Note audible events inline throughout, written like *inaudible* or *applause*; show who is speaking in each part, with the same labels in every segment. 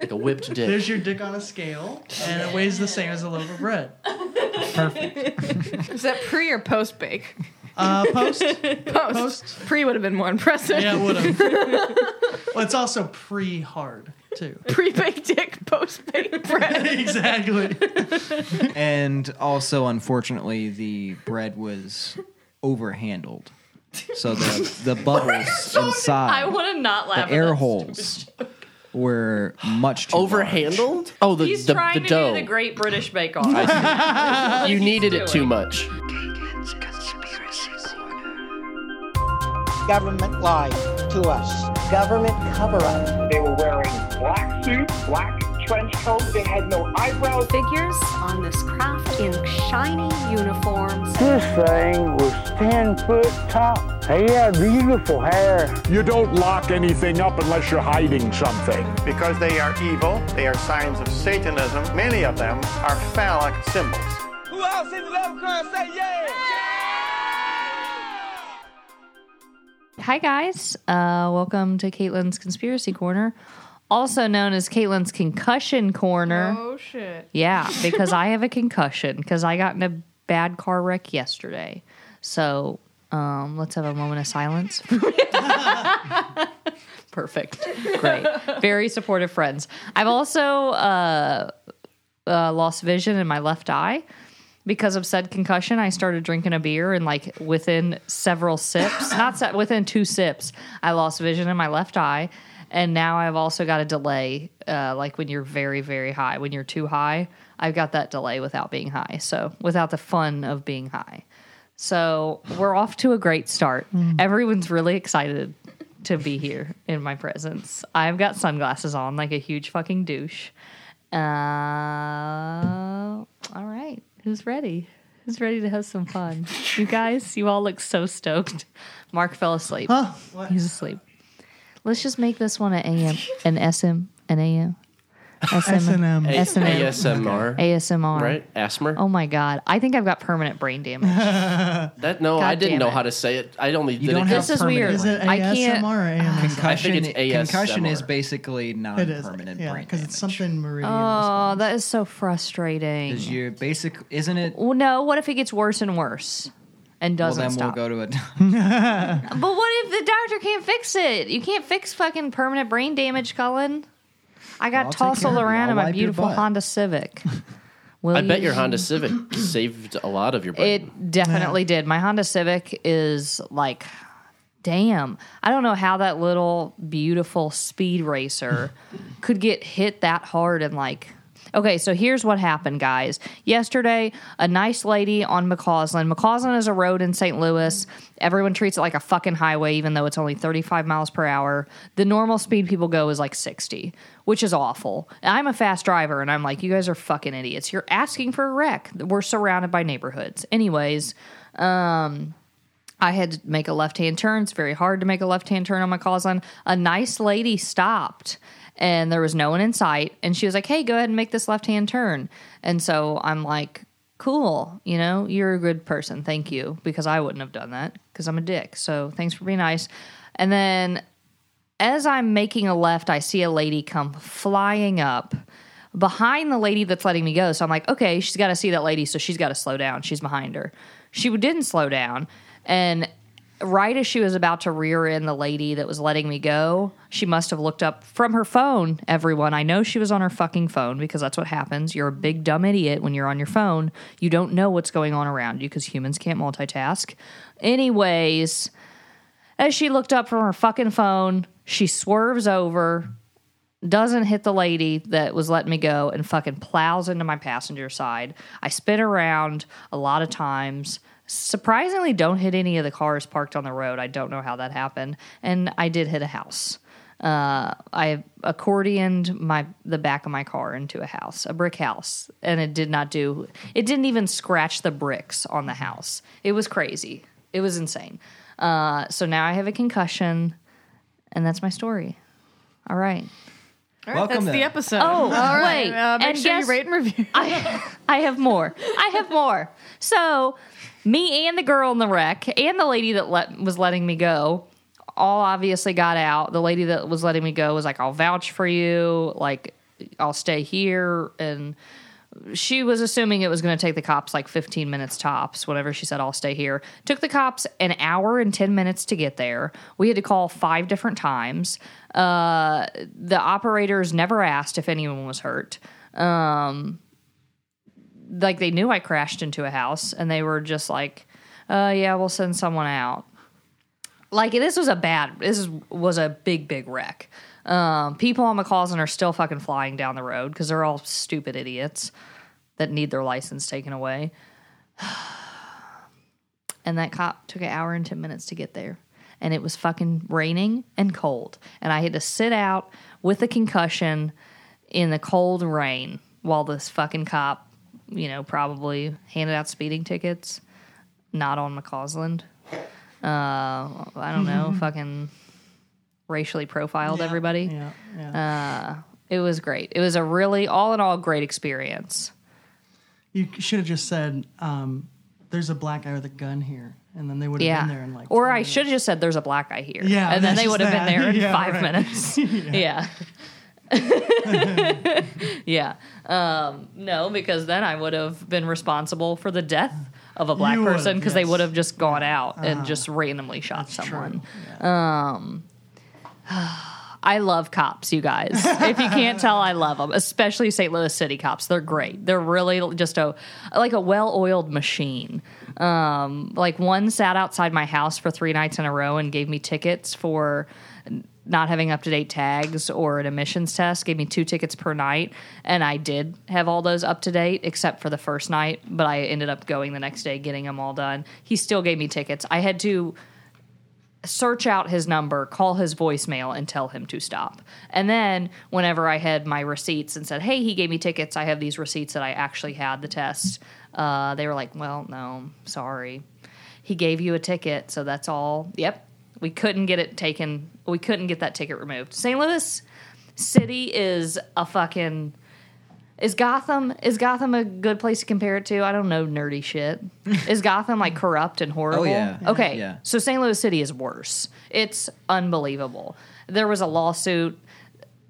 Speaker 1: like a whipped dick.
Speaker 2: There's your dick on a scale, and it weighs the same as a loaf of bread. Perfect.
Speaker 3: Is that pre or post bake?
Speaker 4: *laughs*
Speaker 2: Uh, post.
Speaker 3: Post.
Speaker 2: Post.
Speaker 3: Pre would have been more impressive.
Speaker 2: Yeah, it would have. Well, it's also pre-hard
Speaker 4: *laughs*
Speaker 2: too.
Speaker 3: Pre baked dick, post baked bread.
Speaker 2: exactly.
Speaker 5: and also unfortunately the bread was overhandled so the the
Speaker 2: *laughs*
Speaker 5: bubbles
Speaker 6: I
Speaker 5: inside
Speaker 6: want to not laugh.
Speaker 5: the
Speaker 6: at
Speaker 5: air
Speaker 6: this.
Speaker 5: holes were much too large.
Speaker 1: Overhandled? Oh, the
Speaker 6: He's
Speaker 1: the,
Speaker 6: trying
Speaker 1: the
Speaker 6: to
Speaker 1: dough.
Speaker 6: do the Great British Bake Off.
Speaker 1: you needed it too
Speaker 6: doing.
Speaker 1: much.
Speaker 7: Government lied to us. Government cover up.
Speaker 8: They were wearing black suits, black trench coats. They had no eyebrows.
Speaker 9: Figures on this craft in shiny uniforms.
Speaker 10: This thing was 10 foot tall. He had beautiful hair.
Speaker 11: You don't lock anything up unless you're hiding something.
Speaker 8: Because they are evil, they are signs of Satanism. Many of them are phallic symbols. Who else in the love crowd say yeah?
Speaker 4: Hi, guys. Uh, welcome to Caitlin's Conspiracy Corner, also known as Caitlin's Concussion Corner.
Speaker 3: Oh shit. *laughs*
Speaker 4: Yeah, because I have a concussion because I got in a bad car wreck yesterday. So um, let's have a moment of
Speaker 3: *laughs*
Speaker 4: silence. Perfect. Great. Very supportive friends. I've also uh, uh, lost vision in my left eye. Because of said concussion, I started drinking a beer, and like within several sips, not se- within two sips, I lost vision in my left eye. And now I've also got a delay, uh, like when you're very, very high. When you're too high, I've got that delay without being high. So, without the fun of being high. So we're off to a great start. Everyone's really excited to be here in my presence. I've got sunglasses on like a huge fucking douche. Uh, all right. Who's ready? Who's ready to have some fun? You guys, you all look so stoked. Mark fell asleep. He's asleep. Let's just make this one an AM, an SM, an AM,
Speaker 2: SNM.
Speaker 1: A-
Speaker 4: SM.
Speaker 1: ASMR,
Speaker 4: ASMR.
Speaker 1: right? Asthma.
Speaker 4: Oh my God. I think I've got permanent brain damage.
Speaker 1: that no,
Speaker 4: God
Speaker 1: I didn't
Speaker 4: damn
Speaker 1: know
Speaker 4: it.
Speaker 1: how to say it. I only did
Speaker 5: don't
Speaker 1: it
Speaker 5: have-
Speaker 4: This is
Speaker 5: permanent
Speaker 4: weird.
Speaker 5: brain
Speaker 2: Is it
Speaker 4: I can't. Ah.
Speaker 2: ASM or AMSM?
Speaker 5: concussion
Speaker 1: I think it's
Speaker 5: concussion is
Speaker 1: ASMR.
Speaker 5: basically
Speaker 2: It is.
Speaker 5: non-permanent
Speaker 2: Yeah,
Speaker 5: brain
Speaker 2: because it's
Speaker 5: damage.
Speaker 2: something meridian.
Speaker 4: Oh, that is so frustrating.
Speaker 5: 'Cause you're basic isn't it
Speaker 4: well, no. What if it gets worse and worse and
Speaker 5: well
Speaker 4: doesn't
Speaker 5: then
Speaker 4: stop?
Speaker 5: we'll go to a
Speaker 4: but what if the doctor can't fix it? You can't fix fucking permanent brain damage, Cullen. I got
Speaker 5: I'll take care of
Speaker 4: tousled
Speaker 5: you.
Speaker 4: around
Speaker 5: I'll
Speaker 4: in my
Speaker 5: wipe your
Speaker 4: beautiful
Speaker 5: butt.
Speaker 4: Honda
Speaker 5: *laughs*
Speaker 4: Civic. Will
Speaker 1: I bet
Speaker 4: you?
Speaker 1: your Honda Civic saved a lot of your brain.
Speaker 4: It definitely did. My Honda Civic is like, damn. I don't know how that little beautiful speed racer could get hit that hard and like. Okay, so here's what happened, guys. Yesterday, a nice lady on McCausland. McCausland is a road in St. Louis. Everyone treats it like a fucking highway, even though it's only 35 miles per hour. The normal speed people go is like 60, which is awful. And I'm a fast driver, and I'm like, you guys are fucking idiots. You're asking for a wreck. We're surrounded by neighborhoods. Anyways, I had to make a left hand turn. It's very hard to make a left hand turn on my call sign. A nice lady stopped and there was no one in sight. And she was like, hey, go ahead and make this left hand turn. And so I'm like, cool, you know, you're a good person. Thank you. Because I wouldn't have done that because I'm a dick. So thanks for being nice. And then as I'm making a left, I see a lady come flying up behind the lady that's letting me go. So I'm like, okay, she's got to see that lady, so she's got to slow down. She's behind her. She didn't slow down. And right as she was about to rear end the lady that was letting me go, she must have looked up from her phone, everyone. I know she was on her fucking phone because that's what happens. You're a big dumb idiot when you're on your phone. You don't know what's going on around you because humans can't multitask. Anyways, as she looked up from her fucking phone, she swerves over, doesn't hit the lady that was letting me go, and fucking plows into my passenger side. I spin around a lot of times. Surprisingly, don't hit any of the cars parked on the road. I don't know how that happened. And I did hit a house. Uh, I accordioned my the back of my car into a house, a brick house, and it did not do. It didn't even scratch the bricks on the house. It was crazy. It was insane. Uh, so now I have a concussion, and that's my story. All right.
Speaker 3: All right,
Speaker 5: Welcome
Speaker 3: that's the
Speaker 5: then.
Speaker 3: episode.
Speaker 4: Oh, wait.
Speaker 3: Uh, make
Speaker 4: and
Speaker 3: sure
Speaker 4: guess-
Speaker 3: you rate and review.
Speaker 4: *laughs* I, I have more. I have more. So, me and the girl in the wreck and the lady that let, was letting me go all obviously got out. The lady that was letting me go was like, I'll vouch for you. Like, I'll stay here. And she was assuming it was going to take the cops like 15 minutes tops, whatever. She said, I'll stay here. Took the cops an hour and 10 minutes to get there. We had to call five different times. Uh, the operators never asked if anyone was hurt. Um, like they knew I crashed into a house and they were just like, uh, yeah, we'll send someone out. Like this was a bad, this is, was a big, big wreck. Um, people on McCausland are still fucking flying down the road because they're all stupid idiots that need their license taken away. *sighs* and that cop took an hour and 10 minutes to get there. And it was fucking raining and cold. And I had to sit out with a concussion in the cold rain while this fucking cop, you know, probably handed out speeding tickets, not on McCausland. Uh, I
Speaker 2: *laughs*
Speaker 4: don't know, fucking racially profiled everybody. Uh.
Speaker 2: Yeah, yeah.
Speaker 4: It was great. It was a really, all in all, great experience.
Speaker 2: You should have just said, um, "There's a black guy with a gun here," and then they would have
Speaker 4: Yeah.
Speaker 2: been there in like.
Speaker 4: or
Speaker 2: 10
Speaker 4: I should have just said, there's a black guy here.
Speaker 2: Yeah, *laughs*
Speaker 4: And then
Speaker 2: that's
Speaker 4: they would have
Speaker 2: just
Speaker 4: been there in
Speaker 2: that. *laughs* Yeah,
Speaker 4: five
Speaker 2: right.
Speaker 4: minutes. yeah. yeah. Um, no, because then I would have been responsible for the death of a black
Speaker 2: You would have,
Speaker 4: person because they
Speaker 2: yes. Uh-huh.
Speaker 4: would have just gone out and just randomly shot someone. Um, *sighs* I love cops, you guys. if you can't tell, I love them, especially St. Louis city cops. They're great. They're really just a like a well-oiled machine. Um, like one sat outside my house for three nights in a row and gave me tickets for not having up to date tags or an emissions test gave me two tickets per night. And I did have all those up to date except for the first night, but I ended up going the next day, getting them all done. He still gave me tickets. I had to search out his number, call his voicemail, and tell him to stop. And then whenever I had my receipts and said, hey, he gave me tickets, I have these receipts that I actually had the test, uh, they were like, well, no, sorry. He gave you a ticket, so that's all. Yep. We couldn't get it taken. We couldn't get that ticket removed. St. Louis City is a fucking. Is Gotham is Gotham a good place to compare it to? I don't know nerdy
Speaker 5: *laughs*
Speaker 4: shit. Is Gotham like corrupt and horrible?
Speaker 5: Oh, yeah.
Speaker 4: Okay.
Speaker 5: Yeah.
Speaker 4: So St. Louis City is worse. It's unbelievable. There was a lawsuit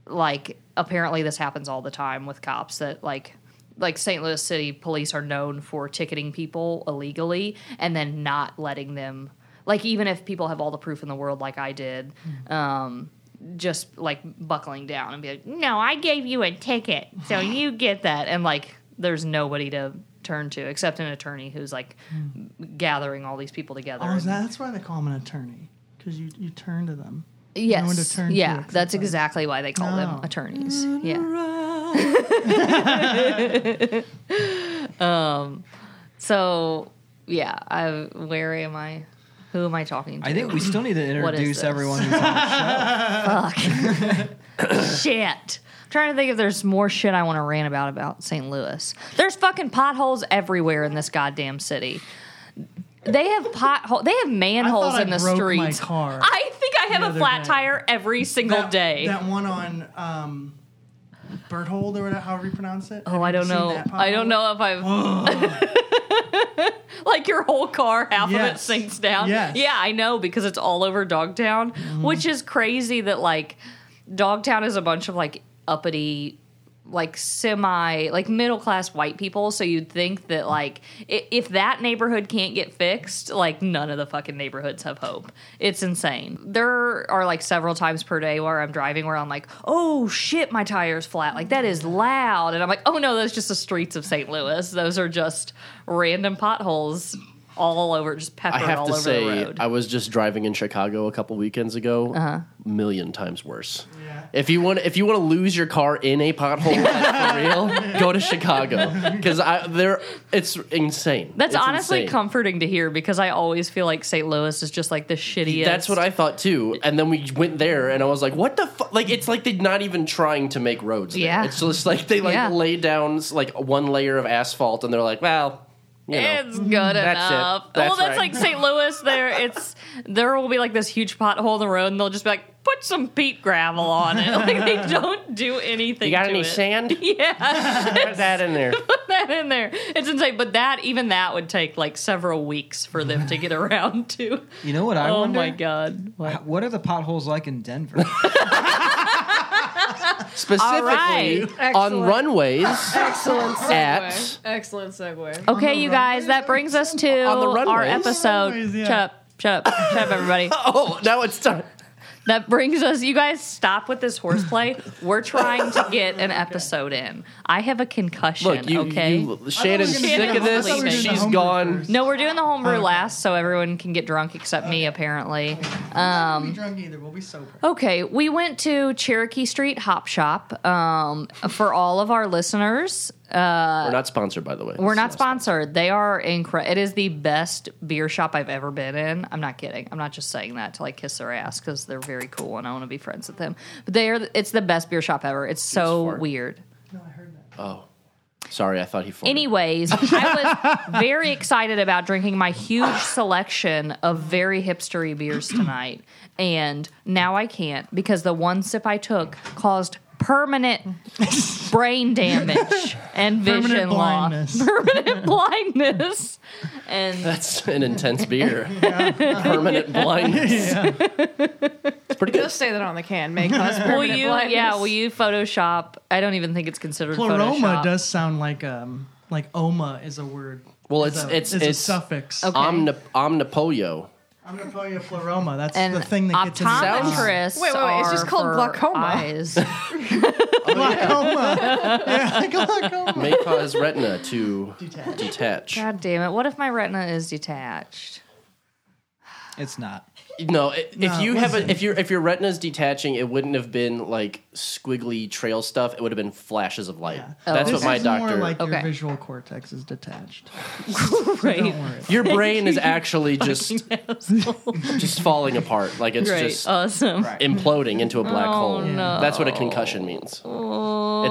Speaker 4: like apparently this happens all the time with cops that like like St. Louis City police are known for ticketing people illegally and then not letting them like even if people have all the proof in the world like I did
Speaker 5: Mm-hmm.
Speaker 4: um just like buckling down and be like no I gave you a ticket
Speaker 2: *sighs*
Speaker 4: so you get that and like there's nobody to turn to except an attorney who's like gathering all these people together
Speaker 2: Hmm. Oh, is
Speaker 4: and-
Speaker 2: that, that's why they call him an attorney because you you turn to them.
Speaker 4: yes
Speaker 2: one to turn to
Speaker 4: yeah
Speaker 2: except
Speaker 4: that's
Speaker 2: like-
Speaker 4: exactly why they call them
Speaker 2: Oh.
Speaker 4: attorneys yeah *laughs* Um, So yeah, I where am I? Who am I talking to?
Speaker 5: I think we still need to
Speaker 4: What is
Speaker 5: introduce
Speaker 4: this?
Speaker 5: everyone. Who's on.
Speaker 4: shit. I'm trying to think if there's more shit I want to rant about about St. Louis. There's fucking potholes everywhere in this goddamn city. They have pothole. They have manholes
Speaker 2: I
Speaker 4: in the
Speaker 2: broke my
Speaker 4: streets.
Speaker 2: car.
Speaker 4: I think I
Speaker 2: The
Speaker 4: have a
Speaker 2: other
Speaker 4: flat
Speaker 2: day.
Speaker 4: tire every single
Speaker 2: that,
Speaker 4: day.
Speaker 2: That one on um, Berthold or whatever, however you pronounce it.
Speaker 4: oh, I don't know. I don't know if I've *laughs* like your whole car, half of it
Speaker 2: Yes.
Speaker 4: sinks down.
Speaker 2: Yes. Mm-hmm.
Speaker 4: Yeah, I know because it's all over Dogtown, which is crazy that like Dogtown is a bunch of like uppity like semi like middle class white people so you'd think that like i- if that neighborhood can't get fixed like none of the fucking neighborhoods have hope it's insane there are like several times per day where i'm driving where i'm like oh shit my tire's flat like that is loud and i'm like oh no that's just the streets of st louis those are just random potholes all over just
Speaker 1: I
Speaker 4: peppered
Speaker 1: have
Speaker 4: all
Speaker 1: to
Speaker 4: over the
Speaker 1: say,
Speaker 4: road
Speaker 1: I was just driving in Chicago a couple weekends ago. Million times worse. If you want, if you want to lose your car in a pothole like, for real, go to Chicago because I there it's insane.
Speaker 4: that's
Speaker 1: It's
Speaker 4: honestly
Speaker 1: insane.
Speaker 4: comforting to hear because I always feel like St. Louis is just like the shittiest.
Speaker 1: That's what I thought too. And then we went there, and I was like, "What the fuck?" Like it's like they're not even trying to make roads. there.
Speaker 4: Yeah.
Speaker 1: it's just like they like
Speaker 4: Yeah.
Speaker 1: lay down like one layer of asphalt, and they're like, "Well, you know."
Speaker 4: It's good
Speaker 1: That's it.
Speaker 4: enough.
Speaker 1: That's
Speaker 4: well, that's
Speaker 1: right.
Speaker 4: like St. Louis. There, it's there will be like this huge pothole in the road, and they'll just be like, "Put some peat gravel on it." *laughs*
Speaker 1: *laughs*
Speaker 4: Like they don't do anything.
Speaker 1: you got
Speaker 4: to
Speaker 1: any
Speaker 4: it.
Speaker 1: sand?
Speaker 4: *laughs*
Speaker 1: *laughs*
Speaker 4: Yeah,
Speaker 1: Put that in
Speaker 4: *laughs*
Speaker 1: there."
Speaker 4: put that in there. It's insane. But that even that would take like several weeks for them to get around *laughs* to.
Speaker 5: You know what
Speaker 4: *laughs*
Speaker 5: I
Speaker 4: oh
Speaker 5: wonder?
Speaker 4: my god! What? *laughs*
Speaker 5: What are the potholes like in Denver?
Speaker 1: specifically
Speaker 4: right.
Speaker 1: on
Speaker 3: Excellent.
Speaker 1: runways
Speaker 3: Excellent segue.
Speaker 1: At-
Speaker 3: Excellent segue.
Speaker 4: Okay, you guys, that brings us to
Speaker 1: On the
Speaker 4: our
Speaker 1: runways.
Speaker 4: episode.
Speaker 2: Runways, yeah.
Speaker 4: Shut up, shut up, shut
Speaker 1: *laughs*
Speaker 4: up, everybody.
Speaker 1: Oh, now it's time.
Speaker 4: That brings us. You guys, stop with this horseplay. We're trying to get an episode in. I have a concussion.
Speaker 1: Look, you,
Speaker 4: okay.
Speaker 1: you Shannon's
Speaker 2: gonna
Speaker 1: sick
Speaker 4: do
Speaker 1: of
Speaker 4: the
Speaker 1: this.
Speaker 4: whole thing.
Speaker 1: She's gone.
Speaker 4: no, we're doing the homebrew last, so everyone can get drunk except me, apparently.
Speaker 2: We'll be drunk either. We'll be sober.
Speaker 4: Okay, we went to Cherokee Street Hop Shop um, for all of our listeners.
Speaker 1: We're not sponsored, by the way.
Speaker 4: We're not sponsored. They are incredible. It is the best beer shop I've ever been in. I'm not kidding. I'm not just saying that to like kiss their ass because they're very cool and I want to be friends with them. But they are. It's the best beer shop ever. It's so
Speaker 1: fart.
Speaker 4: weird.
Speaker 1: Sorry, I thought he. farted.
Speaker 4: Anyways, I
Speaker 2: *laughs*
Speaker 4: was very excited about drinking my huge selection of very hipstery beers tonight, and now I can't because the one sip I took caused
Speaker 2: *laughs*
Speaker 4: permanent brain damage and
Speaker 2: Permanent
Speaker 4: vision loss,
Speaker 2: blindness.
Speaker 4: *laughs* permanent blindness, and
Speaker 1: That's an intense
Speaker 2: *laughs*
Speaker 1: beer. Permanent blindness. It's pretty good.
Speaker 3: Just say that on the can. Make us
Speaker 4: will
Speaker 3: permanent
Speaker 4: you?
Speaker 3: blindness.
Speaker 4: Yeah, will you Photoshop? I don't even think it's considered
Speaker 2: Pleroma
Speaker 4: Photoshop.
Speaker 2: does sound like um like oma is a word.
Speaker 1: Well,
Speaker 2: It's
Speaker 1: it's
Speaker 2: a,
Speaker 1: it's
Speaker 2: it's a
Speaker 1: it's
Speaker 2: suffix.
Speaker 4: Okay.
Speaker 1: omnip- omnipoyo.
Speaker 2: I'm gonna call you a pleroma. That's
Speaker 4: and
Speaker 2: the thing that gets in the eye.
Speaker 4: optometrists.
Speaker 3: Wait, wait, wait, it's
Speaker 4: are
Speaker 3: just called
Speaker 4: for
Speaker 3: glaucoma.
Speaker 4: eyes.
Speaker 2: glaucoma. *laughs* yeah, glaucoma.
Speaker 1: May cause retina to detach.
Speaker 4: God damn it! What if my retina is detached?
Speaker 5: It's not.
Speaker 1: No, i- if
Speaker 2: No,
Speaker 1: you
Speaker 2: it
Speaker 1: have a,
Speaker 2: wasn't.
Speaker 1: if your if your retina's detaching, it wouldn't have been like squiggly trail stuff. It would have been flashes of light.
Speaker 2: Yeah.
Speaker 1: That's
Speaker 2: This
Speaker 1: what my
Speaker 2: is
Speaker 1: doctor.
Speaker 2: More like
Speaker 4: Okay.
Speaker 2: your visual cortex is detached.
Speaker 4: *laughs* Right.
Speaker 2: Don't worry. *laughs*
Speaker 1: your brain is actually just just falling apart. Like it's
Speaker 4: Great.
Speaker 1: just
Speaker 4: awesome.
Speaker 1: imploding into a black
Speaker 4: Oh,
Speaker 1: hole.
Speaker 4: no.
Speaker 1: That's what a concussion means. It's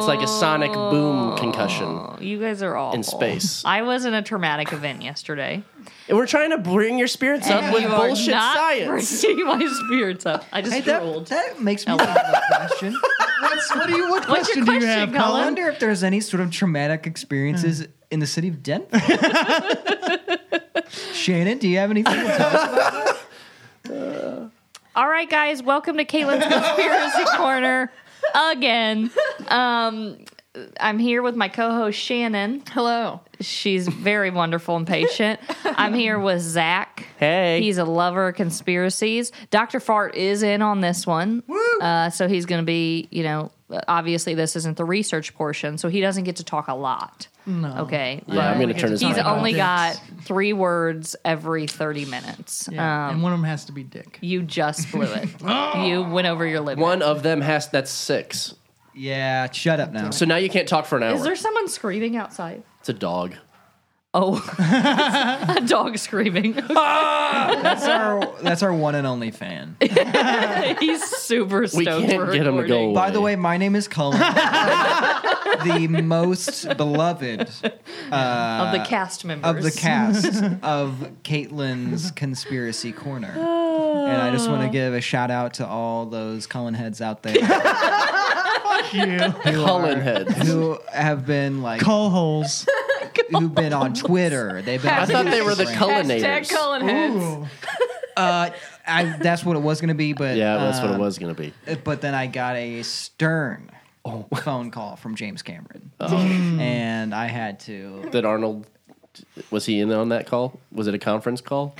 Speaker 1: like a sonic boom concussion.
Speaker 4: You guys are
Speaker 1: Oh.
Speaker 4: awful.
Speaker 1: space.
Speaker 4: I was in a traumatic event yesterday.
Speaker 1: And we're trying to bring your spirits up with
Speaker 4: You are
Speaker 1: bullshit
Speaker 4: not
Speaker 1: science.
Speaker 4: Bringing *laughs* my spirits up. I just
Speaker 5: Hey, that,
Speaker 4: rolled.
Speaker 5: that makes me think of a question.
Speaker 2: What's, what do you? What
Speaker 4: What's
Speaker 2: question,
Speaker 4: your
Speaker 2: do you
Speaker 4: question,
Speaker 2: have,
Speaker 4: Colin?
Speaker 5: I
Speaker 2: Colin?
Speaker 5: wonder if there's any sort of traumatic
Speaker 1: Hmm.
Speaker 5: experiences in the city of Denver. *laughs* Shannon, do you have anything? to tell us?
Speaker 4: All right, guys, welcome to Caitlin's Conspiracy Corner again. Um, I'm here with my co-host Shannon.
Speaker 3: Hello.
Speaker 4: She's very wonderful and patient. I'm here with Zach.
Speaker 1: Hey.
Speaker 4: He's a lover of conspiracies. Dr. Fart is in on this one. Uh, so he's going to be, you know, obviously this isn't the research portion, so he doesn't get to talk a lot. No. Okay.
Speaker 1: yeah, I'm
Speaker 4: but
Speaker 1: gonna turn his
Speaker 4: He's
Speaker 1: mic off.
Speaker 4: only
Speaker 2: Dicks.
Speaker 4: got three words every 30 minutes.
Speaker 2: Yeah,
Speaker 4: Um,
Speaker 2: and one of them has to be dick.
Speaker 4: *laughs* you just blew *laughs* it. you went over your limit.
Speaker 1: One of them has that's six.
Speaker 5: yeah, shut up now.
Speaker 1: So now you can't talk for an hour.
Speaker 4: Is there someone screaming outside?
Speaker 1: it's a dog. *laughs*
Speaker 4: Oh, a dog screaming.
Speaker 5: That's our that's our one and only fan.
Speaker 4: He's super
Speaker 1: We
Speaker 4: stoked.
Speaker 1: can't
Speaker 4: we're
Speaker 1: get him to go.
Speaker 4: recording.
Speaker 5: By the way, my name is Colin. *laughs* the most beloved
Speaker 4: Of the cast members.
Speaker 5: of the cast
Speaker 1: *laughs*
Speaker 5: of Caitlin's Conspiracy Corner. And I just want
Speaker 1: Oh.
Speaker 5: to give a shout out to all those Cullen heads out there
Speaker 1: Cullen
Speaker 5: *laughs*
Speaker 1: heads. *laughs*
Speaker 5: who have been like,
Speaker 2: Call holes.
Speaker 5: who've been on Twitter. They've been.
Speaker 1: I thought they were the
Speaker 3: Hashtag
Speaker 1: cullinators.
Speaker 3: Cullen heads.
Speaker 2: Ooh.
Speaker 5: Uh, I, that's what it was going to be, but
Speaker 1: Yeah, that's what
Speaker 5: uh,
Speaker 1: it was Oh. gonna be.
Speaker 5: But then I got a stern phone call from James Cameron,
Speaker 1: Oh.
Speaker 2: Mm.
Speaker 5: and I had to.
Speaker 1: That Arnold was he in on that call? Was it a conference call?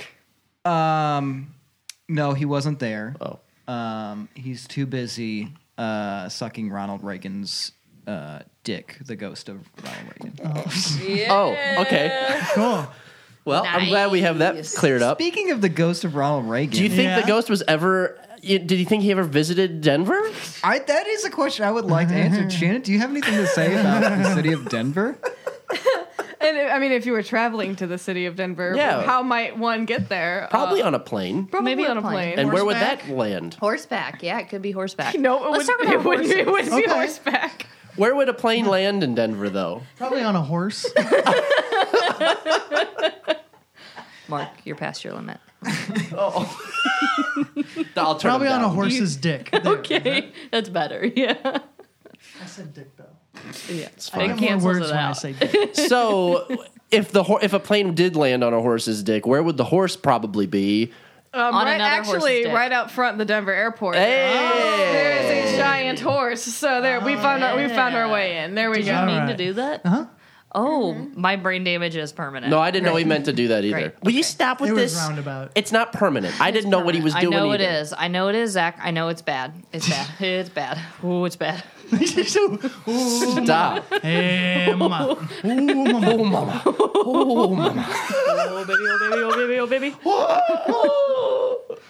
Speaker 5: No, he wasn't there.
Speaker 1: Oh,
Speaker 5: Um, he's too busy uh, sucking Ronald Reagan's uh, dick, the ghost of Ronald Reagan.
Speaker 1: oh, okay.
Speaker 2: Cool.
Speaker 1: Well, I'm glad we have that cleared up.
Speaker 5: Speaking of the ghost of Ronald Reagan,
Speaker 1: Do you think
Speaker 2: Yeah.
Speaker 1: the ghost was ever? you- Did you think he ever visited Denver?
Speaker 5: I, that is a question I would like
Speaker 2: *laughs*
Speaker 5: to answer. Shannon, do you have anything to say about the city of Denver?
Speaker 3: And I mean, if you were traveling to the city of Denver,
Speaker 1: Yeah.
Speaker 3: how might one get there? Uh,
Speaker 1: Probably on a plane.
Speaker 3: probably
Speaker 4: Maybe
Speaker 3: on
Speaker 4: a
Speaker 3: a
Speaker 4: plane.
Speaker 3: plane.
Speaker 1: And where would that land?
Speaker 4: Horseback, yeah, it could be horseback. *laughs*
Speaker 3: *laughs* No, it
Speaker 4: Let's
Speaker 3: would,
Speaker 4: talk about
Speaker 3: it would,
Speaker 4: horses.
Speaker 3: it would be
Speaker 2: Okay.
Speaker 3: horseback.
Speaker 1: Where would a plane land in Denver, though?
Speaker 2: Probably on a
Speaker 4: *laughs*
Speaker 2: horse.
Speaker 4: Mark, you're past your limit.
Speaker 1: I'll turn
Speaker 2: Probably
Speaker 1: him
Speaker 2: on a
Speaker 1: down.
Speaker 2: horse's
Speaker 4: *laughs*
Speaker 2: dick. There.
Speaker 4: Okay, that's better. *laughs* Yeah,
Speaker 2: I said dick though.
Speaker 4: yeah. I
Speaker 1: fine.
Speaker 4: think
Speaker 1: More
Speaker 2: More
Speaker 4: cancels
Speaker 2: words
Speaker 4: it
Speaker 2: when I
Speaker 4: out.
Speaker 2: say
Speaker 4: *laughs*
Speaker 2: dick.
Speaker 1: So, if the hor if a plane did land on a horse's dick, where would the horse probably be?
Speaker 3: Um,
Speaker 4: On
Speaker 3: right,
Speaker 4: another horse's
Speaker 3: actually,
Speaker 4: dick.
Speaker 3: right out front the Denver airport.
Speaker 1: Hey!
Speaker 3: There is a giant horse. So there, we found our, we found our way in. There we
Speaker 4: Did you
Speaker 3: go.
Speaker 4: mean
Speaker 2: Alright.
Speaker 4: to do that? Uh-huh. Oh, my brain damage is permanent.
Speaker 1: No, I didn't know he meant to do that either.
Speaker 4: Great.
Speaker 1: Will you stop with
Speaker 2: It was
Speaker 1: this?
Speaker 2: roundabout. *laughs*
Speaker 1: It's not permanent. I didn't know what he was
Speaker 4: I
Speaker 1: doing.
Speaker 4: know it
Speaker 1: either.
Speaker 4: is. I know it is, Zach. I know it's bad. It's
Speaker 1: *laughs*
Speaker 4: bad. it's bad. Ooh, it's bad.
Speaker 1: Stop.
Speaker 2: Hey, mama.
Speaker 1: Oh mama. Oh mama.
Speaker 4: Oh baby, oh baby, oh baby, oh baby.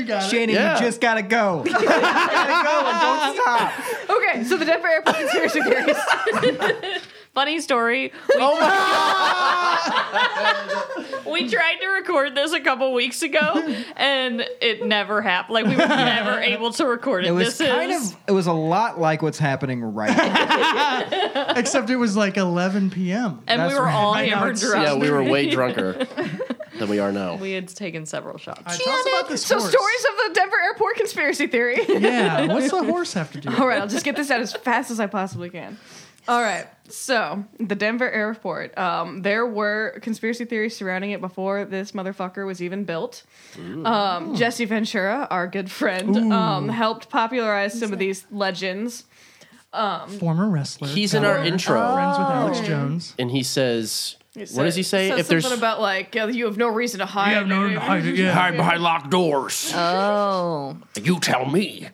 Speaker 2: You got it.
Speaker 5: Shannon,
Speaker 1: Yeah.
Speaker 5: you just gotta go. *laughs* you gotta go and don't stop.
Speaker 3: Okay, so the Denver airport is here. So curious.
Speaker 4: *laughs* Funny story. We, *laughs* we tried to record this a couple weeks ago, and it never happened. Like we were never able to record it.
Speaker 5: It was
Speaker 4: this
Speaker 5: kind
Speaker 4: is
Speaker 5: of. It was a lot like what's
Speaker 4: *laughs*
Speaker 5: happening right now.
Speaker 2: *laughs* Except it was like 11 p.m.
Speaker 4: and we
Speaker 5: that's
Speaker 4: were
Speaker 5: right.
Speaker 4: all
Speaker 2: I know,
Speaker 4: hammered
Speaker 2: it's-
Speaker 4: drunk.
Speaker 1: Yeah, we were way drunker than we are now.
Speaker 4: We had taken several shots.
Speaker 2: All right, tell us about this
Speaker 3: So
Speaker 2: horse.
Speaker 3: stories of the Denver airport conspiracy theory.
Speaker 2: Yeah, what's the horse have to do?
Speaker 3: All right, I'll just get this out as fast as I possibly can. All right, so the Denver airport. Um, there were conspiracy theories surrounding it before this motherfucker was even built. Um, Jesse Ventura, our good friend, um, helped popularize some of these legends.
Speaker 2: Former wrestler.
Speaker 1: He's in our intro,
Speaker 2: Friends with Alex Jones.
Speaker 1: and he says, "What does he
Speaker 3: Said-
Speaker 1: say?
Speaker 3: said
Speaker 1: If there's
Speaker 3: something about like uh, you have no reason to hide.
Speaker 1: hide behind locked doors,
Speaker 4: Oh,
Speaker 1: you tell me."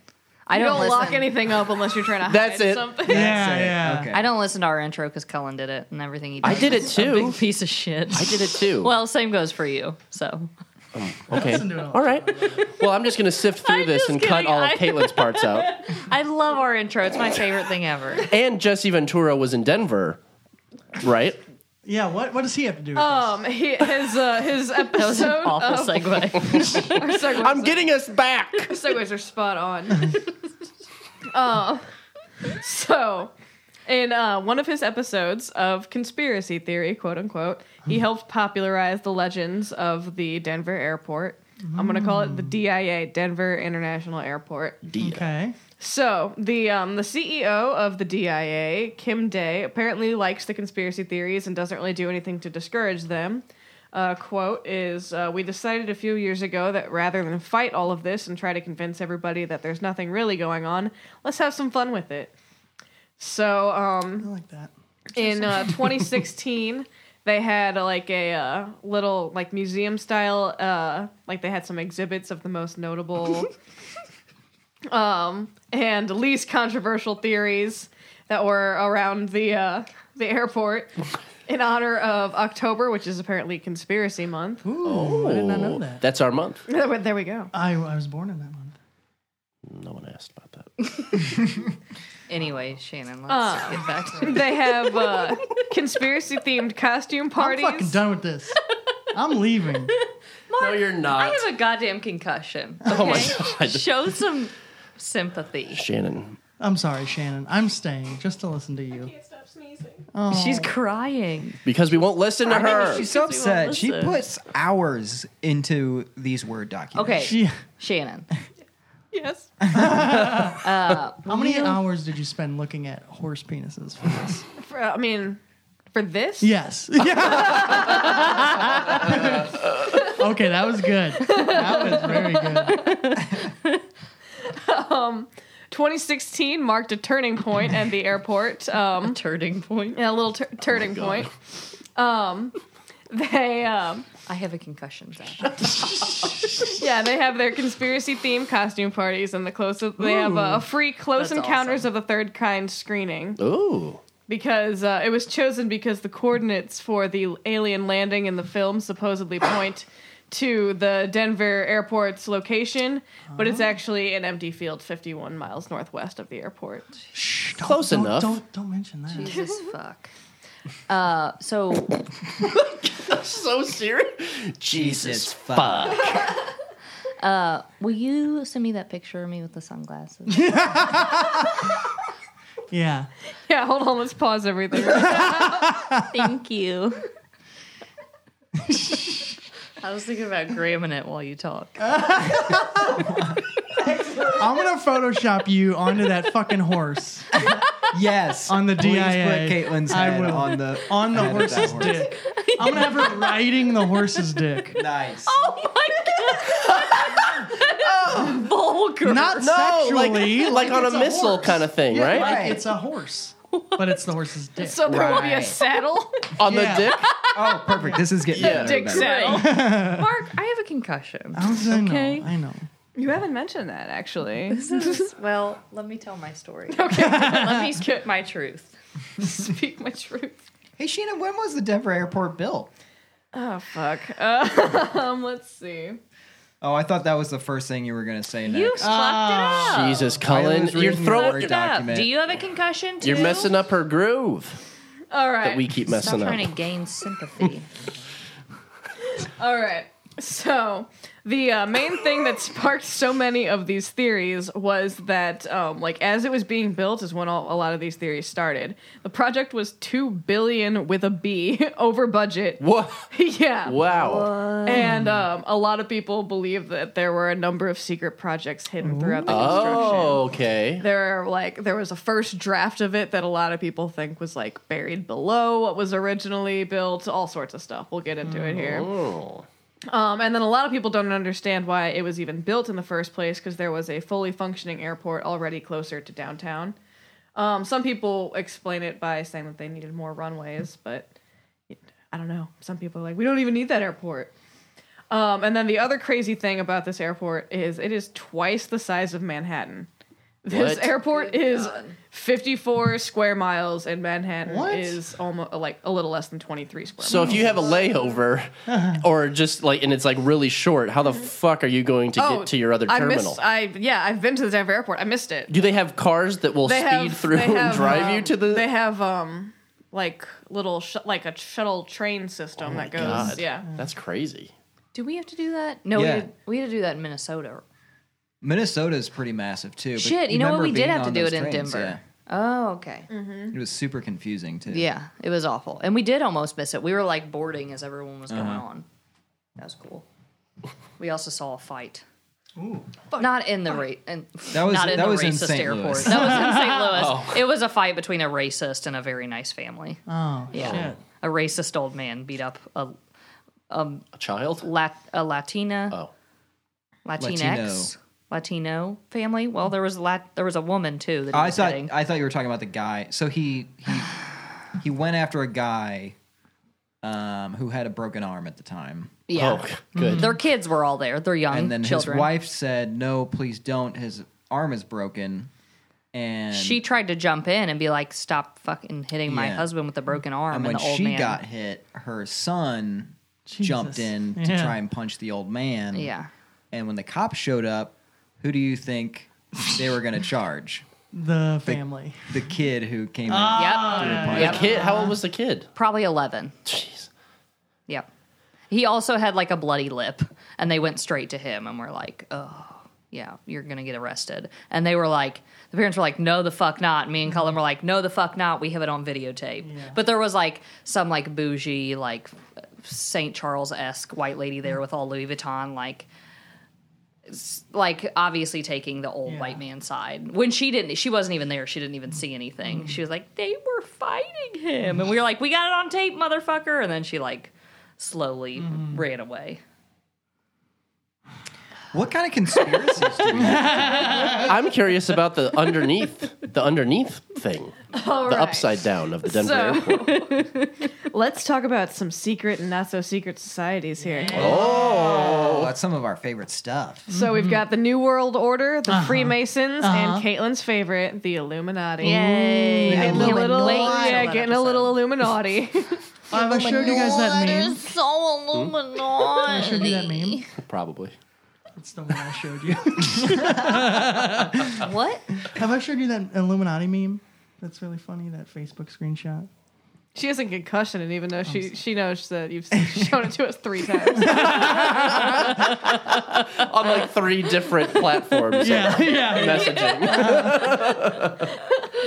Speaker 4: I
Speaker 3: You
Speaker 4: don't,
Speaker 3: don't
Speaker 4: listen.
Speaker 3: lock anything up unless
Speaker 4: *laughs*
Speaker 3: you're trying to
Speaker 1: That's
Speaker 3: hide
Speaker 1: it.
Speaker 3: something.
Speaker 2: Yeah, yeah.
Speaker 5: Okay.
Speaker 4: I don't listen to our intro because Cullen did it and everything he did.
Speaker 1: I did it
Speaker 4: was *laughs* a
Speaker 1: too.
Speaker 4: Big piece of shit.
Speaker 1: I did it too.
Speaker 4: Well, same goes for you. So
Speaker 1: okay,
Speaker 2: to it all.
Speaker 1: all right. Well, I'm just gonna sift through
Speaker 4: I'm
Speaker 1: this
Speaker 4: just
Speaker 1: and cut
Speaker 4: kidding.
Speaker 1: all of
Speaker 4: I-
Speaker 1: Caitlin's parts out.
Speaker 4: I love our intro. It's my favorite thing ever.
Speaker 1: And Jesse Ventura was in Denver, right?
Speaker 2: Yeah, what, what does he have to do with
Speaker 3: Um, he, his uh, his
Speaker 4: That was an *laughs*
Speaker 3: episode.
Speaker 4: awful
Speaker 3: of,
Speaker 4: segue.
Speaker 3: our segues
Speaker 1: I'm getting us back.
Speaker 3: segues are spot on. uh, so, in uh, one of his episodes of conspiracy theory, quote unquote, he helped popularize the legends of the Denver airport. I'm going to call it the DIA, Denver International Airport.
Speaker 1: Oh.
Speaker 2: this? Okay.
Speaker 3: So the um, the CEO of the DIA, Kim Day, apparently likes the conspiracy theories and doesn't really do anything to discourage them. Uh, quote is uh, we decided a few years ago that rather than fight all of this and try to convince everybody that there's nothing really going on, let's have some fun with it. So um,
Speaker 2: I like that.
Speaker 3: in
Speaker 2: *laughs*
Speaker 3: uh, 2016 they had uh, like a uh, little like museum style uh, like they had some exhibits of the most
Speaker 2: *laughs*
Speaker 3: notable um, and least controversial theories that were around the uh,
Speaker 2: *laughs*
Speaker 3: the airport in honor of october which is apparently conspiracy month
Speaker 2: Ooh, I did not know
Speaker 1: Oh,
Speaker 2: that.
Speaker 1: That's our month.
Speaker 3: *laughs* there we go
Speaker 2: I, I was born in that month.
Speaker 1: No one asked about that.
Speaker 4: anyway, Shannon, let's get back *laughs* to
Speaker 3: they have uh, conspiracy themed costume parties
Speaker 2: I'm fucking done with this. I'm leaving.
Speaker 1: no, you're
Speaker 4: I
Speaker 1: not.
Speaker 4: have a goddamn concussion. Okay?
Speaker 1: oh *laughs* my god,
Speaker 4: Show some *laughs* sympathy.
Speaker 1: Shannon.
Speaker 2: I'm sorry, Shannon. I'm staying just to listen to you.
Speaker 4: She's crying.
Speaker 1: Because we won't listen to her.
Speaker 4: she's-
Speaker 5: She's so
Speaker 4: Because we won't
Speaker 5: upset. She
Speaker 4: listen.
Speaker 5: puts hours into these word documents.
Speaker 4: Okay,
Speaker 2: She,
Speaker 4: Shannon.
Speaker 3: yes
Speaker 2: how many hours did you spend looking at horse penises for this?
Speaker 3: For- i mean for this
Speaker 2: Yes. *laughs* okay, that was good. That was very good.
Speaker 3: 2016 marked a turning point
Speaker 4: *laughs*
Speaker 3: at the airport.
Speaker 4: *laughs*
Speaker 3: Um,
Speaker 4: Turning point.
Speaker 3: yeah, a little tur- turning point. Um, they, um,
Speaker 4: I have a concussion. Zach. *laughs*
Speaker 3: yeah, they have their conspiracy themed costume parties and the close. They have a free Close
Speaker 4: That's
Speaker 3: Encounters
Speaker 4: awesome.
Speaker 3: of the Third Kind screening
Speaker 1: Ooh.
Speaker 3: because uh, it was chosen because the coordinates for the alien landing in the
Speaker 4: *coughs*
Speaker 3: film supposedly point to the Denver airport's location, but
Speaker 4: Oh.
Speaker 3: it's actually an empty field 51 miles northwest of the airport.
Speaker 2: Shh, don't-
Speaker 1: Close
Speaker 2: don't-
Speaker 1: enough.
Speaker 2: Don't don't mention that.
Speaker 4: Jesus fuck. Uh, so
Speaker 1: *laughs* So serious. Jesus
Speaker 5: fuck.
Speaker 1: fuck.
Speaker 4: will you send me that picture of me with the sunglasses? *laughs*
Speaker 2: Yeah.
Speaker 3: Yeah, hold on, let's pause
Speaker 4: *laughs*
Speaker 3: everything.
Speaker 4: Thank you. *laughs* I was thinking about grabbing it while you talk.
Speaker 2: I'm gonna Photoshop you onto that fucking horse
Speaker 5: Yes.
Speaker 2: On the
Speaker 5: Please
Speaker 2: DIA.
Speaker 5: Put Caitlin's
Speaker 2: I
Speaker 5: head
Speaker 2: will.
Speaker 5: on the
Speaker 2: on the
Speaker 5: head of that
Speaker 2: horse's
Speaker 5: horse.
Speaker 2: dick. I'm gonna have her riding the horse's dick.
Speaker 5: Nice.
Speaker 4: Oh my god! vulgar.
Speaker 2: Not
Speaker 1: No, like,
Speaker 2: sexually,
Speaker 1: like on a
Speaker 2: it's
Speaker 1: missile
Speaker 2: horse.
Speaker 1: kind of thing,
Speaker 2: Yeah,
Speaker 1: right?
Speaker 2: like
Speaker 5: Right.
Speaker 2: it's a horse, but it's the horse's
Speaker 4: *laughs*
Speaker 2: dick.
Speaker 3: So there will be a
Speaker 5: Right.
Speaker 3: saddle.
Speaker 1: On
Speaker 2: Yeah.
Speaker 1: the dick?
Speaker 5: Oh, perfect. This is getting
Speaker 1: Yeah.
Speaker 5: better.
Speaker 3: Dick
Speaker 5: and better.
Speaker 3: saddle.
Speaker 4: Mark, I have a concussion.
Speaker 2: okay. I know.
Speaker 3: You haven't mentioned
Speaker 1: *laughs*
Speaker 3: that actually.
Speaker 4: well, let me tell my story. Okay, let me speak my truth. *laughs*
Speaker 3: Speak my truth.
Speaker 5: Hey, Sheena, when was the Denver airport built?
Speaker 3: Oh fuck. Uh, um, let's see.
Speaker 5: Oh, I thought that was the first thing you were going to say next.
Speaker 4: You fucked it up.
Speaker 1: Jesus,
Speaker 5: Tyler
Speaker 1: Cullen,
Speaker 5: was
Speaker 1: you're
Speaker 5: reading
Speaker 1: throwing.
Speaker 5: your
Speaker 4: Fucked it up.
Speaker 5: document.
Speaker 4: Do you have a concussion too?
Speaker 1: You're messing up her groove
Speaker 3: All right.
Speaker 1: that we keep
Speaker 4: Stop
Speaker 1: messing up.
Speaker 4: trying to gain sympathy.
Speaker 3: All right. So the uh, main
Speaker 1: *laughs*
Speaker 3: thing that sparked so many of these theories was that, um, like, as it was being built, is when all, a lot of these theories started. The project was two billion with a B *laughs* over budget. *laughs*
Speaker 1: What?
Speaker 3: yeah.
Speaker 1: Wow.
Speaker 3: And um, a lot of people believe that there were a number of secret projects hidden throughout the construction.
Speaker 1: Oh, okay.
Speaker 3: There are like there was a first draft of it that a lot of people think was like buried below what was originally built, all sorts of stuff. We'll get into it here. Um, and then a lot of people don't understand why it was even built in the first place because there was a fully functioning airport already closer to downtown. Um, some people explain it by saying that they needed more runways, but I don't know. Some people are like, we don't even need that airport. Um, and then the other crazy thing about this airport is it is twice the size of Manhattan. This
Speaker 1: What?
Speaker 3: airport is 54 square miles, and Manhattan
Speaker 5: What?
Speaker 3: is almost like a little less than 23 square
Speaker 1: So if you have a
Speaker 3: *laughs*
Speaker 1: layover, or just like, and it's like really short, how the fuck are you going to
Speaker 3: miles.
Speaker 1: get to your other
Speaker 3: Oh, I uh,
Speaker 1: terminal?
Speaker 3: missed, I yeah, I've been to the Denver airport. I missed it.
Speaker 1: Do they have cars that will
Speaker 3: They
Speaker 1: speed
Speaker 3: have
Speaker 1: through
Speaker 3: they
Speaker 1: and
Speaker 3: have,
Speaker 1: drive you
Speaker 3: um,
Speaker 1: to the?
Speaker 3: They have um like little sh- like a shuttle train system that goes.
Speaker 1: Oh God.
Speaker 3: Yeah.
Speaker 1: That's crazy.
Speaker 4: do we have to do that? No,
Speaker 5: Yeah.
Speaker 4: we, had, we had to do that in Minnesota.
Speaker 5: Minnesota's pretty massive, too. but
Speaker 4: Shit, you know what?
Speaker 5: remember
Speaker 4: We did
Speaker 5: being
Speaker 4: have to
Speaker 5: on
Speaker 4: do
Speaker 5: those
Speaker 4: it in
Speaker 5: trains,
Speaker 4: Denver. Oh, okay.
Speaker 5: yeah. It was super confusing, too.
Speaker 4: Yeah, it was awful. And we did almost miss it. We were like boarding as everyone was going
Speaker 5: Uh-huh.
Speaker 4: on. That was cool. We also saw a fight. Ooh. Not in the ra- in,
Speaker 5: That was-
Speaker 4: not in
Speaker 5: that
Speaker 4: the
Speaker 5: was in
Speaker 4: racist
Speaker 5: St.
Speaker 4: airport.
Speaker 5: Louis. Oh.
Speaker 4: That was in
Speaker 5: *laughs*
Speaker 4: St. Louis. It was a fight between a racist and a very nice family.
Speaker 2: Oh
Speaker 4: Yeah.
Speaker 2: shit.
Speaker 4: A racist old man beat up a
Speaker 1: A child?
Speaker 4: lat a Latina
Speaker 1: Oh,
Speaker 4: Latinx Latino. family. Well, there was a lat there was a woman too that he
Speaker 5: I
Speaker 4: was
Speaker 5: thought
Speaker 4: hitting.
Speaker 5: I thought you were talking about the guy. So he he he went after a guy um, who had a broken arm at the time,
Speaker 4: yeah.
Speaker 1: oh,
Speaker 3: Mm-hmm.
Speaker 1: good.
Speaker 4: Their kids were all there. They're young
Speaker 5: and then
Speaker 4: Mm-hmm. children.
Speaker 5: his wife said, "No, please don't. His arm is broken." And
Speaker 4: she tried to jump in and be like, "Stop fucking hitting my
Speaker 5: Yeah.
Speaker 4: husband with a broken arm."
Speaker 5: and
Speaker 4: And,
Speaker 5: when
Speaker 4: the old
Speaker 5: she
Speaker 4: man,
Speaker 5: got hit, her son jumped
Speaker 2: Jesus.
Speaker 5: in to
Speaker 2: Yeah.
Speaker 5: try and punch the old man.
Speaker 4: yeah,
Speaker 5: And when the cops showed up, who do you think they were going to charge?
Speaker 2: The family.
Speaker 5: The kid who came
Speaker 4: yep,
Speaker 5: in.
Speaker 1: The kid? How old was the kid?
Speaker 4: probably eleven.
Speaker 1: Jeez.
Speaker 4: Yep. He also had like a bloody lip, and they went straight to him and were like, "Oh, yeah, you're gonna get arrested." And they were like, the parents were like, "No, the fuck not." Me and Cullen were like, "No, the fuck not." We have it on videotape. But there was like some like bougie like St. Charles esque white lady there with all Louis Vuitton like. s- Like obviously taking the old white man's side when she didn't, she wasn't even there. She didn't even see anything. She was like, "They were fighting him," and we were like, "We got it on tape, motherfucker!" And then she like slowly ran away.
Speaker 5: What kind of conspiracies do we *laughs* have?
Speaker 1: I'm curious about the underneath, the underneath thing,
Speaker 3: All
Speaker 1: the
Speaker 3: right.
Speaker 1: upside down of the Denver
Speaker 3: So-
Speaker 1: airport.
Speaker 3: Let's talk about some secret and not so secret societies here.
Speaker 5: Oh, that's some of our favorite stuff.
Speaker 3: So we've got the New World Order, the Freemasons, and Caitlin's favorite, the Illuminati.
Speaker 4: Yay!
Speaker 3: Getting a little, yeah, getting a little Illuminati.
Speaker 2: Have I showed you guys that meme?
Speaker 4: so
Speaker 2: I showed you that meme.
Speaker 1: Probably.
Speaker 2: It's the one I showed you.
Speaker 4: *laughs* What?
Speaker 2: *laughs* Have I showed you that Illuminati meme? That's really funny. That Facebook screenshot.
Speaker 3: she has a concussion, and even though she she knows that you've shown it to us three times,
Speaker 1: On like three different
Speaker 3: *laughs*
Speaker 1: platforms.
Speaker 2: Yeah,
Speaker 4: *laughs*
Speaker 2: yeah,
Speaker 1: Messaging.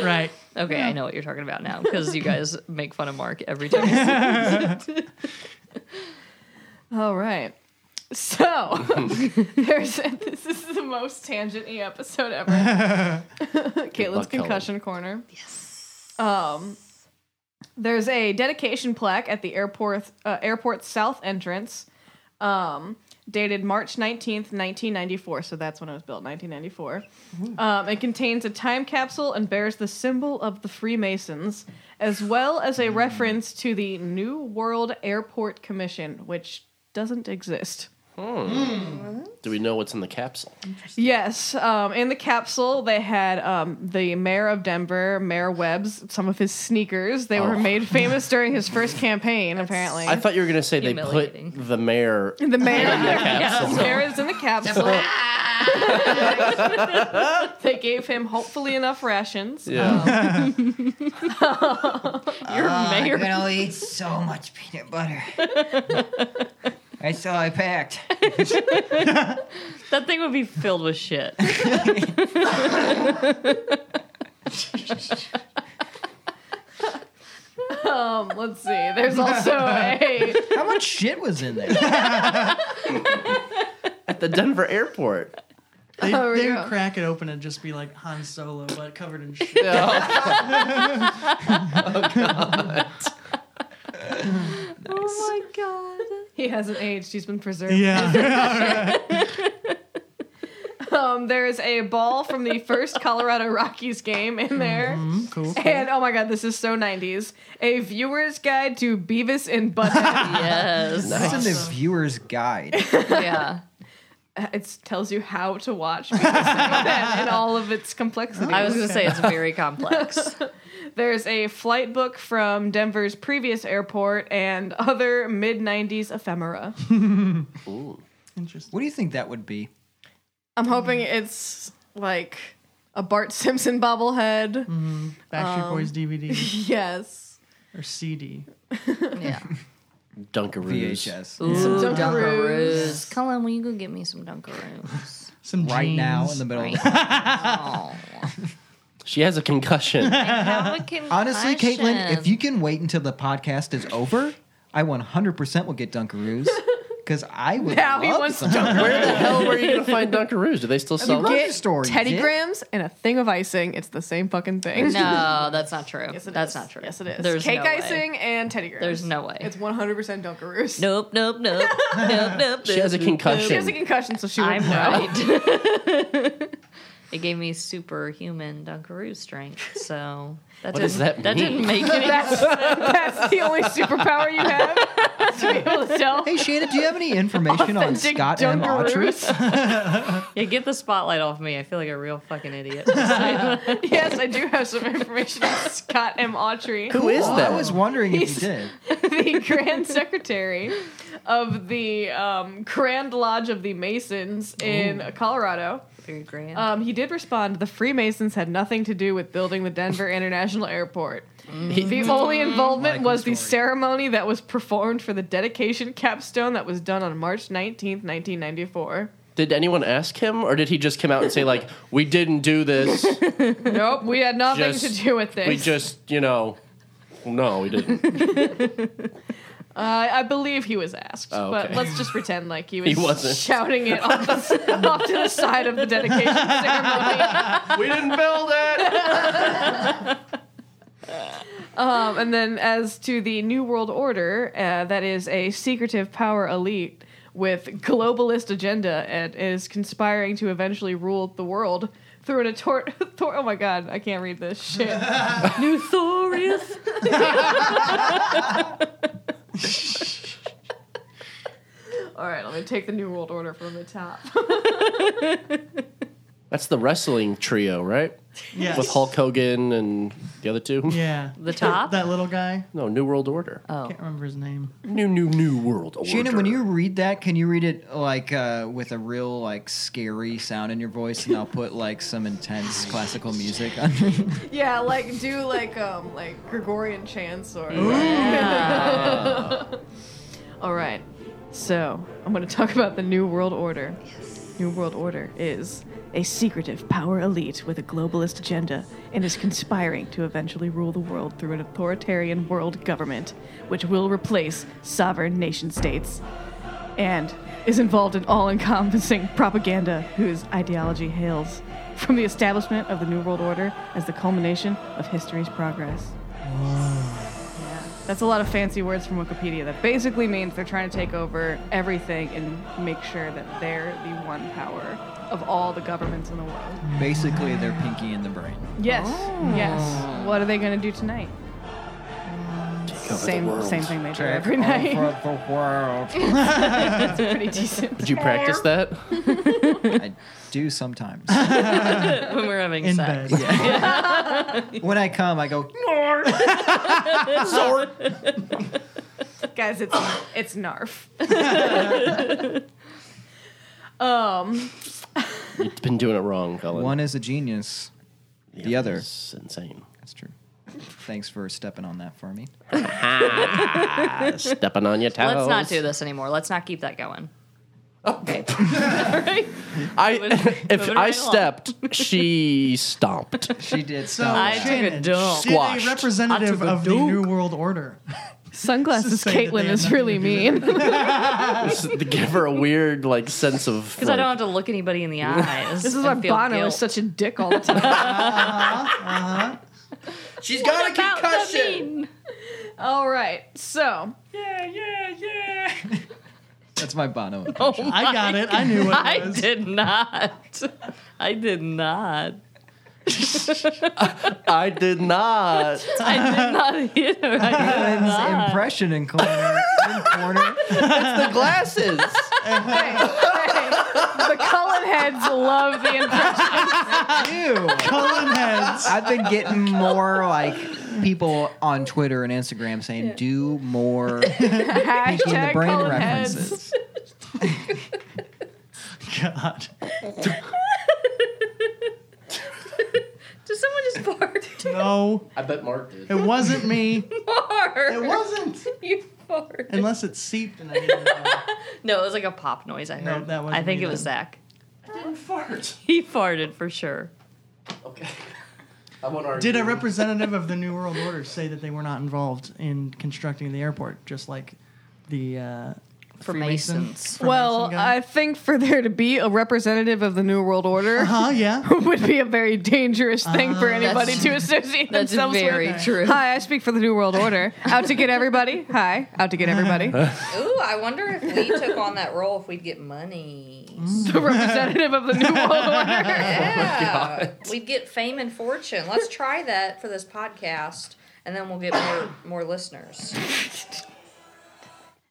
Speaker 2: right.
Speaker 4: Okay, I know what you're talking about now because you guys make fun of Mark every time.
Speaker 3: all right. So *laughs* there's this is the most tangenty episode ever. Caitlin's
Speaker 1: luck, Caitlin.
Speaker 3: concussion corner. Yes. Um, there's a dedication plaque at the airport uh, airport south entrance. Um, dated March 19th, 1994. So that's when it was built, 1994. Um, it contains a time capsule and bears the symbol of the Freemasons, as well as
Speaker 1: Hmm.
Speaker 3: a reference to the New World Airport Commission, which doesn't exist.
Speaker 1: Do we know what's in the capsule?
Speaker 3: Yes. Um, in the capsule, they had um, the mayor of Denver, Mayor Webb's, some of his sneakers. They
Speaker 1: *laughs*
Speaker 3: were made famous during his first campaign, apparently.
Speaker 1: Oh. I thought you were going to say they put
Speaker 4: Humiliating.
Speaker 1: the mayor.
Speaker 3: *laughs* the mayor, *laughs*
Speaker 1: capsule.
Speaker 3: the mayor is in the capsule. *laughs* they gave him hopefully enough rations.
Speaker 1: Yeah.
Speaker 4: You're
Speaker 5: *laughs* I
Speaker 4: mayor.
Speaker 5: can
Speaker 4: *laughs*
Speaker 5: only eat so much peanut butter. That's all I packed.
Speaker 4: That thing would be filled with shit.
Speaker 3: Um, let's see. There's also a
Speaker 5: How much shit was in there?
Speaker 1: At the Denver airport.
Speaker 2: They,
Speaker 3: Oh,
Speaker 2: they
Speaker 3: yeah.
Speaker 2: would crack it open and just be like Han Solo, but covered in shit.
Speaker 4: oh my god.
Speaker 3: he hasn't aged. He's been preserved.
Speaker 4: *laughs*
Speaker 2: yeah.
Speaker 3: Um, there is a ball from the first Colorado Rockies game in there.
Speaker 2: cool.
Speaker 3: And oh my god, this is so 90s. A viewer's guide to Beavis and Butthead.
Speaker 4: Yes.
Speaker 5: That's in the viewer's guide.
Speaker 4: Yeah.
Speaker 3: it tells you how to watch Beavis and Butthead in all of its complexity.
Speaker 4: I was gonna say it's very complex.
Speaker 3: There's a flight book from Denver's previous airport and other mid 90s ephemera.
Speaker 2: Interesting.
Speaker 5: What do you think that would be?
Speaker 3: I'm hoping it's like a Bart Simpson bobblehead.
Speaker 2: Backstreet
Speaker 4: Um,
Speaker 2: Boys DVD
Speaker 3: Yes.
Speaker 2: or CD.
Speaker 4: Yeah.
Speaker 1: Dunkaroos.
Speaker 5: VHS.
Speaker 4: Ooh,
Speaker 3: Dunkaroos.
Speaker 4: Dunkaroos. Cullen, will you go get me some Dunkaroos?
Speaker 2: Some
Speaker 5: Right now, in
Speaker 2: jeans.
Speaker 5: the middle. of
Speaker 4: oh,
Speaker 1: She has a concussion.
Speaker 4: have a concussion.
Speaker 5: *laughs* Uh-huh. Honestly, Caitlin, if you can wait until the podcast is over, I 100% will get Dunkaroos because I would
Speaker 3: Now
Speaker 5: love
Speaker 3: he wants
Speaker 5: some.
Speaker 1: Where the hell were you going to
Speaker 5: *laughs*
Speaker 1: find Dunkaroos? Do they still sell them?
Speaker 5: Get story,
Speaker 3: Teddy
Speaker 5: dick.
Speaker 3: grams and a thing of icing. It's the same fucking thing.
Speaker 4: no, that's not true.
Speaker 3: Yes, it
Speaker 4: that's
Speaker 3: is.
Speaker 4: not true.
Speaker 3: Yes, it is.
Speaker 4: There's
Speaker 3: Cake
Speaker 4: no way.
Speaker 3: icing and Teddy grams.
Speaker 4: There's no way.
Speaker 3: It's 100% Dunkaroos.
Speaker 4: Nope, nope, nope,
Speaker 3: *laughs*
Speaker 4: nope, nope.
Speaker 1: She has a
Speaker 3: She has a
Speaker 1: concussion.
Speaker 3: concussion, so she
Speaker 4: I'm
Speaker 3: wouldn't know. *laughs*
Speaker 4: right. *laughs* it gave me superhuman Dunkaroo strength. So that
Speaker 1: What does that
Speaker 4: didn't- That
Speaker 1: mean?
Speaker 4: didn't
Speaker 3: *laughs*
Speaker 4: make any.
Speaker 3: That's, that's the only superpower
Speaker 5: *laughs*
Speaker 3: you have to be able to tell.
Speaker 5: *laughs* Hey, Shannon, do you have any information on
Speaker 3: Authentic
Speaker 5: Scott M.
Speaker 4: *laughs*
Speaker 5: Autry?
Speaker 3: Dunkaroos.
Speaker 4: *laughs* Yeah, get the spotlight off me. I feel like a real fucking idiot.
Speaker 3: *laughs* *laughs* yes, I do have some information on Scott M. Autry.
Speaker 1: Who is
Speaker 5: I was
Speaker 1: that?
Speaker 5: wondering if you did.
Speaker 3: the Grand Secretary of the um, Grand Lodge of the Masons in
Speaker 5: Oh.
Speaker 3: Colorado.
Speaker 4: Very grand.
Speaker 3: Um, he did respond the Freemasons had nothing to do with building the Denver International Airport. The only involvement
Speaker 5: Like
Speaker 3: was
Speaker 5: the
Speaker 3: the
Speaker 5: story.
Speaker 3: ceremony that was performed for the dedication capstone that was done on March 19th, 1994.
Speaker 1: Did anyone ask him, or did he just come out and say like, "We didn't do this.
Speaker 3: Nope, we had nothing
Speaker 1: Just-
Speaker 3: to do with this.
Speaker 1: We just, you know, no, we didn't."
Speaker 3: I, I believe he was asked,
Speaker 1: Oh,
Speaker 3: but
Speaker 1: okay.
Speaker 3: let's just pretend
Speaker 1: *laughs*
Speaker 3: like he was
Speaker 1: wasn't.
Speaker 3: shouting it off, *laughs* off to the side of the dedication ceremony.
Speaker 1: we didn't build it.
Speaker 3: Um, and then as to the New World Order, uh, that is a secretive power elite with globalist agenda and is conspiring to eventually rule the world through an ator- *laughs* Thor- oh my god, I can't read this shit.
Speaker 4: New
Speaker 3: Oh,
Speaker 4: Thorius.
Speaker 3: All right, let me take the New World Order from the top.
Speaker 1: That's the wrestling trio, right?
Speaker 2: Yes.
Speaker 1: With Hulk Hogan and the other two.
Speaker 2: Yeah.
Speaker 4: The top?
Speaker 2: That little guy.
Speaker 1: No, New World Order.
Speaker 4: Oh.
Speaker 2: Can't remember his name.
Speaker 1: New, new, new world order.
Speaker 5: Shannon, when you read that, can you read it like uh, with a real like scary sound in your voice, and I'll put like some intense classical music under.
Speaker 3: yeah, like do like um like Gregorian chants or All right. So, I'm going to talk about the New World Order. Yes. New World Order is a secretive power elite with a globalist agenda and is conspiring to eventually rule the world through an authoritarian world government which will replace sovereign nation states and is involved in all encompassing propaganda whose ideology hails from the establishment of the New World Order as the culmination of history's progress. Yeah. That's a lot of fancy words from Wikipedia that basically means they're trying to take over everything and make sure that they're the one power of all the governments in the world.
Speaker 5: Basically, they're pinky in the brain.
Speaker 3: Yes. Yes. What are they going to do tonight? Same same thing they do every night. *laughs*
Speaker 5: Over the world.
Speaker 3: It's pretty decent.
Speaker 1: Did you practice that?
Speaker 5: I do
Speaker 3: *laughs*
Speaker 5: sometimes.
Speaker 4: when we're having
Speaker 2: in
Speaker 4: sex.
Speaker 2: bed.
Speaker 5: When I come, I go.
Speaker 3: Guys, it's it's Narf.
Speaker 1: You've been doing it wrong, Colin.
Speaker 5: One is a genius. the other.
Speaker 1: It's insane.
Speaker 5: That's true. Thanks for stepping on that for me.
Speaker 1: Stepping on your toes.
Speaker 4: Let's not do this anymore. Let's not keep that going. *laughs* Okay.
Speaker 1: I, *laughs* if
Speaker 4: moving
Speaker 1: I
Speaker 4: right along.
Speaker 1: stepped, she
Speaker 4: *laughs*
Speaker 1: stomped.
Speaker 5: She did
Speaker 2: So
Speaker 5: stop.
Speaker 4: I took a
Speaker 2: Shannon,
Speaker 4: dump.
Speaker 2: she's
Speaker 1: Squashed.
Speaker 2: a representative
Speaker 4: I took a
Speaker 2: of the New
Speaker 4: duke.
Speaker 2: World
Speaker 4: *laughs*
Speaker 2: Order.
Speaker 3: Sunglasses
Speaker 2: Say that they
Speaker 3: Caitlin
Speaker 2: have
Speaker 3: is
Speaker 2: nothing
Speaker 3: really
Speaker 2: to do
Speaker 3: mean.
Speaker 1: This is to give her a weird like sense of.
Speaker 4: Because I don't have to look
Speaker 1: *laughs*
Speaker 4: anybody in the eyes.
Speaker 3: This is why Bono is such a dick all the time.
Speaker 1: She's got a concussion.
Speaker 3: *laughs* all right, *laughs* so
Speaker 5: That's my Bono.
Speaker 3: Oh
Speaker 2: I got it. I knew what
Speaker 4: *laughs* I
Speaker 2: it was.
Speaker 4: did not. *laughs* I did not.
Speaker 1: I did
Speaker 4: *laughs*
Speaker 1: not.
Speaker 4: I did not either. I did
Speaker 5: His
Speaker 4: not.
Speaker 5: impression in corner. In corner.
Speaker 1: The glasses.
Speaker 3: hey, hey, the Cullen heads love the *laughs* impression.
Speaker 5: Ew.
Speaker 2: Cullen heads.
Speaker 5: I've been getting more like people on Twitter and Instagram saying, "Do
Speaker 3: *laughs*
Speaker 5: more Pinky in the
Speaker 3: Hashtag
Speaker 5: Brain
Speaker 3: Cullen
Speaker 5: references."
Speaker 3: heads.
Speaker 2: God.
Speaker 4: *laughs* Did someone just fart? *laughs*
Speaker 2: No,
Speaker 1: *laughs* I bet Mark did.
Speaker 2: it wasn't me.
Speaker 4: Fart.
Speaker 2: It wasn't.
Speaker 4: *laughs* You fart.
Speaker 2: Unless it seeped and I didn't know.
Speaker 4: No, it was like a pop noise I heard.
Speaker 2: No, that wasn't
Speaker 4: I think
Speaker 2: me
Speaker 4: it was
Speaker 2: then.
Speaker 4: Zach.
Speaker 1: I didn't fart.
Speaker 4: He farted for sure.
Speaker 1: Okay. I'm on our.
Speaker 2: Did a representative of the New World Order say that they were not involved in constructing the airport, just like the uh,
Speaker 4: For
Speaker 2: Freemason-
Speaker 4: Masons.
Speaker 2: Freemason
Speaker 3: Well,
Speaker 2: guy?
Speaker 3: I think for there to be a representative of the New World
Speaker 5: *laughs*
Speaker 3: Order *laughs*
Speaker 2: Huh? Yeah.
Speaker 3: would be a very dangerous thing for anybody
Speaker 4: That's-
Speaker 3: to associate
Speaker 4: That's
Speaker 3: themselves
Speaker 4: very
Speaker 3: with.
Speaker 4: true.
Speaker 3: Hi, I speak for the New World Order. Out to get everybody. Hi, out to get
Speaker 5: *laughs*
Speaker 3: everybody.
Speaker 4: Ooh, I wonder if we took on that role if we'd get money.
Speaker 3: *laughs* the representative of the New
Speaker 5: *laughs*
Speaker 3: World Order.
Speaker 4: Yeah. We'd get fame and fortune. Let's try that for this podcast. And then we'll get more more
Speaker 3: *laughs*
Speaker 4: listeners.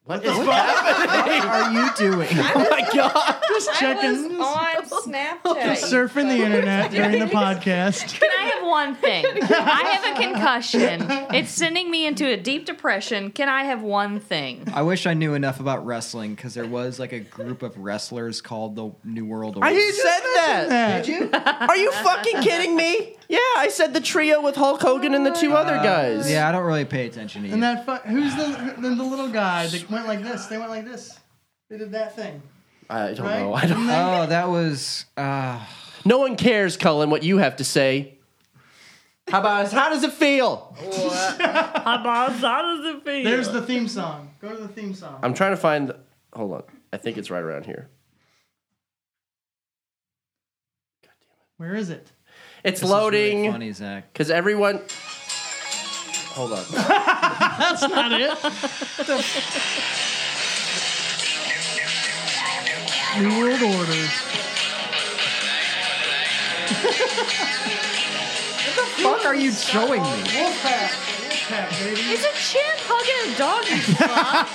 Speaker 1: What is happening?
Speaker 5: Are you doing? *laughs*
Speaker 1: Oh my god.
Speaker 2: Just checking, just
Speaker 4: On
Speaker 3: *laughs*
Speaker 4: Snapchat.
Speaker 2: surfing the internet during the podcast.
Speaker 4: Can I have one thing? *laughs* I have a concussion. It's sending me into a deep depression. Can I have one thing?
Speaker 5: I wish I knew enough about wrestling because there was like a group of wrestlers called the New World Order.
Speaker 1: I said that.
Speaker 2: Yeah.
Speaker 1: Are you fucking kidding me? Yeah, I said the trio with Hulk Hogan and the two other guys.
Speaker 5: yeah, I don't really pay attention to you.
Speaker 2: And that fu- who's the the, the little guy that went like this? They went like this. They did that thing.
Speaker 1: I don't
Speaker 2: Right?
Speaker 1: know. I don't.
Speaker 5: oh, that was. Uh,
Speaker 1: No one cares, Cullen, what you have to say. How about how does it feel?
Speaker 2: There's the theme song. Go to the theme song.
Speaker 1: I'm trying to find. Hold on. I think it's right around here.
Speaker 2: Where is it?
Speaker 1: It's
Speaker 5: this is really
Speaker 1: loading
Speaker 5: funny, Zach.
Speaker 1: because everyone. Hold
Speaker 5: *laughs*
Speaker 1: on.
Speaker 2: New World Order.
Speaker 5: Fuck, are you showing me?
Speaker 2: Wolfpack. Wolfpack, baby.
Speaker 4: It's a chimp hugging a dog. you fuck.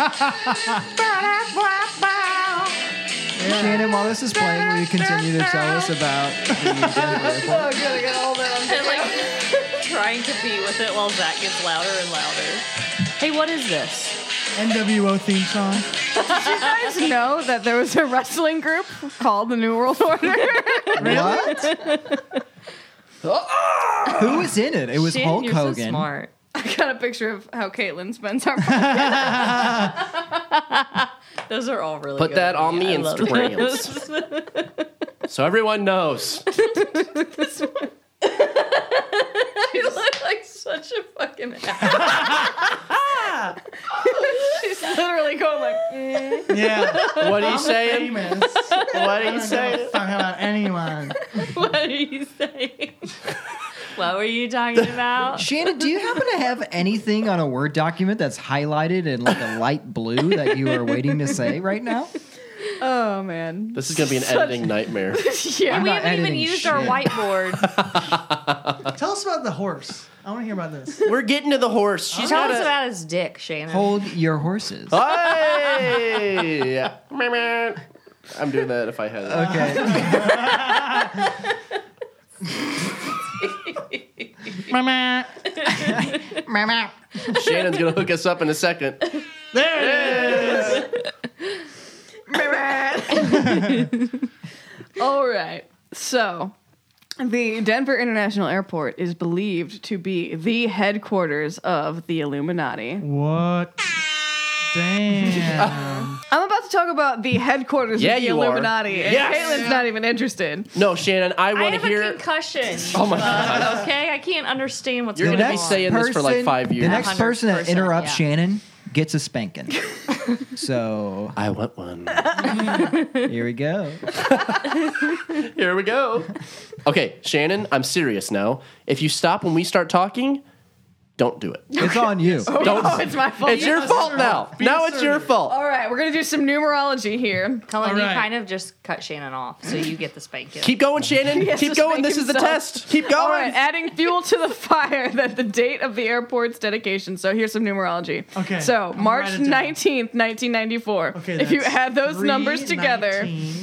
Speaker 5: Shannon, while this is playing, will you continue to tell us about
Speaker 1: *laughs*
Speaker 5: the Denver airport?
Speaker 4: and like *laughs* trying to be with it while Zach gets louder and louder. Hey, what is this?
Speaker 2: NWO theme song.
Speaker 3: guys know that there was a wrestling group called the New World Order?
Speaker 5: What? Who was in it? It was
Speaker 4: Shin,
Speaker 5: Hulk
Speaker 4: you're
Speaker 5: Hogan.
Speaker 4: so smart.
Speaker 3: I *laughs* got a picture of how Caitlin spends our money.
Speaker 4: Those are all really
Speaker 1: Put
Speaker 4: good. *laughs*
Speaker 1: that on the
Speaker 4: I love
Speaker 1: Instagrams. *laughs* so everyone knows.
Speaker 4: You look like such a fucking ass. *laughs*
Speaker 3: She's *laughs* literally going like,
Speaker 2: Yeah.
Speaker 1: What are you saying?
Speaker 3: *laughs*
Speaker 2: Famous.
Speaker 1: What are you
Speaker 2: Don't
Speaker 1: saying?
Speaker 2: talk about anyone.
Speaker 4: what are you saying? What were you
Speaker 1: *laughs*
Speaker 4: talking about?
Speaker 5: Shannon, do you happen to have anything on a Word document that's highlighted in like a light blue that you are waiting to say right now?
Speaker 3: Oh man.
Speaker 1: This is gonna be an editing
Speaker 4: *laughs*
Speaker 1: nightmare.
Speaker 3: Yeah.
Speaker 4: we
Speaker 5: not
Speaker 4: haven't even
Speaker 5: editing
Speaker 4: used our
Speaker 5: shit.
Speaker 1: *laughs*
Speaker 4: whiteboard.
Speaker 2: Tell us about the horse. I want to hear about this.
Speaker 1: We're getting to the horse. She's
Speaker 4: Tell
Speaker 1: got
Speaker 4: us
Speaker 1: a-
Speaker 4: about his dick, Shannon.
Speaker 5: Hold your horses.
Speaker 1: Oh. *laughs* Hey! *laughs* Yeah. I'm doing that if I had it.
Speaker 4: *laughs*
Speaker 1: *laughs*
Speaker 5: Okay.
Speaker 1: Shannon's gonna hook us up in a second.
Speaker 3: All right. So, the Denver International Airport is believed to be the headquarters of the Illuminati.
Speaker 2: What? Damn.
Speaker 3: I'm about to talk about the headquarters
Speaker 1: Yeah,
Speaker 3: of the
Speaker 1: you are.
Speaker 3: Illuminati, and
Speaker 1: Yes.
Speaker 3: Caitlin's not even interested.
Speaker 1: No, Shannon, I
Speaker 4: I
Speaker 1: want
Speaker 4: have
Speaker 1: to
Speaker 4: a
Speaker 1: hear. *laughs*
Speaker 4: concussion.
Speaker 1: Oh my god!
Speaker 4: Okay, I can't understand what's
Speaker 1: You're
Speaker 4: going
Speaker 1: gonna be
Speaker 4: on.
Speaker 1: saying this for like five years.
Speaker 5: The next person that
Speaker 4: 100%,
Speaker 5: interrupts
Speaker 4: yeah.
Speaker 5: Shannon gets a
Speaker 1: *laughs*
Speaker 5: spanking. so
Speaker 1: I want one.
Speaker 5: here we go.
Speaker 1: Here we go. *laughs* Okay, Shannon, I'm serious now. If you stop when we start talking, don't do it.
Speaker 5: It's on
Speaker 1: *laughs*
Speaker 5: you.
Speaker 1: Don't.
Speaker 3: *laughs* Oh, it's my fault.
Speaker 1: It's your fault now. Now it's your fault.
Speaker 3: All right, we're gonna do some numerology here.
Speaker 4: Cullen,
Speaker 2: All
Speaker 4: you
Speaker 2: right.
Speaker 4: kind of just cut Shannon off, so you get the spanking.
Speaker 1: Keep going, Shannon.
Speaker 3: has
Speaker 1: Keep
Speaker 3: to
Speaker 1: going.
Speaker 3: spank
Speaker 1: This is the
Speaker 3: himself.
Speaker 1: test. Keep
Speaker 3: All
Speaker 1: going.
Speaker 3: right, adding fuel to the *laughs* fire that the date of the airport's dedication. So here's some numerology.
Speaker 2: Okay,
Speaker 3: So
Speaker 2: I'm
Speaker 3: March
Speaker 2: writing it down.
Speaker 3: 19th, 1994.
Speaker 2: Okay.
Speaker 3: if you
Speaker 2: that's
Speaker 3: add those
Speaker 2: three,
Speaker 3: numbers together,
Speaker 2: 19,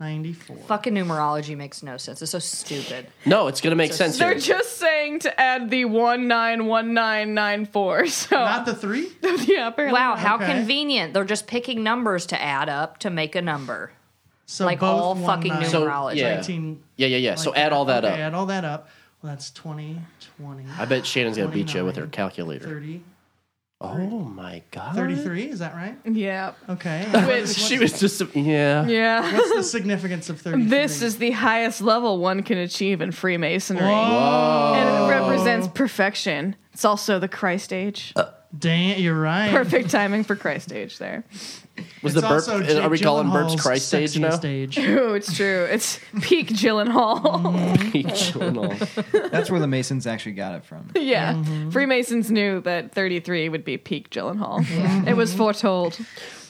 Speaker 2: 94.
Speaker 4: Fucking numerology makes no sense. It's so stupid.
Speaker 1: No, it's gonna make sense.
Speaker 3: they're
Speaker 1: here.
Speaker 3: just saying to add the 191994. *laughs* So
Speaker 2: Not the three?
Speaker 3: yeah, apparently.
Speaker 4: Wow, how
Speaker 2: Okay.
Speaker 4: convenient. They're just picking numbers to add up to make a number.
Speaker 2: So
Speaker 4: Like
Speaker 2: both
Speaker 4: all
Speaker 2: one
Speaker 4: fucking
Speaker 2: nine-
Speaker 1: So,
Speaker 4: numerology.
Speaker 1: yeah.
Speaker 2: 19
Speaker 1: Yeah, yeah, yeah. So
Speaker 2: like
Speaker 1: add all that
Speaker 2: okay,
Speaker 1: up.
Speaker 2: Add all that up. Well, that's 20, 20,
Speaker 1: I bet Shannon's gonna beat you with her calculator.
Speaker 2: 30,
Speaker 1: Oh my god.
Speaker 2: 33. Is that right?
Speaker 3: Yeah. *laughs*
Speaker 2: Okay.
Speaker 3: Which-
Speaker 1: She was just yeah.
Speaker 3: Yeah.
Speaker 2: What's the significance of 33?
Speaker 3: This is the highest level one can achieve in Freemasonry.
Speaker 2: Whoa.
Speaker 3: And it represents perfection. It's also the Christ age.
Speaker 2: Uh. Damn, you're right.
Speaker 3: Perfect timing for Christ age there.
Speaker 1: Was
Speaker 2: It's
Speaker 1: the burp?
Speaker 2: also
Speaker 1: are we
Speaker 2: Jake
Speaker 1: calling burps
Speaker 2: Gyllenhaal's
Speaker 1: Christ stage *laughs*
Speaker 2: sexiest
Speaker 1: now?
Speaker 2: Age.
Speaker 3: Ooh, it's true. It's peak
Speaker 2: Mm-hmm.
Speaker 3: Gyllenhaal.
Speaker 1: Jake Gyllenhaal.
Speaker 5: That's where the Masons actually got
Speaker 4: *laughs*
Speaker 5: it from.
Speaker 3: *laughs* yeah.
Speaker 2: Mm-hmm.
Speaker 3: Freemasons knew that 33 would be peak Gyllenhaal.
Speaker 2: Mm-hmm.
Speaker 3: It was foretold.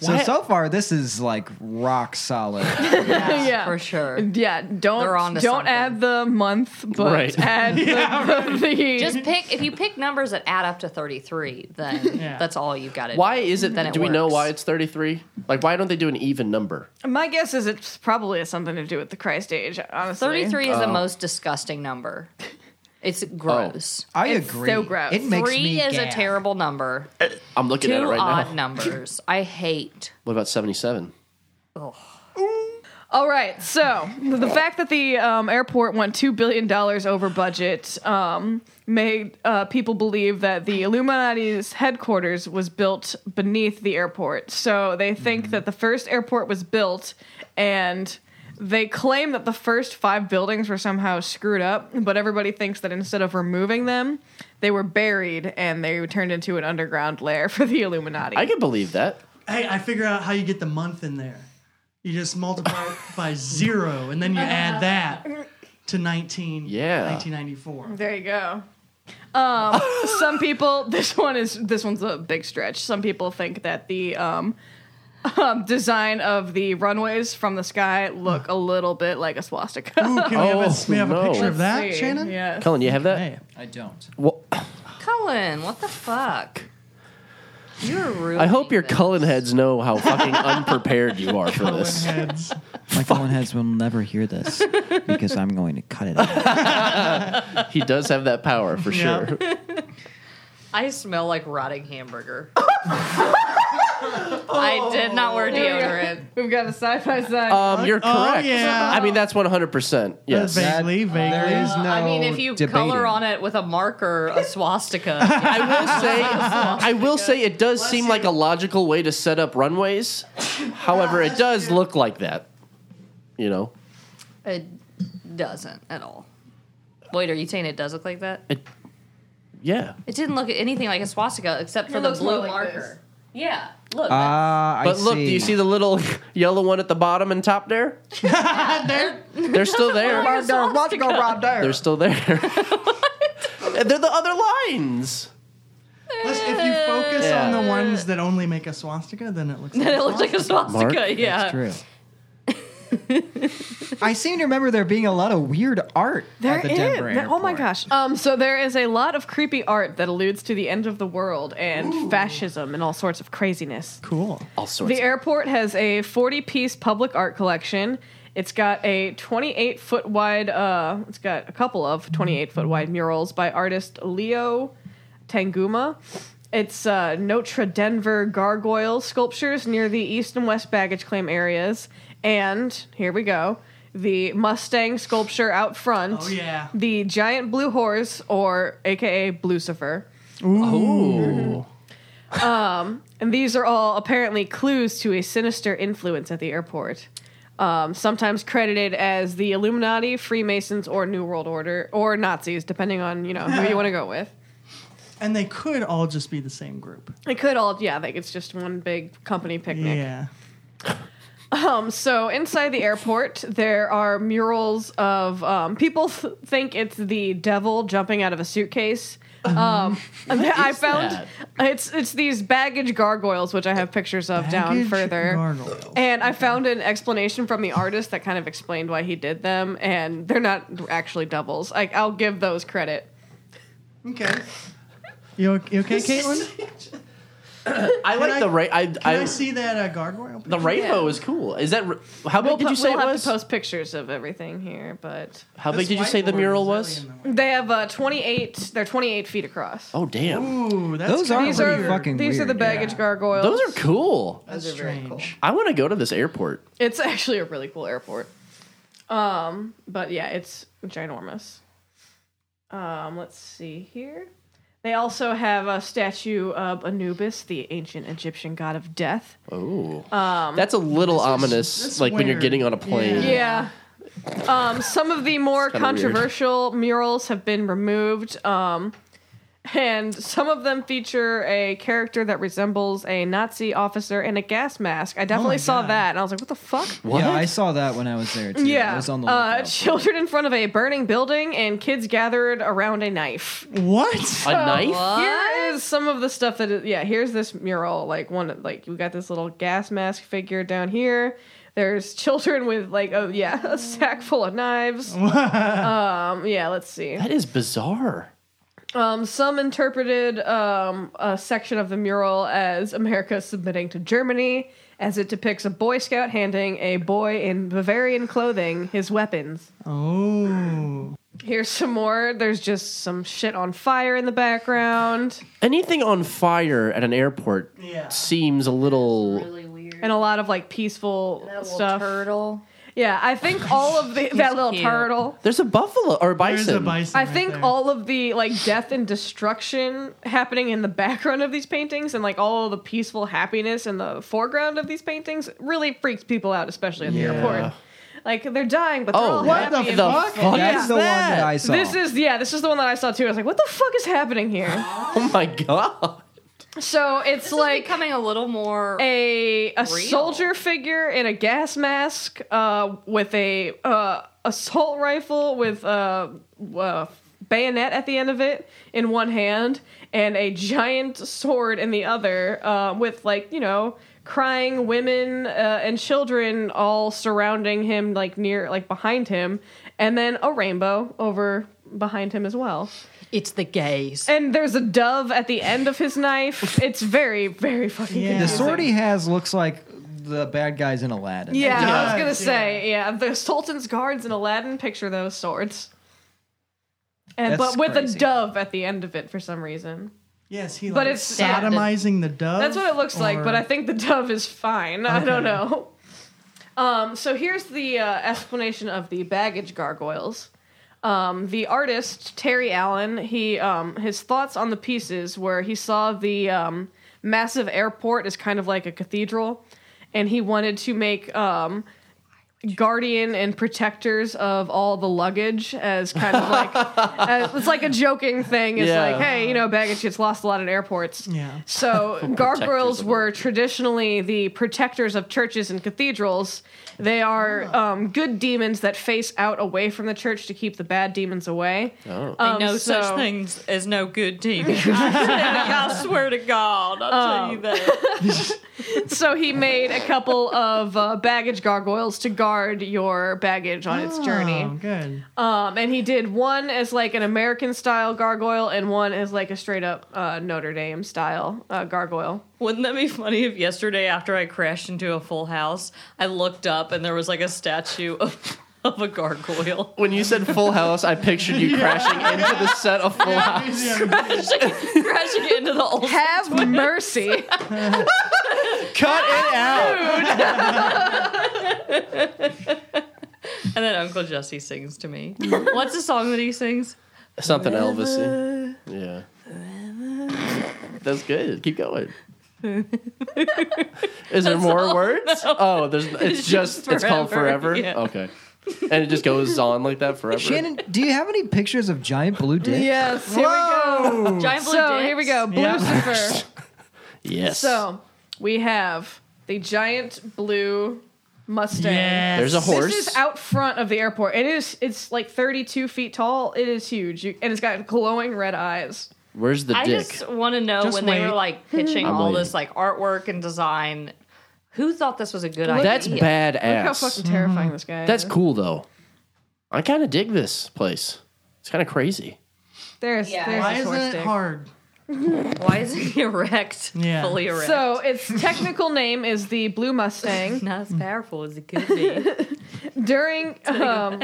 Speaker 5: So so far this is like rock
Speaker 4: *laughs*
Speaker 5: solid.
Speaker 3: yeah.
Speaker 4: For sure.
Speaker 3: Yeah, don't
Speaker 4: They're on to
Speaker 3: don't
Speaker 4: something.
Speaker 3: add the month, but
Speaker 1: Right.
Speaker 3: *laughs* add the, the- *laughs* the-
Speaker 4: Just pick if you pick numbers that add up to 33, then
Speaker 2: Yeah.
Speaker 4: that's all you've got to
Speaker 1: Why is it?
Speaker 4: Then it
Speaker 1: do we know
Speaker 4: works.
Speaker 1: why it's thirty three? Like, why don't they do an even number?
Speaker 3: My guess is it's probably has something to do with the Christ age, honestly.
Speaker 4: 33
Speaker 1: Oh.
Speaker 4: is the most disgusting number. It's
Speaker 1: Oh.
Speaker 4: gross.
Speaker 5: I
Speaker 3: It's
Speaker 5: agree.
Speaker 3: so gross.
Speaker 5: It makes
Speaker 4: Three
Speaker 5: me
Speaker 4: is a
Speaker 5: gag.
Speaker 4: terrible number.
Speaker 1: I'm looking at it
Speaker 4: Two
Speaker 1: right
Speaker 4: odd
Speaker 1: now.
Speaker 4: numbers. I hate.
Speaker 1: What about seventy seven?
Speaker 3: All right. So the fact that the um, airport went two billion dollars over budget um, made uh, people believe that the Illuminati's headquarters was built beneath the airport. So they think that the first airport was built, and they claim that the first five buildings were somehow screwed up. But everybody thinks that instead of removing them, they were buried and they were turned into an underground lair *laughs* for the Illuminati.
Speaker 1: I can believe that.
Speaker 2: Hey, I figure out how you get the month in there. You just multiply
Speaker 4: *laughs*
Speaker 2: it by zero, and then you
Speaker 4: Uh-huh.
Speaker 2: add that to 19,
Speaker 1: Yeah.
Speaker 2: 1994.
Speaker 3: There you go.
Speaker 2: *laughs*
Speaker 3: Um, some people. This one is this one's a big stretch. Some people think that the um, um, design of the runways from the sky look a little bit like a swastika.
Speaker 2: Ooh, can we have,
Speaker 1: Oh,
Speaker 2: a, we have a
Speaker 1: no.
Speaker 2: picture of that,
Speaker 3: *laughs* See,
Speaker 2: Shannon?
Speaker 3: Yes.
Speaker 1: Cullen, you have that?
Speaker 2: Hey,
Speaker 5: I don't.
Speaker 1: Well,
Speaker 4: Cullen, what the fuck? You're rude.
Speaker 1: I hope your Cullen heads know how *laughs* fucking unprepared you are for this. *laughs*
Speaker 2: heads.
Speaker 5: My Colin heads will never
Speaker 4: *laughs*
Speaker 5: hear this because I'm going to cut it out.
Speaker 1: He does have that power for
Speaker 2: Yeah.
Speaker 1: sure.
Speaker 4: I smell like
Speaker 1: *laughs*
Speaker 4: rotting hamburger. I did not
Speaker 1: Oh.
Speaker 4: wear deodorant.
Speaker 3: We've got a side by side.
Speaker 1: Um, you're
Speaker 2: Oh,
Speaker 1: correct.
Speaker 2: yeah.
Speaker 1: I mean, that's 100. percent Yes.
Speaker 2: Vaguely, vaguely.
Speaker 5: There is no.
Speaker 4: I mean, if you color on it with a marker, a swastika,
Speaker 1: I will *laughs* say, I will say, it does seem like a logical way to set up runways. However, it does look like that. You know,
Speaker 4: it doesn't at all. Wait, are you saying it does look like that?
Speaker 1: it. Yeah,
Speaker 4: It didn't look anything like a swastika except for the
Speaker 3: looks more
Speaker 4: blue
Speaker 3: like
Speaker 4: marker.
Speaker 3: this.
Speaker 4: Yeah, look.
Speaker 6: *laughs*
Speaker 5: Ah, I
Speaker 1: but look, do you see the little *laughs* yellow one at the bottom and top there? They're still *laughs* there. *laughs*
Speaker 4: that's-
Speaker 5: Rob there,
Speaker 1: They're still there. They're the other lines.
Speaker 2: Let's- if you focus
Speaker 1: Yeah.
Speaker 2: on the ones that only make a swastika, then it looks. Like
Speaker 4: *laughs* Then
Speaker 2: a
Speaker 4: it looks like a swastika. yeah.
Speaker 5: True.
Speaker 4: *laughs*
Speaker 5: I seem to remember there being a lot of weird art
Speaker 3: There
Speaker 5: at the
Speaker 3: is-
Speaker 5: Denver
Speaker 3: there-
Speaker 5: airport.
Speaker 3: oh my gosh. Um, so there is a lot of creepy art that alludes to the end of the world and fascism and all sorts of craziness.
Speaker 2: cool.
Speaker 1: All sorts.
Speaker 3: The airport has a 40 piece public art collection. It's got a 28 foot wide, uh, it's got a couple of 28 foot wide murals by artist Leo Tanguma. It's uh, Notre Denver gargoyle sculptures near the east and west baggage claim areas. And here we go the Mustang sculpture out front.
Speaker 2: Oh, yeah.
Speaker 3: The giant blue horse, or AKA Lucifer.
Speaker 1: Ooh.
Speaker 3: And these are all apparently clues to a sinister influence at the airport. Um, sometimes credited as the Illuminati, Freemasons, or New World Order, or Nazis, depending on you know who you want
Speaker 2: *laughs*
Speaker 3: to go with.
Speaker 2: And they could all just be the same group.
Speaker 3: It could all, yeah, like it's just one big company picnic.
Speaker 2: Yeah.
Speaker 3: Um, so inside the airport, there are murals of um, people th- think it's the devil jumping out of
Speaker 2: *laughs*
Speaker 3: a suitcase. Um, I found it's it's these baggage gargoyles, which I have pictures of down
Speaker 2: Baggage
Speaker 3: further.
Speaker 2: gargoyle.
Speaker 3: And I found an explanation from the artist that kind of explained why he did them, and they're not actually doubles. Like I'll give those credit.
Speaker 2: Okay. You o- you
Speaker 4: *laughs*
Speaker 2: okay, Caitlin? Can
Speaker 1: I like
Speaker 2: I-
Speaker 1: the right. I,
Speaker 2: I,
Speaker 1: I,
Speaker 2: see that uh, gargoyle?
Speaker 1: the rainbow is cool. Is that? r- How big
Speaker 3: We'll
Speaker 1: did
Speaker 3: po-
Speaker 1: you say
Speaker 3: we'll
Speaker 1: it
Speaker 3: have
Speaker 1: was?
Speaker 3: to post pictures of everything here, but
Speaker 1: How big did you say the mural was?
Speaker 3: they have uh, 28. They're 28 feet across.
Speaker 1: Oh damn,
Speaker 2: Ooh, that's
Speaker 5: Those are
Speaker 3: these
Speaker 5: Oh, pretty
Speaker 3: are
Speaker 5: fucking
Speaker 3: these are
Speaker 5: weird,
Speaker 3: the baggage
Speaker 5: yeah.
Speaker 3: gargoyles.
Speaker 1: those are cool.
Speaker 2: that's strange.
Speaker 1: I want to go to this airport.
Speaker 3: It's actually a really cool airport. Um, but yeah, it's ginormous. Um, let's see here. They also have a statue of Anubis, the ancient Egyptian god of death.
Speaker 1: Oh, that's a little ominous.
Speaker 2: that's
Speaker 1: like when you're
Speaker 2: weird.
Speaker 1: getting on a plane.
Speaker 2: Yeah.
Speaker 3: Um, Yeah. Um, some of the more
Speaker 1: kinda weird.
Speaker 3: controversial murals have been removed, um, and some of them feature a character that resembles a Nazi officer in a gas mask. I
Speaker 5: Oh
Speaker 3: definitely saw
Speaker 2: God.
Speaker 3: that, and I was like, "What the fuck?"
Speaker 1: What?
Speaker 5: Yeah, I saw that when I was there too.
Speaker 3: Yeah,
Speaker 5: I was on the
Speaker 3: uh,
Speaker 5: lookout.
Speaker 3: children in front of a burning building, and kids gathered around a knife.
Speaker 2: What?
Speaker 1: a knife?
Speaker 3: Here is some of the stuff that. Is, yeah, here's this mural. Like one, like we got this little gas mask figure down here. There's *laughs* children with like oh yeah, a sack full of knives. um, yeah, let's see.
Speaker 1: That is bizarre.
Speaker 3: Um, some interpreted um, a section of the mural as America submitting to Germany, as it depicts a Boy Scout handing a boy in Bavarian clothing his weapons.
Speaker 2: Oh.
Speaker 3: Here's some more. There's just some shit on fire in the background,
Speaker 1: Anything on fire at an airport
Speaker 2: Yeah.
Speaker 1: seems a little.
Speaker 4: Really weird.
Speaker 3: and a lot of like peaceful
Speaker 4: that little
Speaker 3: stuff.
Speaker 4: turtle.
Speaker 3: Yeah,
Speaker 4: *laughs*
Speaker 3: I think all of the that little
Speaker 4: cute.
Speaker 3: turtle.
Speaker 1: There's a buffalo or a bison.
Speaker 2: There's a bison.
Speaker 3: I
Speaker 2: right
Speaker 3: think
Speaker 2: there.
Speaker 3: all of the like death and destruction happening in the background of these paintings and like all of the peaceful happiness in the foreground of these paintings really freaks people out, especially at the
Speaker 2: Yeah.
Speaker 3: airport. Like they're dying, but they're
Speaker 1: Oh,
Speaker 3: all
Speaker 2: What
Speaker 3: happy.
Speaker 2: the
Speaker 3: and-
Speaker 2: fuck?
Speaker 5: That's
Speaker 1: is
Speaker 5: the
Speaker 1: that?
Speaker 5: one that I saw.
Speaker 3: This is yeah, this is the one that I saw too. I was like, what the fuck is happening
Speaker 4: *laughs*
Speaker 3: here?
Speaker 1: Oh my god.
Speaker 3: So it's
Speaker 4: This
Speaker 3: like
Speaker 4: is becoming a little more.
Speaker 3: a a soldier figure in a gas mask uh, with a uh, assault rifle with a uh, uh, bayonet at the end of it in one hand and a giant sword in the other uh, with like you know crying women uh, and children all surrounding him like near like behind him and then a rainbow over behind him as well
Speaker 4: it's the gays.
Speaker 3: and there's a dove at the end of his knife it's very very fucking
Speaker 2: Yeah.
Speaker 5: the
Speaker 3: confusing.
Speaker 5: sword he has looks like the bad guys in Aladdin.
Speaker 3: Yeah, I was
Speaker 2: Yeah.
Speaker 3: gonna say, yeah, the Sultan's guards in Aladdin picture those swords, and
Speaker 5: That's
Speaker 3: but with
Speaker 5: crazy.
Speaker 3: a dove at the end of it for some reason.
Speaker 2: Yes, he. like,
Speaker 3: But it's-
Speaker 2: sodomizing the dove.
Speaker 3: That's what it looks like,
Speaker 2: or-
Speaker 3: but I think the dove is fine. I don't know. Um, so here's the uh, explanation of the baggage gargoyles. Um, the artist Terry Allen, he um, his thoughts on the pieces where he saw the um, massive airport as kind of like a cathedral, and he wanted to make um, guardian and protectors of all the luggage as kind
Speaker 2: *laughs*
Speaker 3: of like uh, it's like a joking thing. It's
Speaker 1: Yeah.
Speaker 3: like, hey, you know, baggage gets lost a lot at airports.
Speaker 2: Yeah.
Speaker 1: *laughs*
Speaker 3: So
Speaker 1: Protectors
Speaker 3: gargoyles
Speaker 1: of
Speaker 3: were traditionally the protectors of churches and cathedrals. They are um, good demons that face out away from the church to keep the bad demons away.
Speaker 1: Oh.
Speaker 3: Um,
Speaker 6: no
Speaker 3: so-
Speaker 6: such things as no good TV. I swear to God, I'll tell you that.
Speaker 3: *laughs*
Speaker 6: *laughs*
Speaker 3: So he made a couple of uh, baggage gargoyles to guard your baggage on its journey.
Speaker 2: Oh, good.
Speaker 3: Um, and he did one as like an American style gargoyle and one as like a straight up uh, Notre Dame style uh, gargoyle.
Speaker 6: Wouldn't that be funny if yesterday, after I crashed into a full house, I looked up and there was like a statue of, *laughs* of a gargoyle. *laughs*
Speaker 1: When you said Full House, I pictured you crashing into the set of Full
Speaker 3: Uh,
Speaker 1: House.
Speaker 6: crashing, crashing into the old.
Speaker 3: Have mercy.
Speaker 1: Cut it out.
Speaker 6: And then Uncle Jesse sings to me. What's the song that he sings?
Speaker 1: Something Elvisy. Yeah. That's good. Keep going. Is there more words? Oh, there's. It's,
Speaker 6: It's
Speaker 1: just.
Speaker 6: just
Speaker 1: It's called
Speaker 6: forever,
Speaker 1: forever.
Speaker 6: yeah.
Speaker 1: Okay. And it just goes on like that forever.
Speaker 5: Shannon, do you have any pictures of giant blue dicks?
Speaker 3: yes, here we go.
Speaker 6: Giant blue
Speaker 3: So
Speaker 6: dicks?
Speaker 3: here we go. Blue Lucifer.
Speaker 1: yes.
Speaker 3: so we have the giant blue Mustang.
Speaker 2: Yes.
Speaker 1: there's a horse.
Speaker 3: This is out front of the airport. It is. It's like 32 feet tall. It is huge, you, and it's got glowing red eyes.
Speaker 1: Where's the
Speaker 6: I
Speaker 1: dick?
Speaker 6: just want to know
Speaker 2: Just
Speaker 6: when they
Speaker 2: wait.
Speaker 1: *laughs*
Speaker 6: were like pitching
Speaker 1: I'm
Speaker 6: all
Speaker 1: waiting.
Speaker 6: this like artwork and design, who thought this was a good idea?
Speaker 1: That's bad
Speaker 3: Look how
Speaker 1: ass.
Speaker 3: fucking terrifying this guy.
Speaker 1: That's
Speaker 3: is.
Speaker 1: cool though. I kind of dig this place. It's kind of crazy.
Speaker 3: There's. there's
Speaker 2: Why
Speaker 3: his
Speaker 2: is
Speaker 3: horse
Speaker 2: it
Speaker 3: dick.
Speaker 2: hard?
Speaker 6: Why is it *laughs* erect?
Speaker 2: Yeah.
Speaker 6: Fully erect.
Speaker 3: So its technical name is the blue Mustang.
Speaker 6: not
Speaker 1: Mm.
Speaker 6: as powerful as it
Speaker 3: *laughs*
Speaker 6: could be.
Speaker 3: during um,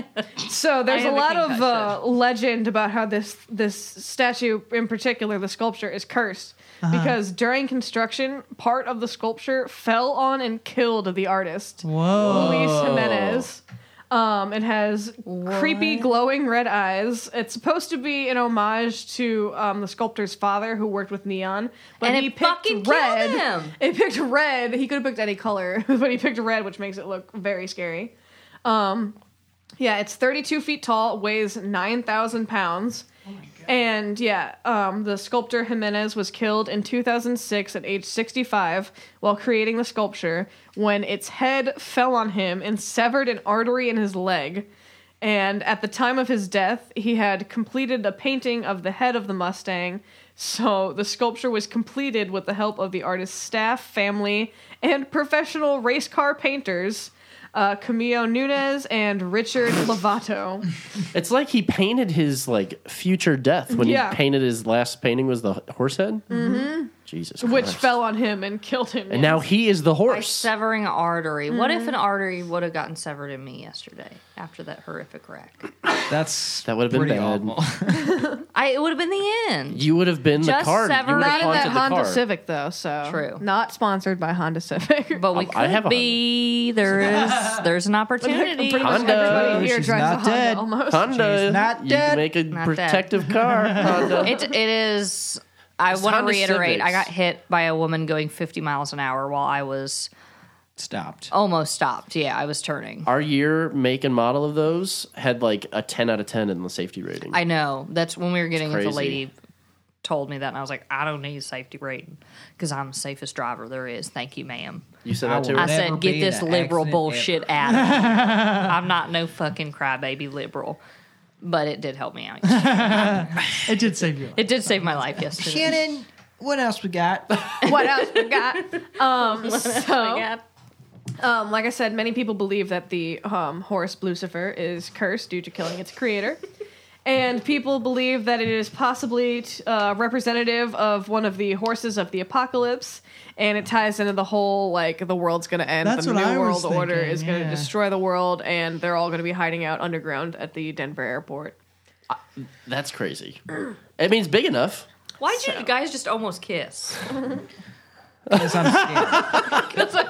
Speaker 3: so there's
Speaker 6: I
Speaker 3: a
Speaker 6: have a
Speaker 3: lot of uh,
Speaker 6: concussion.
Speaker 3: legend about how this this statue in particular the sculpture is cursed because during construction part of the sculpture fell on and killed the artist
Speaker 2: Whoa.
Speaker 3: luis jimenez um, it has creepy glowing red eyes it's supposed to be an homage to um, the sculptor's father who worked with neon but
Speaker 6: And
Speaker 3: he
Speaker 6: it
Speaker 3: picked
Speaker 6: fucking killed
Speaker 3: red
Speaker 6: him.
Speaker 3: *laughs* it picked red he could have picked any color *laughs* but he picked red which makes it look very scary Um, yeah, it's 32 feet tall, weighs 9,000 pounds. And yeah, um, the sculptor Jimenez was killed in 2006 at age 65 while creating the sculpture when its head fell on him and severed an artery in his leg. And at the time of his death, he had completed a painting of the head of the Mustang. So the sculpture was completed with the help of the artist's staff, family, and professional race car painters uh, Camilo Nunez and Richard Lovato.
Speaker 1: It's like he painted his like future death when
Speaker 3: Yeah.
Speaker 1: he painted his last painting was the horse head. Mm-hmm. Jesus,
Speaker 3: which
Speaker 1: Christ.
Speaker 3: fell on him and killed him.
Speaker 1: And now he is the
Speaker 4: Like
Speaker 1: horse.
Speaker 4: severing an artery. What
Speaker 3: Mm-hmm.
Speaker 4: if an artery would have gotten severed in me yesterday after that horrific wreck?
Speaker 5: That's
Speaker 1: That would've been
Speaker 5: pretty
Speaker 1: bad.
Speaker 5: awful. *laughs*
Speaker 4: I it would have been the end.
Speaker 1: You would have been the
Speaker 4: Just
Speaker 1: car.
Speaker 4: sever-
Speaker 1: you would
Speaker 4: Not
Speaker 1: have
Speaker 4: in
Speaker 1: haunted
Speaker 4: that
Speaker 1: the car.
Speaker 3: Civic though, so
Speaker 4: True.
Speaker 3: Not sponsored by Honda Civic.
Speaker 4: But we
Speaker 1: I have
Speaker 4: could
Speaker 1: a
Speaker 4: be. There is there's an opportunity.
Speaker 3: *laughs* Pretty much
Speaker 1: Honda.
Speaker 3: everybody here
Speaker 5: She's
Speaker 3: drives
Speaker 5: not
Speaker 3: a Honda
Speaker 5: dead.
Speaker 3: almost.
Speaker 1: Honda,
Speaker 5: She's not
Speaker 1: you
Speaker 5: dead.
Speaker 1: make a
Speaker 4: Not dead.
Speaker 1: protective car.
Speaker 4: *laughs*
Speaker 1: Honda.
Speaker 4: It it is. I want to
Speaker 1: Honda
Speaker 4: reiterate. I
Speaker 1: Civics.
Speaker 4: got hit by a woman going 50 miles an hour while I was
Speaker 5: Stopped.
Speaker 4: almost stopped. Yeah, I was turning.
Speaker 1: Our year, make, and model of those had like a ten out of ten in the safety rating.
Speaker 4: I know. That's when we were getting it. The
Speaker 1: crazy.
Speaker 4: lady told me that, and I was like, I don't need a safety rating because I'm the safest driver there is. Thank you, ma'am.
Speaker 1: you said that
Speaker 5: I
Speaker 1: too.
Speaker 4: I
Speaker 5: will- Never
Speaker 4: said, get
Speaker 5: been
Speaker 4: this
Speaker 5: an
Speaker 4: liberal
Speaker 5: accident
Speaker 4: bullshit
Speaker 2: *laughs*
Speaker 4: out of me. I'm not no fucking crybaby liberal. But it did help me out.
Speaker 2: *laughs* It did save your life.
Speaker 4: It did save my life yesterday.
Speaker 5: Shannon, what else we got?
Speaker 3: What else we got? Um, so, um, like I said, many people believe that the um, horse Lucifer is cursed due to killing its creator. And people believe that it is possibly t- uh, representative of one of the horses of the apocalypse, and it ties into the whole like the world's going to end.
Speaker 2: That's
Speaker 3: the
Speaker 2: what
Speaker 3: new
Speaker 2: I
Speaker 3: world
Speaker 2: was
Speaker 3: order
Speaker 2: thinking,
Speaker 3: is going to
Speaker 2: yeah.
Speaker 3: destroy the world, and they're all going to be hiding out underground at the Denver airport.
Speaker 1: That's crazy. It means big enough.
Speaker 4: *laughs* Why'd you guys just almost kiss?
Speaker 5: Because I'm scared.
Speaker 4: Because I'm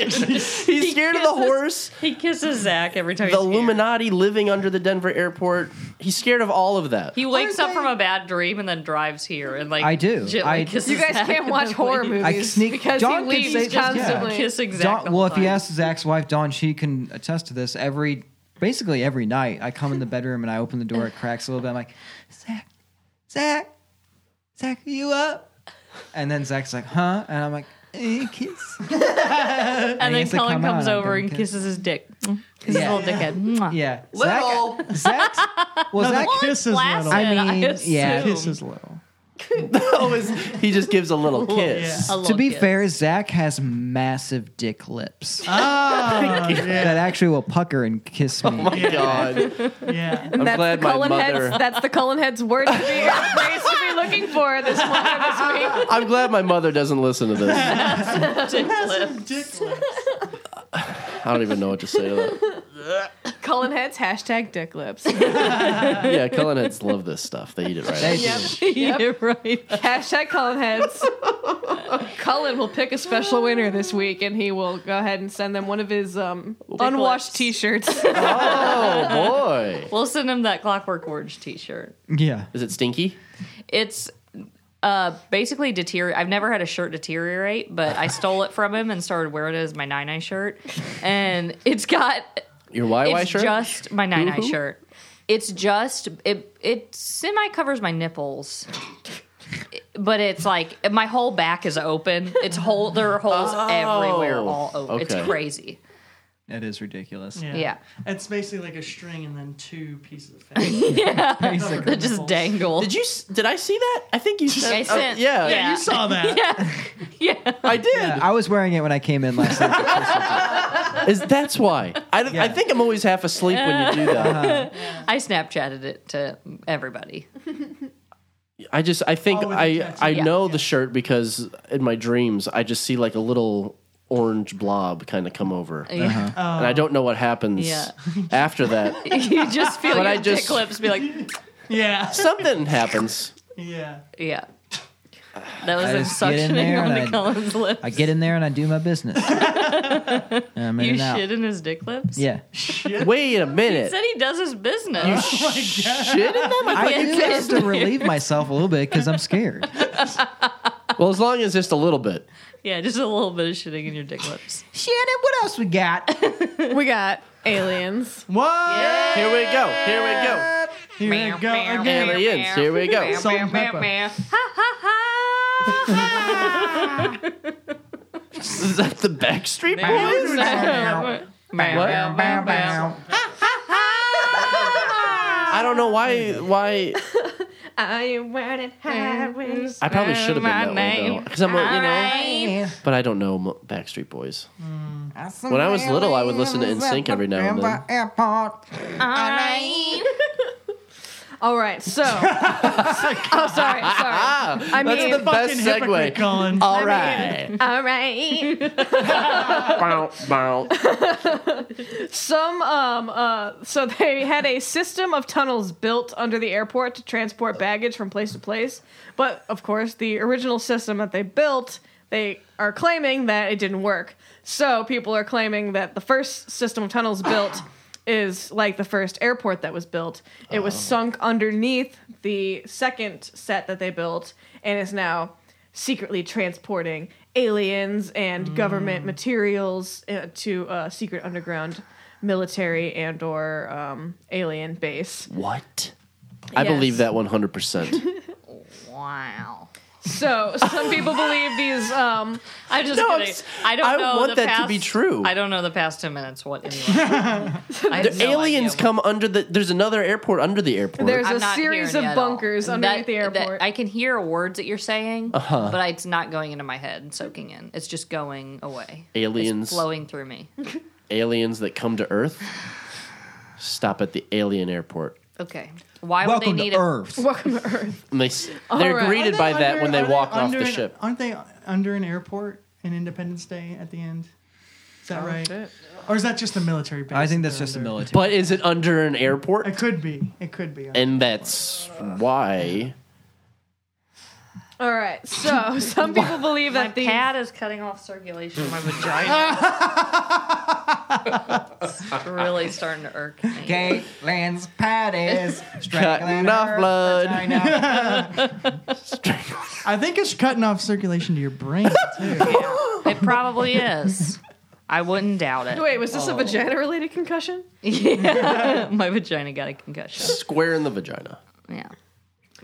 Speaker 2: *laughs*
Speaker 1: He's scared of the horse.
Speaker 4: He kisses Zach every time
Speaker 1: The
Speaker 4: he's scared.
Speaker 1: Illuminati living under the Denver airport. He's scared of all of that.
Speaker 4: He wakes up from a bad dream and then drives here and like
Speaker 1: I do.
Speaker 4: Gently
Speaker 1: I-
Speaker 4: kisses
Speaker 1: You
Speaker 3: guys
Speaker 4: Zach
Speaker 3: can't
Speaker 4: and
Speaker 3: watch
Speaker 4: then *laughs*
Speaker 3: horror
Speaker 4: leaves.
Speaker 3: movies
Speaker 5: sneak-
Speaker 3: *laughs* because
Speaker 5: John
Speaker 3: he
Speaker 5: could
Speaker 3: leaves
Speaker 5: say- yeah.
Speaker 3: constantly.
Speaker 4: Kissing Zach
Speaker 5: Dawn-
Speaker 4: the
Speaker 5: well,
Speaker 4: whole
Speaker 5: if you
Speaker 4: time.
Speaker 5: ask Zach's wife, Dawn, she can attest to this. Every, basically every night, I come in the bedroom and I open the door. It cracks a little bit. I'm like, Zach, Zach, Zach, are you up? And then Zach's like, huh? And I'm like, eh,
Speaker 4: *laughs*
Speaker 5: kiss.
Speaker 4: and,
Speaker 5: And he
Speaker 4: then
Speaker 5: has to
Speaker 4: Cullen
Speaker 5: come
Speaker 4: comes
Speaker 5: out
Speaker 4: over
Speaker 5: and
Speaker 4: and kisses his dick.
Speaker 3: Mm.
Speaker 4: Kisses
Speaker 5: Yeah.
Speaker 4: his little dickhead.
Speaker 5: Yeah. Zach,
Speaker 4: *laughs*
Speaker 5: Zach, well,
Speaker 4: No,
Speaker 5: Zach
Speaker 4: the kiss is Blasted,
Speaker 3: *laughs*
Speaker 4: little.
Speaker 5: I
Speaker 4: I
Speaker 5: mean, yeah,
Speaker 4: assume. Kiss is
Speaker 5: little.
Speaker 1: he just gives a little kiss.
Speaker 4: Yeah. A
Speaker 5: To
Speaker 4: little
Speaker 5: be
Speaker 4: kiss.
Speaker 5: fair, Zach has massive
Speaker 4: *laughs*
Speaker 5: dick lips.
Speaker 2: Ah,
Speaker 5: That actually will pucker and kiss me. Oh
Speaker 1: my
Speaker 4: *laughs*
Speaker 1: God.
Speaker 2: Yeah.
Speaker 5: I'm
Speaker 3: that's
Speaker 5: glad
Speaker 3: the
Speaker 5: my
Speaker 3: Cullen
Speaker 5: mother-
Speaker 3: Heads, that's the Cullen Heads
Speaker 5: *laughs*
Speaker 3: word to be, phrase to be looking for this winter this week.
Speaker 1: I'm glad my mother doesn't listen to this. I don't even know what to say to that.
Speaker 3: Cullen Heads hashtag dick *laughs* lips.
Speaker 1: Yeah, Cullen heads love this stuff. They eat it right.
Speaker 5: They
Speaker 1: after.
Speaker 5: do.
Speaker 3: Yep. right. Hashtag Cullen Heads. *laughs* Cullen will pick a special winner this week, and he will go ahead and send them one of his um, unwashed T-shirts.
Speaker 1: Oh boy.
Speaker 4: We'll send him that Clockwork Orange T-shirt.
Speaker 5: Yeah.
Speaker 1: Is it stinky?
Speaker 4: It's uh, basically deteriorate. I've never had a shirt deteriorate, but I stole it from him and started wearing it as my nine nine shirt, and it's got
Speaker 1: Your YY
Speaker 4: it's
Speaker 1: shirt?
Speaker 4: just my nine nine
Speaker 1: Woohoo.
Speaker 4: shirt. It's just it it semi covers my nipples. But it's like my whole back is open. It's whole there are holes
Speaker 2: Oh.
Speaker 4: everywhere all over.
Speaker 5: Okay.
Speaker 4: It's crazy.
Speaker 5: That is ridiculous.
Speaker 4: Yeah.
Speaker 2: It's basically like a string and then two pieces
Speaker 3: *laughs*
Speaker 2: of fabric.
Speaker 4: Yeah.
Speaker 2: Basically.
Speaker 4: They *laughs* just dangle. Did
Speaker 1: you did I see that? I think you
Speaker 4: said I
Speaker 1: oh,
Speaker 4: sent,
Speaker 1: yeah.
Speaker 2: Yeah, you saw that.
Speaker 3: *laughs*
Speaker 1: I did.
Speaker 5: Yeah, I was wearing it when I came in last night.
Speaker 1: Is that's why? I, I think I'm always half asleep when you do that.
Speaker 4: I Snapchatted it to everybody.
Speaker 1: I just I think
Speaker 4: Oh, with the
Speaker 1: I
Speaker 4: tattoo.
Speaker 1: I
Speaker 4: Yeah.
Speaker 1: know the shirt because in my dreams I just see like a little orange blob kind of come over.
Speaker 4: Yeah. Uh-huh.
Speaker 1: And I don't know what happens
Speaker 4: Yeah.
Speaker 1: *laughs* after that.
Speaker 4: you *laughs* just feel
Speaker 1: But
Speaker 4: your
Speaker 1: I
Speaker 4: dick
Speaker 1: just-
Speaker 4: lips be like,
Speaker 2: Yeah.
Speaker 1: Something happens.
Speaker 2: Yeah.
Speaker 4: yeah. That was
Speaker 5: I
Speaker 4: him
Speaker 5: just get in
Speaker 4: suctioning
Speaker 5: there
Speaker 4: on *laughs*
Speaker 5: and
Speaker 4: the Cullen's lips.
Speaker 5: I get in there and I do my
Speaker 4: *laughs*
Speaker 5: business. And I'm in
Speaker 4: you
Speaker 5: and out.
Speaker 4: shit in his dick lips? *laughs*
Speaker 5: Yeah.
Speaker 1: Wait a
Speaker 4: He
Speaker 1: *laughs* minute.
Speaker 4: said he does his business.
Speaker 1: You
Speaker 4: shit
Speaker 1: shit in them? I thought
Speaker 5: I
Speaker 1: you
Speaker 5: do
Speaker 1: kissed
Speaker 5: have to relieve myself a little bit because I'm scared.
Speaker 1: Well, as long as just a little bit.
Speaker 4: Yeah, just a little bit of shitting in your dick lips.
Speaker 5: Shannon, what else we got?
Speaker 3: *laughs* we got aliens.
Speaker 2: What?
Speaker 1: Here we go. Here we go.
Speaker 2: Here we go again.
Speaker 1: Aliens. Here we *laughs* go.
Speaker 2: Salt and pepper.
Speaker 1: Is that the Backstreet Boys? *laughs* I don't know why. Why
Speaker 3: Are you running highways?
Speaker 1: I probably should have been that way though, because I'm a- you know.
Speaker 3: Alright.
Speaker 1: But I don't know m- Backstreet Boys. When I was little, I would listen to NSYNC every now and then.
Speaker 5: Airport.
Speaker 3: All right, *laughs* so. oh, sorry,
Speaker 1: *laughs*
Speaker 3: sorry. I
Speaker 1: That's
Speaker 3: mean,
Speaker 1: the best
Speaker 2: fucking hypocrite,
Speaker 1: segue.
Speaker 2: Colin.
Speaker 1: All
Speaker 3: I
Speaker 1: right.
Speaker 3: mean, all right.
Speaker 1: *laughs* Bow, bow.
Speaker 3: Some um uh so *laughs* they had a system of tunnels built under the airport to transport baggage from place to place. But of course, the original system that they built, they are claiming that it didn't work. So people are claiming that the first system of tunnels built is like the first airport that was built. It was sunk underneath the second set that they built and is now secretly transporting aliens and government materials uh, to a secret underground military and or um, alien base.
Speaker 1: What? I believe that 100%.
Speaker 4: Wow.
Speaker 3: So some people believe these. Um,
Speaker 4: I'm just
Speaker 3: No, I'm
Speaker 4: kidding.
Speaker 3: s-
Speaker 4: I don't
Speaker 1: I
Speaker 4: know.
Speaker 1: want
Speaker 4: the
Speaker 1: that
Speaker 4: past,
Speaker 1: to be true.
Speaker 4: I don't know the past 10
Speaker 1: *laughs*
Speaker 4: minutes what anyone. I have
Speaker 1: The
Speaker 4: no
Speaker 1: aliens
Speaker 4: idea.
Speaker 1: come under the. There's another airport under the airport.
Speaker 3: There's
Speaker 4: I'm
Speaker 3: a
Speaker 4: not
Speaker 3: series
Speaker 4: hearing
Speaker 3: of
Speaker 4: it at all.
Speaker 3: bunkers
Speaker 4: That-
Speaker 3: underneath the airport.
Speaker 4: that- I can hear words that you're saying,
Speaker 1: Uh-huh.
Speaker 4: but it's not going into my head and soaking in. It's just going away.
Speaker 1: aliens.
Speaker 4: It's flowing through me.
Speaker 1: Aliens that come to Earth. Stop at the alien airport.
Speaker 4: Okay. Why would
Speaker 5: Welcome
Speaker 4: they
Speaker 5: to
Speaker 4: need
Speaker 5: Earth.
Speaker 3: Welcome to Earth.
Speaker 1: And they, s-
Speaker 2: All
Speaker 1: they're
Speaker 2: right.
Speaker 1: greeted
Speaker 2: Aren't
Speaker 1: by
Speaker 2: they
Speaker 1: that
Speaker 2: under-
Speaker 1: when they
Speaker 2: aren't
Speaker 1: walk off
Speaker 2: under
Speaker 1: the
Speaker 2: an-
Speaker 1: ship.
Speaker 2: Aren't they under an airport in Independence Day at the end? Is
Speaker 4: Oh,
Speaker 2: that right?
Speaker 3: shit.
Speaker 2: Or is that just a military base?
Speaker 5: I think that's just a military.
Speaker 1: But is it under an airport?
Speaker 2: It could be. It could be.
Speaker 1: And that's why
Speaker 3: All right. So some people believe
Speaker 6: My
Speaker 3: that the
Speaker 6: pad is cutting off circulation in
Speaker 1: *laughs*
Speaker 6: my vagina. it's really starting to irk me.
Speaker 5: Caitlin's pad *laughs* is strangling
Speaker 1: Cutting off
Speaker 5: her
Speaker 1: blood.
Speaker 5: vagina.
Speaker 2: I think it's cutting off circulation to your
Speaker 4: *laughs*
Speaker 2: brain.
Speaker 6: It
Speaker 4: probably is. I wouldn't doubt it.
Speaker 3: *laughs* wait was this
Speaker 1: Oh.
Speaker 3: a vagina related concussion?
Speaker 4: Yeah, *laughs* my vagina got a concussion.
Speaker 1: Square in the vagina.
Speaker 4: Yeah.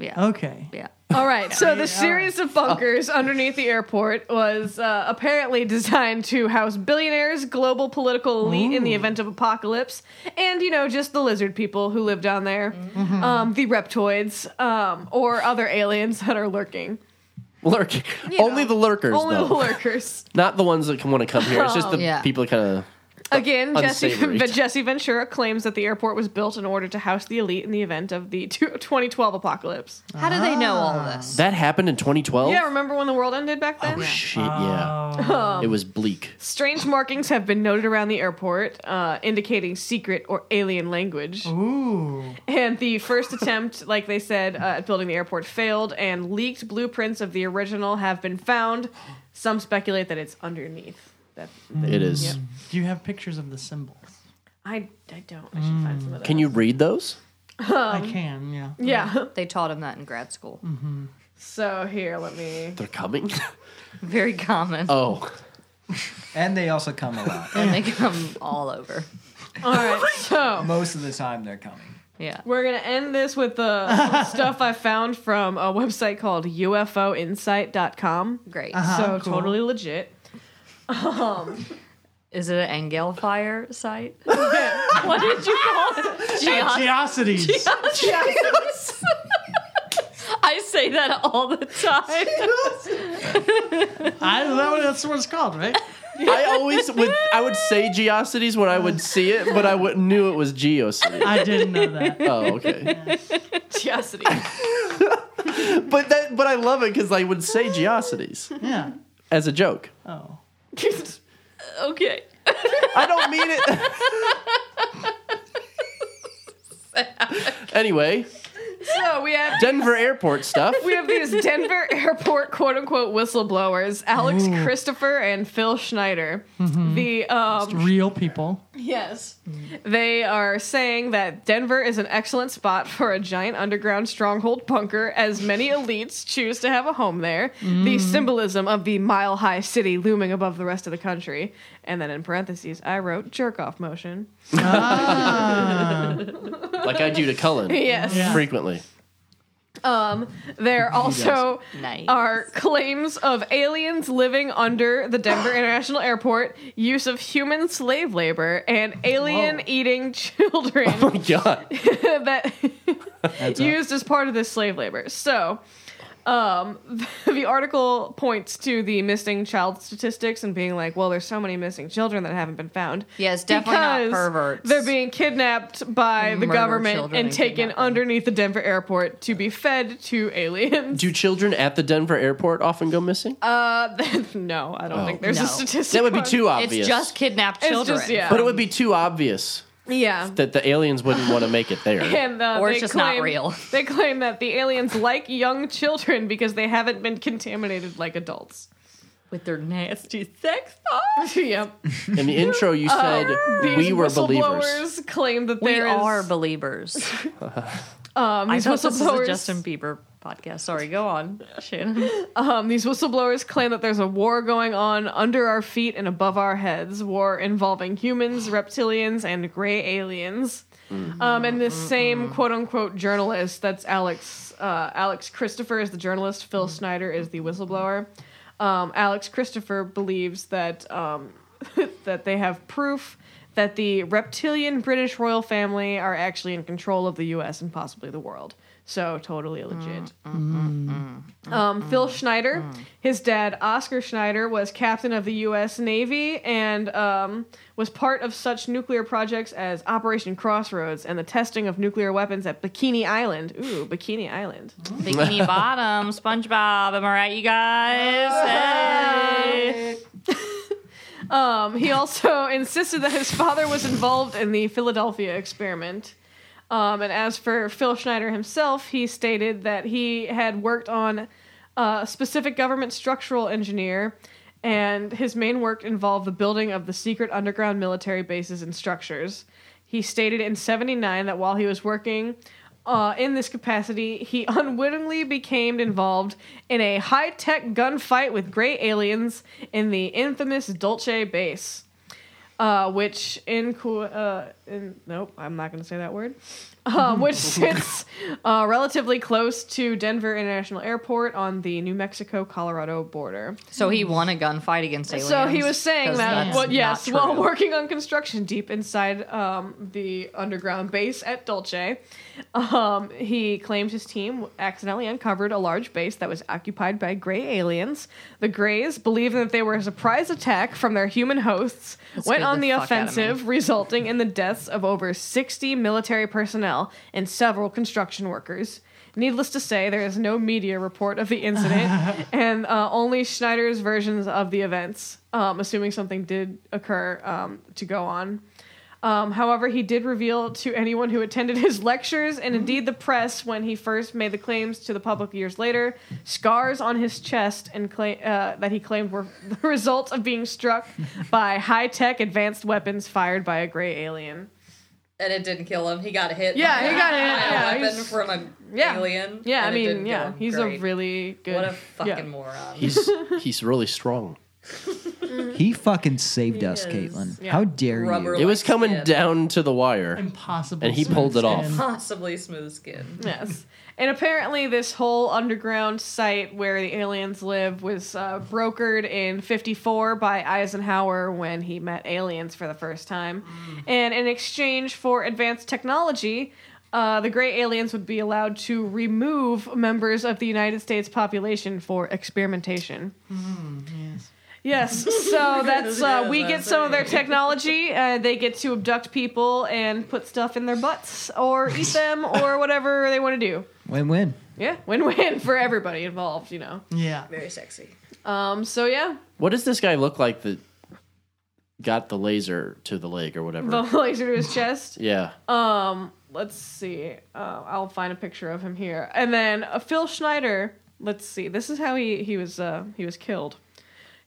Speaker 4: Yeah.
Speaker 2: Okay.
Speaker 4: Yeah.
Speaker 3: All right. So the series of bunkers underneath the airport was uh, apparently designed to house billionaires, global political elite in the event of apocalypse, and you know just the lizard people who live down there, um, the reptoids, um, or other aliens that are lurking.
Speaker 1: Lurking. Only the lurkers,
Speaker 3: Only
Speaker 1: though.
Speaker 3: the lurkers.
Speaker 1: Not the ones that want to come here. It's just the
Speaker 4: Yeah.
Speaker 1: people that kind of.
Speaker 3: Again, Jesse,
Speaker 1: Unsavory.
Speaker 3: but Jesse Ventura claims that the airport was built in order to house the elite in the event of the two- 2012 apocalypse.
Speaker 4: How do they know all this?
Speaker 1: That happened in 2012?
Speaker 3: Yeah, Oh. remember when the world ended back then?
Speaker 1: Oh, shit, yeah. It was bleak.
Speaker 3: Strange markings have been noted around the airport, uh, indicating secret or alien language.
Speaker 2: Ooh.
Speaker 3: And the first attempt, *laughs* like they said, uh, at building the airport failed, and leaked blueprints of the original have been found. Some speculate that it's underneath. That, that-
Speaker 1: It is.
Speaker 3: yeah.
Speaker 2: Do you have pictures of the symbols?
Speaker 3: I, I don't. I should find some of those.
Speaker 1: Can you read those?
Speaker 2: I
Speaker 4: Um,
Speaker 2: can, yeah.
Speaker 3: Yeah. *laughs*
Speaker 4: They taught him that in grad school. *laughs*
Speaker 3: So here, let me.
Speaker 1: They're coming? *laughs*
Speaker 4: Very common.
Speaker 1: Oh.
Speaker 5: *laughs* and they also come a lot.
Speaker 4: And they come all over.
Speaker 1: *laughs*
Speaker 3: All right. So.
Speaker 5: Most of the time they're coming.
Speaker 4: Yeah.
Speaker 3: We're gonna end this with the some stuff I found from a website called UFOinsight.com.
Speaker 4: Great.
Speaker 3: so totally legit.
Speaker 4: Is it an Engel fire site? what did you call it? Geos-
Speaker 2: Geocities.
Speaker 4: *laughs* I say that all the time.
Speaker 2: I that what that's what it's called, right?
Speaker 1: I
Speaker 3: *laughs*
Speaker 1: always would. I would say Geocities when I would see it, but I would, knew it was Geocities.
Speaker 2: I didn't know that.
Speaker 1: Oh, okay.
Speaker 3: Geocity.
Speaker 1: *laughs* But that. But I love it because I would say Geocities
Speaker 2: Yeah.
Speaker 1: as a joke.
Speaker 2: Oh.
Speaker 4: *laughs* okay.
Speaker 1: I don't mean it. *laughs*
Speaker 3: *laughs*
Speaker 1: anyway,
Speaker 3: so we have
Speaker 1: Denver airport stuff.
Speaker 3: we have these Denver airport quote unquote whistleblowers, Alex Christopher and Phil Schneider. The um,
Speaker 2: Real people.
Speaker 3: Yes. They are saying that Denver is an excellent spot for a giant underground stronghold bunker, as many elites choose to have a home there. The symbolism of the mile high city looming above the rest of the country. And then in parentheses, I wrote jerk off motion.
Speaker 1: Like I do to Cullen
Speaker 3: Yes.
Speaker 1: frequently.
Speaker 3: Um, there also
Speaker 4: Nice.
Speaker 3: are claims of aliens living under the Denver International Airport, use of human slave labor, and alien eating children.
Speaker 1: *laughs* Oh my god. *laughs*
Speaker 3: that used as part of this slave labor. So, um, *laughs* the article points to the missing child statistics and being like, well, there's so many missing children that haven't been found.
Speaker 4: Yeah, it's definitely not
Speaker 3: Because
Speaker 4: perverts.
Speaker 3: They're being kidnapped by the
Speaker 4: Murder
Speaker 3: government
Speaker 4: children
Speaker 3: and
Speaker 4: and
Speaker 3: taken
Speaker 4: kidnap them.
Speaker 3: underneath the Denver airport to be fed to aliens.
Speaker 1: Do children at the Denver airport often go missing?
Speaker 3: Uh, *laughs* no, I don't think there's a
Speaker 4: No.
Speaker 3: statistic.
Speaker 1: Oh. that would be
Speaker 3: on-
Speaker 1: too
Speaker 4: It's
Speaker 1: obvious.
Speaker 4: just kidnapped
Speaker 3: It's
Speaker 4: children.
Speaker 3: just- yeah.
Speaker 1: But it would be too obvious
Speaker 3: Yeah.
Speaker 1: that the aliens wouldn't want to make it there.
Speaker 3: *laughs* And, uh,
Speaker 4: Or
Speaker 3: they
Speaker 4: it's just not
Speaker 3: claim,
Speaker 4: real.
Speaker 3: *laughs* They claim that the aliens like young children because they haven't been contaminated like adults.
Speaker 4: With their nasty sex thoughts.
Speaker 3: *laughs* yep.
Speaker 1: In the intro, you said we
Speaker 3: Uh, These
Speaker 1: were believers.
Speaker 3: whistleblowers claim that
Speaker 4: We
Speaker 3: there is
Speaker 4: *laughs* are believers.
Speaker 3: um,
Speaker 4: I
Speaker 3: these
Speaker 4: thought this was a
Speaker 3: whistleblowers.
Speaker 4: Justin Bieber podcast. *laughs* Sorry, go on, Shannon.
Speaker 3: um, these whistleblowers claim that there's a war going on under our feet and above our heads. War involving humans, reptilians, and gray aliens. Um, and this same quote unquote journalist, that's Alex. Uh, Alex Christopher is the journalist. Phil Snyder is the whistleblower. Um, Alex Christopher believes that um, *laughs* that they have proof that the reptilian British royal family are actually in control of the U.S. and possibly the world. So totally legit. Um, Phil Schneider, his dad Oscar Schneider was captain of the U.S. Navy and um, was part of such nuclear projects as Operation Crossroads and the testing of nuclear weapons at Bikini Island. Ooh, Bikini Island.
Speaker 4: Mm.
Speaker 1: *laughs*
Speaker 4: Bikini Bottom, SpongeBob. Am I right, you Uh. guys? Hey.
Speaker 3: Um, he also *laughs* insisted that his father was involved in the Philadelphia experiment. Um, and as for Phil Schneider himself, he stated that he had worked on a specific government structural engineer, and his main work involved the building of the secret underground military bases and structures. He stated in 79 that while he was working uh, in this capacity, he *laughs* unwittingly became involved in a high tech gunfight with gray aliens in the infamous Dolce base. Uh, which in, Ku- uh, in nope, I'm not going to say that word. Um, which sits uh, relatively close to Denver International Airport on the New Mexico Colorado border.
Speaker 6: So he won a gunfight against aliens.
Speaker 3: So he was saying
Speaker 6: 'Cause
Speaker 3: that,
Speaker 6: that's
Speaker 3: well,
Speaker 6: not
Speaker 3: yes,
Speaker 6: true.
Speaker 3: while working on construction deep inside um, the underground base at Dolce, um, he claimed his team accidentally uncovered a large base that was occupied by gray aliens. The Greys, believing that they were a surprise attack from their human hosts,
Speaker 6: That
Speaker 3: went
Speaker 6: scared
Speaker 3: on
Speaker 6: the
Speaker 3: the
Speaker 6: fuck outta me.
Speaker 3: offensive, resulting in the deaths of over 60 military personnel and several construction workers. Needless to say, there is no media report of the
Speaker 6: *laughs*
Speaker 3: incident and uh, only Schneider's versions of the events, um, assuming something did occur um, to go on. Um, however, he did reveal to anyone who attended his lectures and indeed the press when he first made the claims to the public years later scars on his chest and cla- uh, that he claimed were *laughs* the result of being struck by high tech advanced weapons fired by a gray alien.
Speaker 6: And it didn't kill him. He got hit.
Speaker 3: Yeah,
Speaker 6: by
Speaker 3: he got
Speaker 6: a-
Speaker 3: hit,
Speaker 6: by a
Speaker 3: yeah,
Speaker 6: *laughs* weapon
Speaker 3: he's-
Speaker 6: from a
Speaker 3: Yeah.
Speaker 6: alien.
Speaker 3: Yeah,
Speaker 6: and
Speaker 3: I
Speaker 6: it
Speaker 3: mean,
Speaker 6: didn't kill
Speaker 3: yeah,
Speaker 6: him.
Speaker 3: he's
Speaker 6: Great.
Speaker 3: a really good.
Speaker 6: What a fucking
Speaker 3: yeah.
Speaker 6: moron.
Speaker 1: He's he's really strong.
Speaker 5: He fucking saved us, Caitlin. How dare
Speaker 6: Rubber
Speaker 5: you?
Speaker 1: It was coming
Speaker 6: skin.
Speaker 1: down to the wire.
Speaker 2: Impossible.
Speaker 1: And he pulled it off.
Speaker 6: Possibly smooth skin.
Speaker 3: Yes. And apparently, this whole underground site where the aliens live was uh, brokered in 54 by Eisenhower when he met aliens for the first time. And in exchange for advanced technology, uh, the gray aliens would be allowed to remove members of the United States population for experimentation. Yes, so that's uh, we get some of their technology. Uh, they get to abduct people and put stuff in their butts or eat them or whatever they want to do.
Speaker 5: Win win.
Speaker 3: Yeah, win-win for everybody involved, you know.
Speaker 2: Yeah.
Speaker 6: Very sexy.
Speaker 3: Um, so yeah,
Speaker 1: What does this guy look like that got the laser to the leg or whatever?
Speaker 3: the *laughs* laser to his chest.
Speaker 1: yeah.
Speaker 3: Um, let's see. Uh, I'll find a picture of him here, and then uh, Phil Schneider. Let's see. This is how he he was uh, he was killed.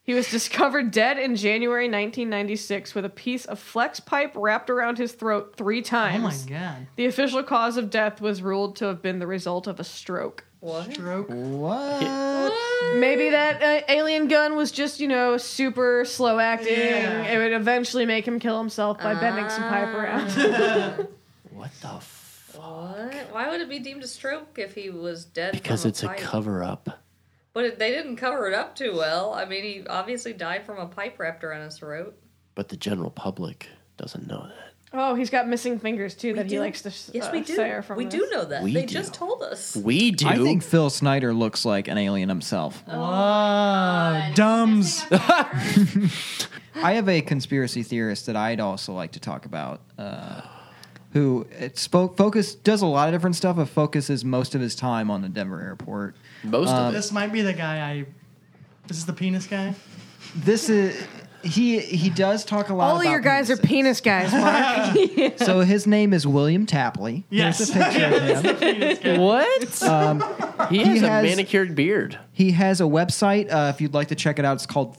Speaker 3: He was *laughs* discovered dead in January 1996 with a piece of flex pipe wrapped around his throat three
Speaker 2: Oh my
Speaker 3: times.
Speaker 2: god.
Speaker 3: The official cause of death was ruled to have been the result of a stroke.
Speaker 6: What?
Speaker 2: Stroke.
Speaker 4: Oh.
Speaker 5: What?
Speaker 3: Maybe that uh, alien gun was just, you know, super slow acting.
Speaker 2: Yeah.
Speaker 3: It would eventually make him kill himself by bending some pipe around. *laughs*
Speaker 1: What the f-
Speaker 6: What? Why would it be deemed a stroke if he was dead?
Speaker 1: Because
Speaker 6: from
Speaker 1: it's a
Speaker 6: pipe?
Speaker 1: cover up.
Speaker 6: But it- they didn't cover it up too well. I mean, he obviously died from a pipe wrapped around his throat.
Speaker 1: But the general public doesn't know that.
Speaker 3: Oh, he's got missing fingers too that he
Speaker 6: do.
Speaker 3: likes to s-
Speaker 6: Yes,
Speaker 3: uh,
Speaker 6: we do.
Speaker 3: say are from
Speaker 6: we
Speaker 3: this.
Speaker 6: do know that.
Speaker 1: We
Speaker 6: they
Speaker 1: do.
Speaker 6: just told us.
Speaker 1: We do.
Speaker 5: I think Phil Snyder looks like an alien himself.
Speaker 2: Whoa. Dumbs.
Speaker 5: *laughs* I have a conspiracy theorist that I'd also like to talk about, uh, who it spoke focus does a lot of different stuff, but focuses most of his time on the Denver airport.
Speaker 1: Most
Speaker 5: uh,
Speaker 1: of it.
Speaker 2: This might be the guy I. This is the penis guy.
Speaker 5: This is he he does talk a lot.
Speaker 3: All of
Speaker 5: about
Speaker 3: your guys are penis guys, Mark.
Speaker 5: So his name is William Tapley.
Speaker 2: Yes.
Speaker 5: Here's a picture of him.
Speaker 1: What? he has, a
Speaker 5: has-
Speaker 1: manicured beard.
Speaker 5: He has a website. Uh, if you'd like to check it out, it's called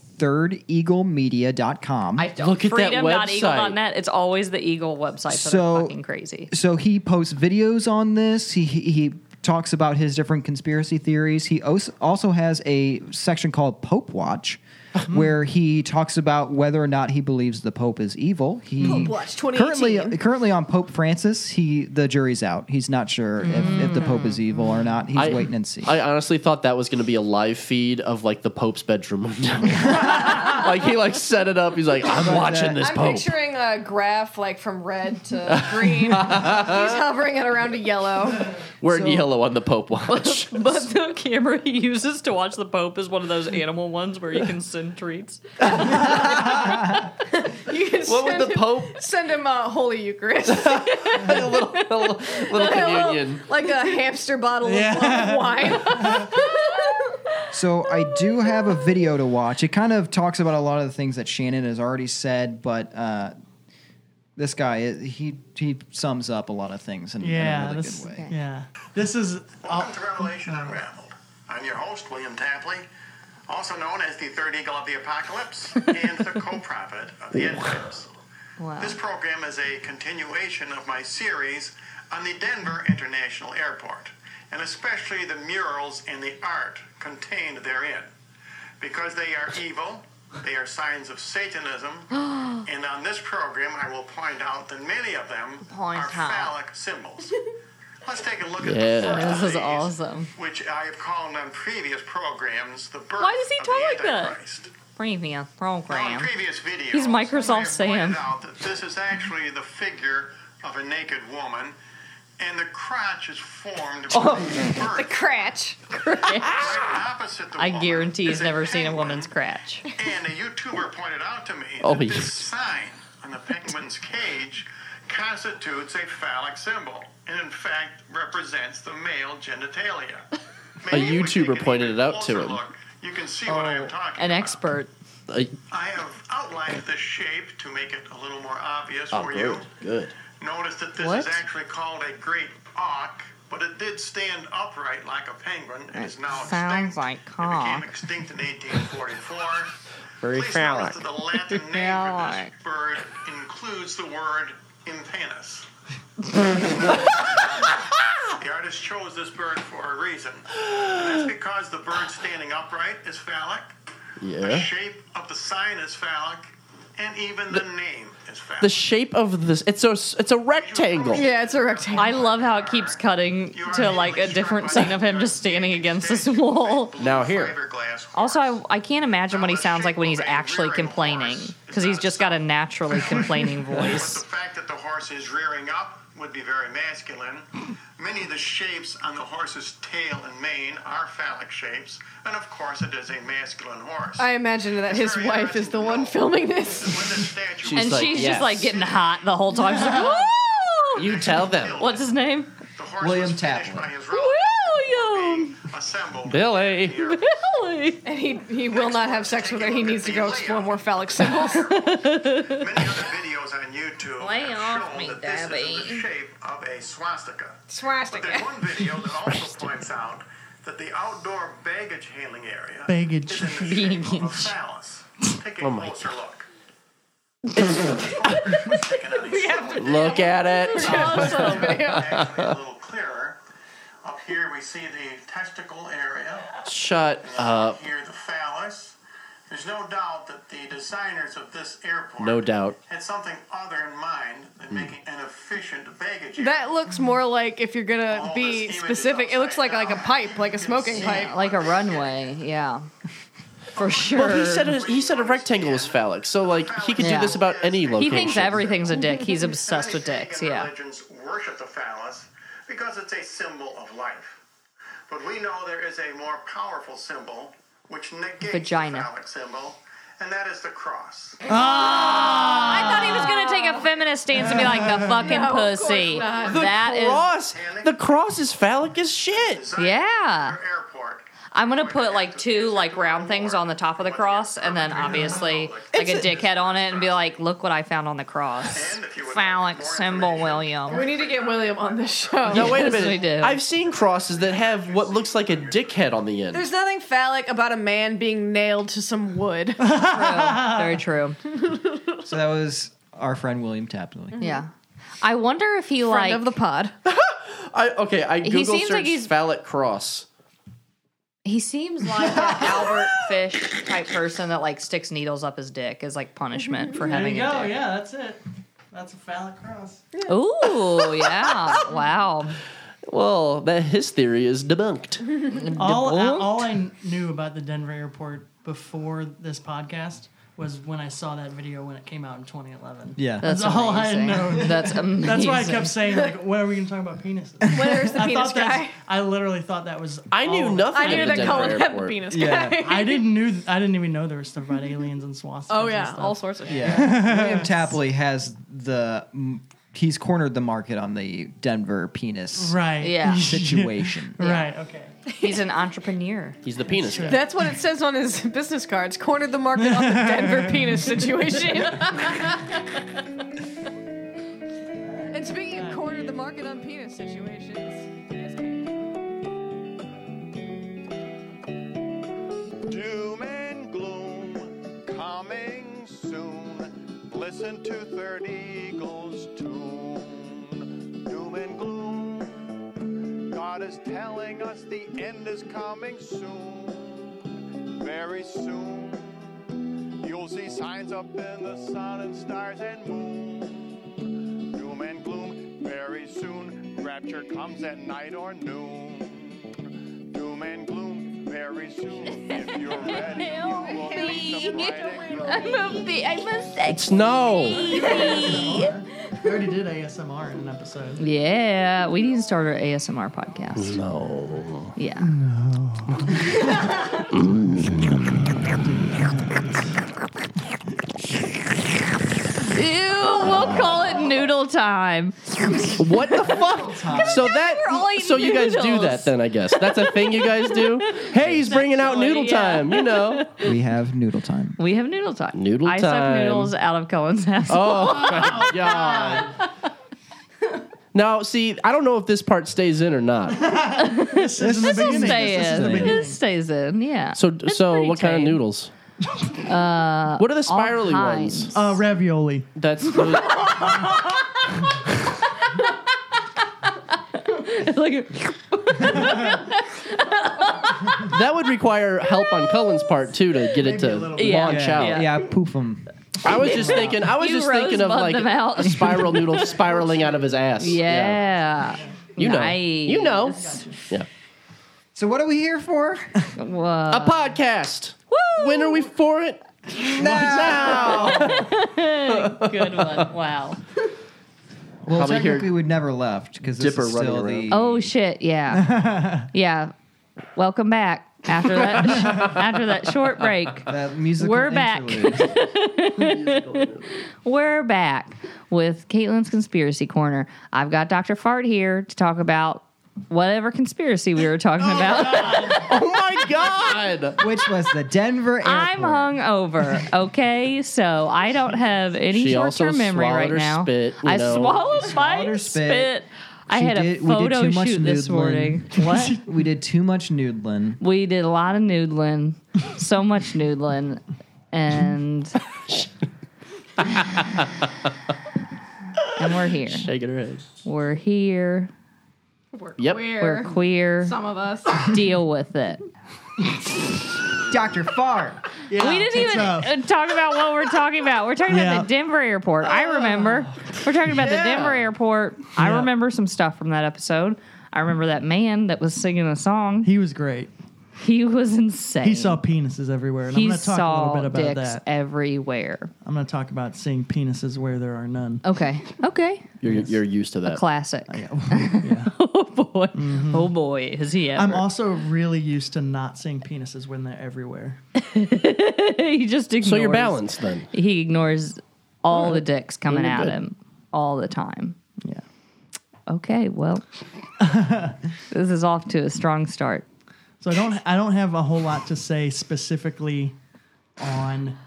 Speaker 5: ThirdEagleMedia.com.
Speaker 6: I don't.
Speaker 1: Look at that
Speaker 6: Freedom.eagle.net. It's always the Eagle website. So
Speaker 5: So-
Speaker 6: are fucking crazy. *laughs*
Speaker 5: so he posts videos on this. He he he talks about his different conspiracy theories. He os- also has a section called Pope Watch,
Speaker 3: Uh-huh.
Speaker 5: where he talks about whether or not he believes the Pope is evil. He
Speaker 3: Pope Watch
Speaker 5: currently
Speaker 3: 2018.
Speaker 5: currently on Pope Francis. He the jury's out. He's not sure if, if the Pope
Speaker 3: Mm.
Speaker 5: is evil or not. He's
Speaker 1: I-
Speaker 5: waiting and see.
Speaker 1: I honestly thought that was going to be a live feed of like the Pope's bedroom. like he *laughs* like set it up. He's like, I'm watching this
Speaker 3: I'm
Speaker 1: Pope.
Speaker 3: picturing a graph like from red to
Speaker 1: *laughs*
Speaker 3: green. he's hovering it around to yellow.
Speaker 1: We're in yellow on the Pope *laughs* watch.
Speaker 6: But the camera he uses to watch the Pope is one of those animal ones where you can send treats.
Speaker 3: *laughs* You can
Speaker 1: what would
Speaker 3: send
Speaker 1: the
Speaker 3: him-
Speaker 1: Pope?
Speaker 3: Send him a Holy Eucharist. *laughs*
Speaker 1: a little, a little, little communion.
Speaker 3: like a hamster bottle
Speaker 2: Yeah.
Speaker 3: of wine.
Speaker 5: So I do have a video to watch. It kind of talks about a lot of the things that Shannon has already said, but uh, this guy i- he he sums up a lot of things in, in
Speaker 2: Yeah.
Speaker 5: a really
Speaker 2: this,
Speaker 5: good way.
Speaker 2: Yeah. This is.
Speaker 8: revelation unraveled. I'm your host, William Tapley, also known as the Third Eagle of the Apocalypse
Speaker 1: *laughs*
Speaker 8: and the co-prophet of the End Times.
Speaker 4: Wow.
Speaker 8: This program is a continuation of my series on the Denver International Airport, and especially the murals and the art contained therein. Because they are evil, they are signs of
Speaker 6: *gasps*
Speaker 8: Satanism, and on this program I will point out that many of them
Speaker 6: Point
Speaker 8: are
Speaker 6: out.
Speaker 8: phallic symbols. Let's take a look at the
Speaker 6: Yeah.
Speaker 8: first
Speaker 6: This is
Speaker 8: of these,
Speaker 6: awesome.
Speaker 8: which I have called on previous programs the birth
Speaker 6: Why does he
Speaker 8: of
Speaker 6: talk like
Speaker 8: the
Speaker 6: that?
Speaker 8: Antichrist.
Speaker 6: Premium program.
Speaker 8: Previous video.
Speaker 6: He's Microsoft Sam.
Speaker 8: out that this is actually the figure of a naked woman, and the crotch is formed.
Speaker 6: *laughs* Oh, the
Speaker 3: crotch.
Speaker 8: opposite the
Speaker 6: I
Speaker 8: woman
Speaker 6: guarantee
Speaker 8: is
Speaker 6: he's
Speaker 8: a
Speaker 6: never seen a woman's crotch.
Speaker 8: And a YouTuber pointed out to me
Speaker 6: Oh,
Speaker 8: that
Speaker 6: yeah.
Speaker 8: this sign on the penguin's cage constitutes a phallic symbol, and in fact represents the male genitalia.
Speaker 6: *laughs*
Speaker 1: A YouTuber pointed it out to him.
Speaker 8: You can see what I am talking
Speaker 6: Oh, An expert.
Speaker 1: Uh,
Speaker 8: I have outlined the shape to make it a little more obvious
Speaker 1: oh,
Speaker 8: for you.
Speaker 1: good, good.
Speaker 8: Notice that this
Speaker 1: What?
Speaker 8: is actually called a great auk, but it did stand upright like a penguin and is now
Speaker 6: Sounds like cock.
Speaker 8: extinct in 1844.
Speaker 6: Very
Speaker 8: Notice that the Latin name for this bird includes the word impanus. the artist chose this bird for a reason. And that's because the bird standing upright is phallic, the
Speaker 1: Yeah.
Speaker 8: shape of the sign is phallic, and even the name is phallic.
Speaker 1: The shape of this it's a s- it's a rectangle.
Speaker 6: it's a rectangle. I love how it keeps cutting to like a different scene of him just standing against this wall.
Speaker 1: Now here.
Speaker 6: Also, I, I can't imagine what he sounds like when he's actually complaining because he's just got a naturally complaining voice.
Speaker 8: But the fact that the horse is rearing up would be very masculine. Many of the shapes on the horse's tail and mane are phallic shapes, and of course, it is a masculine horse.
Speaker 3: *laughs* I imagine that his wife is the one filming *laughs* this.
Speaker 6: and she's just like getting hot the whole time. She's like,
Speaker 1: You tell them.
Speaker 6: What's his name?
Speaker 5: William Tapley.
Speaker 3: Oh,
Speaker 6: William.
Speaker 1: Billy.
Speaker 6: Billy.
Speaker 3: And he, he will not have sex with her. He needs to go explore more
Speaker 1: *laughs*
Speaker 3: phallic symbols.
Speaker 8: Videos on YouTube
Speaker 3: Lay
Speaker 8: have
Speaker 3: off
Speaker 8: shown
Speaker 3: me,
Speaker 8: that this is in
Speaker 3: Debbie.
Speaker 8: the shape of a swastika.
Speaker 3: Swastika.
Speaker 8: But there's one video that also points out that the outdoor baggage handling area
Speaker 2: Baggage.
Speaker 8: is in the shape of a phallus. Take a
Speaker 1: Oh my
Speaker 8: closer look.
Speaker 1: *laughs* Look at Oh,
Speaker 8: This is awesome. Actually, a
Speaker 1: it.
Speaker 8: little clearer. Up here we see the testicle area.
Speaker 1: Shut up.
Speaker 8: Here the phallus. There's no doubt that the designers of this airport
Speaker 1: No doubt. Hmm.
Speaker 8: had something other in mind than making an efficient baggage area.
Speaker 3: That looks more like if you're gonna be specific, it looks like like a pipe, like a smoking pipe.
Speaker 4: like a runway. Yeah, for sure.
Speaker 1: Well, he said a, he said a rectangle was phallic, so like he could
Speaker 4: Yeah.
Speaker 1: do this about any
Speaker 4: He
Speaker 1: location.
Speaker 4: thinks everything's a dick. He's obsessed with
Speaker 8: Many
Speaker 4: dicks.
Speaker 8: pagan
Speaker 4: Yeah.
Speaker 8: Religions worship the phallus because it's a symbol of life. But we know there is a more powerful symbol which negates the
Speaker 4: Vagina.
Speaker 8: phallic symbol, and that is the cross.
Speaker 6: I thought he was gonna take a feminist stance and be like the fucking
Speaker 4: No, of course
Speaker 6: pussy.
Speaker 4: not.
Speaker 6: The That is-
Speaker 1: cross, the cross is phallic as shit.
Speaker 6: Yeah. I'm gonna put like two like round things on the top of the cross, and then obviously like a dickhead on it, and be like, "Look what I found on the cross." Phallic symbol, William.
Speaker 3: We need to get William on the show.
Speaker 1: Now wait a
Speaker 6: Yes,
Speaker 1: minute.
Speaker 6: we do.
Speaker 1: I've seen crosses that have what looks like a dickhead on the end.
Speaker 3: There's nothing phallic about a man being nailed to some wood.
Speaker 4: Very true.
Speaker 5: So that was our friend William Tapley.
Speaker 4: Yeah. I wonder if he
Speaker 3: Friend
Speaker 4: like
Speaker 3: of the pod.
Speaker 1: I, okay, I
Speaker 4: He
Speaker 1: Google
Speaker 4: seems like
Speaker 1: searched
Speaker 4: he's-
Speaker 1: phallic cross.
Speaker 4: *laughs* he seems like an Albert Fish
Speaker 6: Type person that like sticks needles up his dick is like punishment for
Speaker 2: There
Speaker 6: having
Speaker 2: you go.
Speaker 6: a dick.
Speaker 2: Yeah, that's it. That's a phallic cross.
Speaker 6: Ooh, yeah. wow.
Speaker 1: Well, that his theory is debunked.
Speaker 2: all, I, all I knew about the Denver airport before this podcast was when I saw that video when it came out in 2011.
Speaker 5: Yeah.
Speaker 2: that's,
Speaker 5: That's
Speaker 2: all I had
Speaker 5: amazing.
Speaker 2: known. *laughs*
Speaker 5: That's
Speaker 2: That's why I
Speaker 5: amazing.
Speaker 2: kept saying like, "When are we going to talk about penises?" Where's
Speaker 3: the penis guy?
Speaker 2: I literally thought that was.
Speaker 1: I knew
Speaker 2: all-
Speaker 1: nothing I knew of the that Denver Colin had the airport. penis guy.
Speaker 2: *laughs* I didn't knew. I didn't even know there was stuff about aliens and swastikas.
Speaker 3: Oh,
Speaker 2: and
Speaker 3: yeah,
Speaker 2: stuff.
Speaker 3: all sorts of shit.
Speaker 5: Yeah. William Tapley has the he's cornered the market on the Denver penis
Speaker 2: Right.
Speaker 4: Yeah.
Speaker 5: situation.
Speaker 2: *laughs* Right. Okay. *laughs*
Speaker 4: He's an entrepreneur.
Speaker 1: He's the penis guy.
Speaker 3: That's what it says on his *laughs* business cards. Cornered the market on the Denver penis situation. *laughs* and speaking of cornered the market on penis situations.
Speaker 12: coming soon. Listen to Third Eagle's tune. Doom and gloom. God is telling us the end is coming soon. Very soon. You'll see signs up in the sun and stars and moon. Doom and gloom. Very soon. Rapture comes at night or noon. Doom and gloom. Very soon. If you're ready, you will meet the bride and groom.
Speaker 9: I'm a bee. I'm a
Speaker 1: It's no.
Speaker 2: We already did ASMR in an episode.
Speaker 4: Yeah, we need to start our ASMR podcast.
Speaker 1: No.
Speaker 4: Yeah. Ew, we'll call it noodle time.
Speaker 1: What the fuck? so
Speaker 4: we're all
Speaker 1: that
Speaker 4: eating
Speaker 1: so you guys do
Speaker 4: noodles.
Speaker 1: that then I guess. That's a thing you guys do. Hey, he's bringing out noodle time, you know.
Speaker 5: We have noodle time.
Speaker 4: We have noodle time.
Speaker 1: Noodle
Speaker 4: I
Speaker 1: time.
Speaker 4: suck noodles out of Cohen's ass.
Speaker 1: Oh my god. Now, see, I don't know if this part stays in or not.
Speaker 2: This, is the
Speaker 4: This will
Speaker 2: beginning.
Speaker 4: stay
Speaker 2: This is the
Speaker 4: in.
Speaker 2: beginning.
Speaker 4: This stays in. Yeah.
Speaker 1: So,
Speaker 4: It's
Speaker 1: so
Speaker 4: pretty
Speaker 1: what kind of
Speaker 4: tame.
Speaker 1: noodles?
Speaker 4: *laughs* Uh,
Speaker 1: What are the
Speaker 4: all
Speaker 1: spirally
Speaker 4: kinds.
Speaker 1: ones?
Speaker 2: Uh, ravioli.
Speaker 1: That's
Speaker 4: like a-
Speaker 1: that would require help on Cullen's part too to get it to
Speaker 2: a little bit.
Speaker 1: launch
Speaker 4: *laughs* Yeah.
Speaker 1: out.
Speaker 4: Yeah.
Speaker 5: Yeah, I poof them.
Speaker 1: I was just thinking. I was
Speaker 4: You
Speaker 1: just thinking of
Speaker 4: rosebud
Speaker 1: like
Speaker 4: them out.
Speaker 1: a spiral noodle spiraling out of his ass.
Speaker 4: *laughs* yeah.
Speaker 1: you know,
Speaker 4: Nice.
Speaker 1: you know, yeah.
Speaker 5: So what are we here for?
Speaker 1: A
Speaker 4: Whoa.
Speaker 1: podcast. When are we for it?
Speaker 4: Good one. Wow.
Speaker 5: Well,
Speaker 1: Probably hear
Speaker 5: technically we'd never left because this
Speaker 1: Dipper
Speaker 5: is
Speaker 1: running
Speaker 5: still the.
Speaker 1: around.
Speaker 4: Oh shit! Yeah,
Speaker 5: *laughs*
Speaker 4: yeah. Welcome back after that. *laughs* after that short break,
Speaker 5: That musical
Speaker 4: We're back.
Speaker 5: interlude.
Speaker 4: we're back with Caitlin's conspiracy corner. I've got Doctor Fart here to talk about whatever conspiracy we were talking about.
Speaker 1: Oh my god!
Speaker 5: which was the Denver
Speaker 4: *laughs* *laughs*
Speaker 5: airport.
Speaker 4: I'm hungover. Okay, so I don't have any
Speaker 1: She also
Speaker 4: short-term memory
Speaker 1: swallowed
Speaker 4: right
Speaker 1: her
Speaker 4: now.
Speaker 1: spit, you
Speaker 4: I
Speaker 1: know.
Speaker 4: swallowed,
Speaker 5: swallowed
Speaker 4: my
Speaker 5: her
Speaker 4: spit.
Speaker 5: spit.
Speaker 4: I
Speaker 5: She
Speaker 4: had a
Speaker 5: did- we did
Speaker 4: photo
Speaker 5: too much
Speaker 4: shoot this
Speaker 5: noodling. *laughs*
Speaker 4: morning. What?
Speaker 5: We did too much noodling.
Speaker 4: We did a lot of noodling, so much noodling, and and we're here.
Speaker 1: Shaking her head.
Speaker 4: We're here.
Speaker 3: We're
Speaker 1: Yep.
Speaker 3: queer.
Speaker 4: We're queer.
Speaker 3: Some of us.
Speaker 4: Deal with it.
Speaker 5: Dr. Far.
Speaker 2: Yeah,
Speaker 4: We didn't
Speaker 2: it's,
Speaker 4: even *laughs*
Speaker 2: uh,
Speaker 4: uh, talk about what we're talking about. We're talking
Speaker 2: Yeah.
Speaker 4: about the Denver airport. I remember. We're talking about the Denver airport. I
Speaker 2: Yeah.
Speaker 4: remember some stuff from that episode. I remember that man that was singing a song.
Speaker 2: he was great.
Speaker 4: He was insane.
Speaker 2: He saw penises everywhere, and
Speaker 4: He
Speaker 2: I'm going to talk a
Speaker 4: saw
Speaker 2: little bit about
Speaker 4: dicks
Speaker 2: that.
Speaker 4: everywhere.
Speaker 2: I'm going to talk about seeing penises where there are none.
Speaker 4: Okay. Okay.
Speaker 1: You're you're used to that.
Speaker 4: Classic. *laughs* oh boy.
Speaker 1: Mm-hmm.
Speaker 4: Oh boy. Is he ever?
Speaker 2: I'm also really used to not seeing penises when they're everywhere.
Speaker 4: he just ignores.
Speaker 1: so you're balanced then.
Speaker 4: He ignores all the dicks coming
Speaker 1: Well,
Speaker 4: at
Speaker 1: you're good.
Speaker 4: him all the time.
Speaker 2: Yeah.
Speaker 1: *laughs*
Speaker 4: Okay. Well, this is off to a strong start.
Speaker 2: So I don't I don't have a whole lot to say specifically on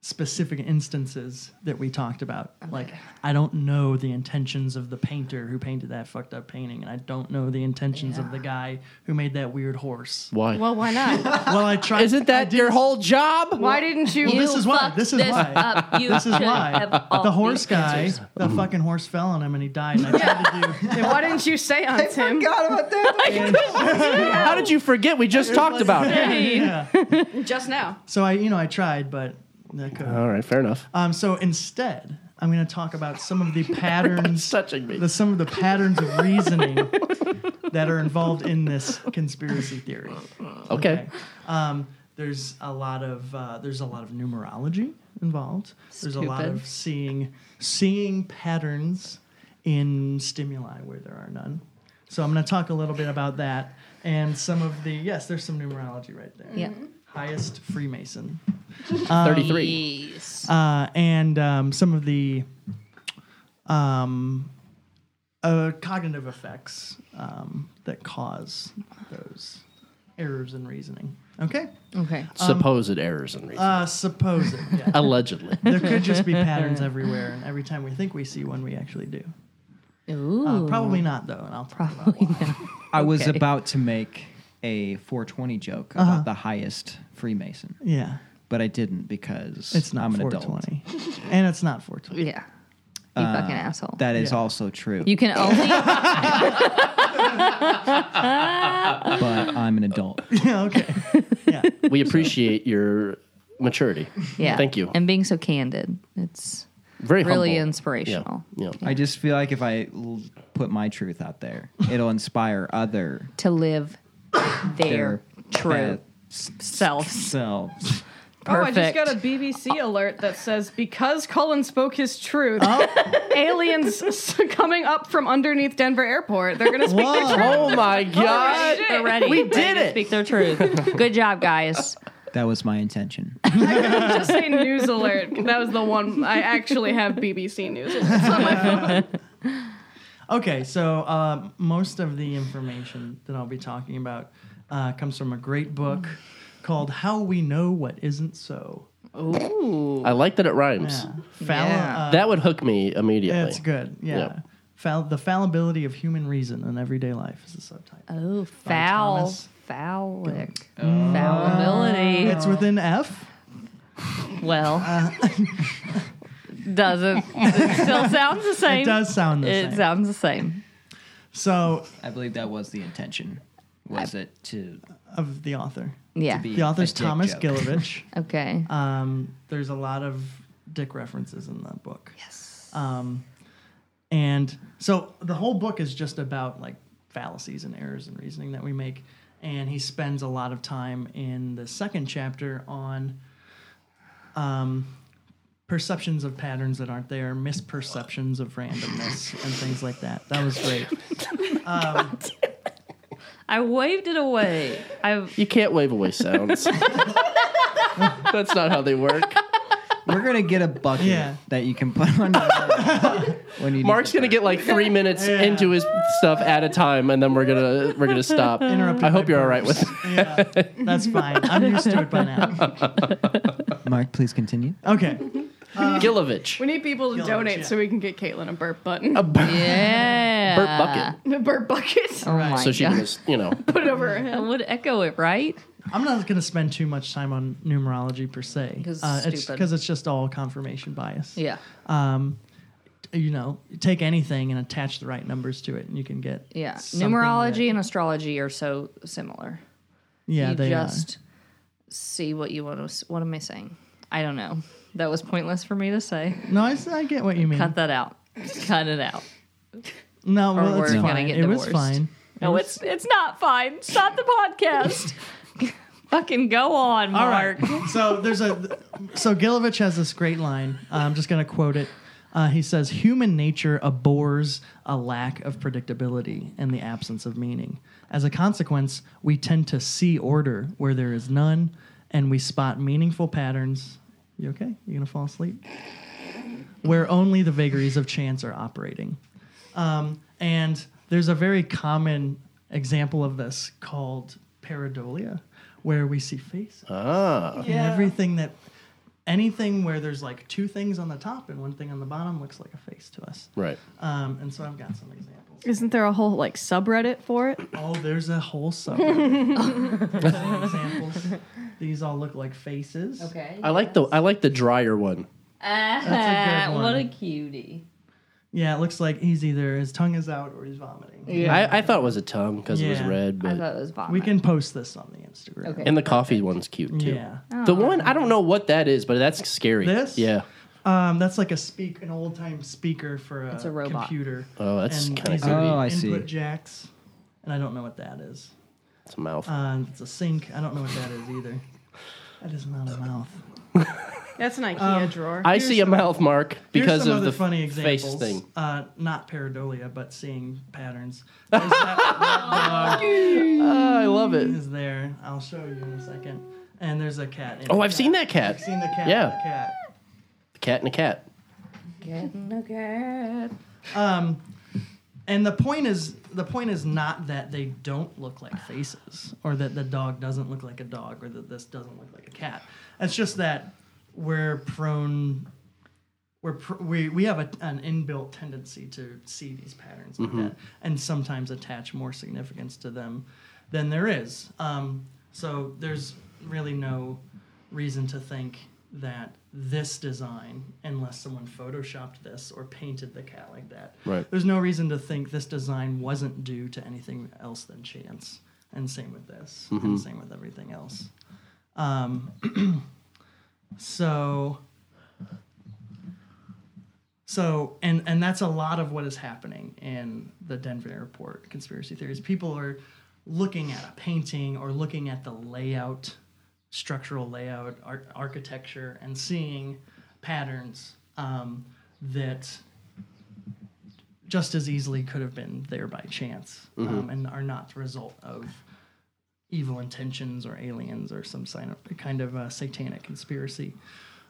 Speaker 2: specific instances that we talked about. Like I don't know the intentions of the painter who painted that fucked up painting and I don't know the intentions of the guy who made that weird horse.
Speaker 1: Why?
Speaker 3: Well, why not?
Speaker 2: well, I tried
Speaker 1: Isn't that your whole job?
Speaker 3: Why didn't you?
Speaker 2: this is why.
Speaker 4: fucked
Speaker 2: This is
Speaker 4: this
Speaker 2: why.
Speaker 4: *laughs* up. You
Speaker 2: This is
Speaker 4: should have
Speaker 2: why
Speaker 4: all
Speaker 2: the horse
Speaker 4: the
Speaker 2: guy,
Speaker 4: answers.
Speaker 2: the fucking horse fell on him and he died. And I tried to do
Speaker 4: *laughs*
Speaker 3: why didn't you say on Tim?
Speaker 5: God about that.
Speaker 1: How did you forget? We just talked about it.
Speaker 3: Just now.
Speaker 2: So I, you know, I tried, but that could.
Speaker 1: All right, fair enough.
Speaker 2: Um, so instead, I'm going to talk about some of the patterns,
Speaker 1: Touching me.
Speaker 2: the, some of the patterns of
Speaker 1: *laughs*
Speaker 2: reasoning that are involved in this conspiracy theory.
Speaker 1: Uh-uh. Okay.
Speaker 2: Um, there's a lot of uh, there's a lot of numerology involved. There's a lot
Speaker 4: Stupid.
Speaker 2: of seeing seeing patterns in stimuli where there are none. So I'm going to talk a little bit about that and some of the yes, there's some numerology right there.
Speaker 4: Yeah.
Speaker 2: Highest Freemason.
Speaker 1: Thirty-three.
Speaker 4: Jeez.
Speaker 2: uh, and um, some of the um, uh, cognitive effects um, that cause those errors in reasoning. Okay,
Speaker 4: Okay.
Speaker 1: Supposed errors and reasons.
Speaker 2: uh, suppose it. Yeah.
Speaker 1: Allegedly.
Speaker 2: there could just be patterns everywhere, and every time we think we see one, we actually do.
Speaker 4: Ooh.
Speaker 2: Uh, probably not though, and I'll probably
Speaker 5: I was
Speaker 4: Okay.
Speaker 2: Uh-huh.
Speaker 5: about to make a 420 joke about the highest Freemason,
Speaker 2: yeah.
Speaker 5: but I didn't because
Speaker 2: It's not
Speaker 5: I'm an adult.
Speaker 2: 420. and it's not 420.
Speaker 4: Yeah. You
Speaker 1: Uh,
Speaker 4: fucking asshole.
Speaker 5: That is
Speaker 4: Yeah.
Speaker 5: also true.
Speaker 1: *laughs*
Speaker 4: You can
Speaker 5: but
Speaker 4: only.
Speaker 5: I'm
Speaker 2: *laughs*
Speaker 5: an adult.
Speaker 2: yeah, *laughs* okay.
Speaker 1: We appreciate
Speaker 4: *laughs*
Speaker 1: your maturity.
Speaker 4: yeah.
Speaker 1: Thank you.
Speaker 4: And being so candid. It's
Speaker 1: Very
Speaker 4: really
Speaker 1: humble.
Speaker 4: inspirational.
Speaker 1: Yeah.
Speaker 5: I just feel like if I l- put my truth out there, it'll inspire other
Speaker 4: To live their true selves.
Speaker 5: selves.
Speaker 3: Oh, I just got a BBC alert that says because Cullen spoke his truth, Oh. aliens *laughs* s- coming up from underneath Denver Airport. They're gonna speak their
Speaker 4: Whoa.
Speaker 3: truth.
Speaker 4: *laughs* Oh
Speaker 1: my
Speaker 4: God.
Speaker 3: shit.
Speaker 4: They're ready.
Speaker 3: We
Speaker 4: Ready to Speak their truth. Good job, *laughs* guys.
Speaker 5: That was my intention.
Speaker 3: just say news alert. That was the one I actually have BBC news. Alert.
Speaker 2: Okay, so uh, most of the information that I'll be talking about uh, comes from a great book called How We Know What Isn't So.
Speaker 4: Ooh.
Speaker 1: I like that it rhymes.
Speaker 2: Falli- uh,
Speaker 1: that would hook me immediately.
Speaker 2: That's good. Yeah.
Speaker 1: Yeah.
Speaker 2: Fall- the fallibility of human reason in everyday life is the subtitle.
Speaker 4: Oh, foul.
Speaker 2: Thomas.
Speaker 4: Phallic. Fallibility.
Speaker 2: It's within F.
Speaker 4: Well, doesn't. It still sounds the same.
Speaker 2: It does sound the
Speaker 4: It
Speaker 2: same.
Speaker 4: sounds the same.
Speaker 2: So,
Speaker 5: I believe that was the intention. Was it to
Speaker 2: of the author.
Speaker 4: Yeah.
Speaker 5: be
Speaker 2: The author's
Speaker 5: a dick
Speaker 2: Thomas
Speaker 5: joke.
Speaker 2: Gilovich.
Speaker 4: Okay.
Speaker 2: Um, there's a lot of dick references in that book. Yes. Um, and so the whole book is just about like fallacies and errors and reasoning that we make. And he spends a lot of time in the second chapter on um, perceptions of patterns that aren't there, misperceptions of randomness, and things like that. That was great. Um,
Speaker 4: I waved it away. *laughs* I
Speaker 1: You can't wave away
Speaker 4: *laughs*
Speaker 1: sounds. That's not how they work.
Speaker 5: We're gonna get a bucket
Speaker 2: Yeah.
Speaker 5: that you can put on
Speaker 2: *laughs*
Speaker 5: when you.
Speaker 1: Mark's gonna get like three minutes
Speaker 2: Yeah.
Speaker 1: into his stuff at a time, and then we're gonna we're gonna stop.
Speaker 2: Interrupted
Speaker 1: I hope
Speaker 2: by
Speaker 1: you're all right with
Speaker 2: burps. yeah, that's fine. I'm used to it by now.
Speaker 5: Mark, please continue.
Speaker 2: Okay.
Speaker 1: Gilovich.
Speaker 4: *laughs*
Speaker 3: We need people to
Speaker 2: Y'all,
Speaker 3: donate
Speaker 2: yeah.
Speaker 3: so we can get Caitlin a burp button.
Speaker 1: A bur-
Speaker 4: yeah.
Speaker 1: burp bucket.
Speaker 3: *laughs* A burp *laughs* bucket.
Speaker 4: Oh my
Speaker 1: So she
Speaker 4: god.
Speaker 1: can just you know.
Speaker 3: Put it over her
Speaker 4: I
Speaker 3: head.
Speaker 4: would echo it, right?
Speaker 2: I'm not going to spend too much time on numerology per se,
Speaker 4: 'Cause it's
Speaker 2: Uh, it's
Speaker 4: stupid.
Speaker 2: because it's just all confirmation bias.
Speaker 4: Yeah.
Speaker 2: Um, you know, take anything and attach the right numbers to it, and you can get
Speaker 4: Yeah.
Speaker 2: something
Speaker 4: Numerology
Speaker 2: that-
Speaker 4: and astrology are so similar.
Speaker 2: yeah,
Speaker 4: you
Speaker 2: they are.
Speaker 4: just see what you want to. What am I saying? I don't know. That was pointless for me to say.
Speaker 2: No, I, s- I get what you mean.
Speaker 4: Cut that out. Cut it out.
Speaker 2: no,
Speaker 4: or
Speaker 2: well, it's
Speaker 4: we're gonna
Speaker 2: fine.
Speaker 4: get
Speaker 2: it was
Speaker 4: divorced.
Speaker 2: fine.
Speaker 4: No, it's it's not fine. Stop the *laughs* podcast. Fucking go on,
Speaker 2: All
Speaker 4: Mark.
Speaker 2: right. *laughs* so there's a so Gilovich has this great line. I'm just going to quote it. Uh, he says, "Human nature abhors a lack of predictability and the absence of meaning. As a consequence, we tend to see order where there is none, and we spot meaningful patterns." You okay? You gonna fall asleep? Where only the vagaries of chance are operating. Um, and there's a very common example of this called pareidolia, where we see faces
Speaker 1: Ah.
Speaker 2: and everything that anything where there's like two things on the top and one thing on the bottom looks like a face to us
Speaker 1: Right.
Speaker 2: um, and so i've got some examples
Speaker 3: Isn't there a whole like subreddit for it?
Speaker 2: oh there's a whole sub examples these all look like faces
Speaker 4: Okay.
Speaker 1: I like the I like the drier one.
Speaker 3: Uh,
Speaker 2: That's a good one.
Speaker 4: What a cutie.
Speaker 2: yeah it looks like he's either his tongue is out or he's vomiting
Speaker 4: Yeah.
Speaker 1: I, I thought it was a tongue because it was
Speaker 2: Yeah.
Speaker 1: red,
Speaker 4: I
Speaker 1: but
Speaker 4: thought it was vomit.
Speaker 2: we can post this on the instagram
Speaker 4: Okay.
Speaker 1: and the coffee one's cute too.
Speaker 2: yeah
Speaker 1: The one I don't know what that is, but that's scary.
Speaker 2: This?
Speaker 1: Yeah.
Speaker 2: um, that's like a speak an old time speaker for a,
Speaker 4: It's a robot.
Speaker 2: computer
Speaker 1: Oh, that's
Speaker 2: And
Speaker 1: kinda
Speaker 2: these
Speaker 1: creepy.
Speaker 2: are
Speaker 5: Oh, I
Speaker 2: input
Speaker 5: see.
Speaker 2: jacks and i don't know what that is
Speaker 1: It's a mouth.
Speaker 2: Uh, it's a sink. I don't know what that is either. That is not a mouth.
Speaker 3: That's an IKEA drawer.
Speaker 1: I see a mouth mark because
Speaker 2: Here's some
Speaker 1: of
Speaker 2: other
Speaker 1: the
Speaker 2: funny
Speaker 1: f- face
Speaker 2: examples.
Speaker 1: thing.
Speaker 2: Uh, not pareidolia, but seeing patterns. There's that *laughs* red
Speaker 1: Ah, I love
Speaker 2: dog
Speaker 1: it.
Speaker 2: is there. I'll show you in a second. And there's a cat. in
Speaker 1: Oh,
Speaker 2: it.
Speaker 1: I've seen that cat.
Speaker 2: I've seen the cat.
Speaker 1: Yeah.
Speaker 2: The cat.
Speaker 1: Cat and a cat.
Speaker 2: Um, and the point is, the point is not that they don't look like faces, or that the dog doesn't look like a dog, or that this doesn't look like a cat. It's just that we're prone, we're pr- we we have a, an inbuilt tendency to see these patterns like that, and sometimes attach more significance to them than there is. Um, so there's really no reason to think that this design, unless someone photoshopped this or painted the cat like that,
Speaker 1: Right.
Speaker 2: there's no reason to think this design wasn't due to anything else than chance. And same with this,
Speaker 1: Mhm.
Speaker 2: and same with everything else. Um, *clears throat* so, so, and and that's a lot of what is happening in the Denver airport conspiracy theories. People are looking at a painting or looking at the layout, structural layout, ar- architecture, and seeing patterns um, that just as easily could have been there by chance um,
Speaker 1: Mm-hmm.
Speaker 13: Mhm.
Speaker 2: and are not the result of evil intentions or aliens or some sign of, kind of uh satanic conspiracy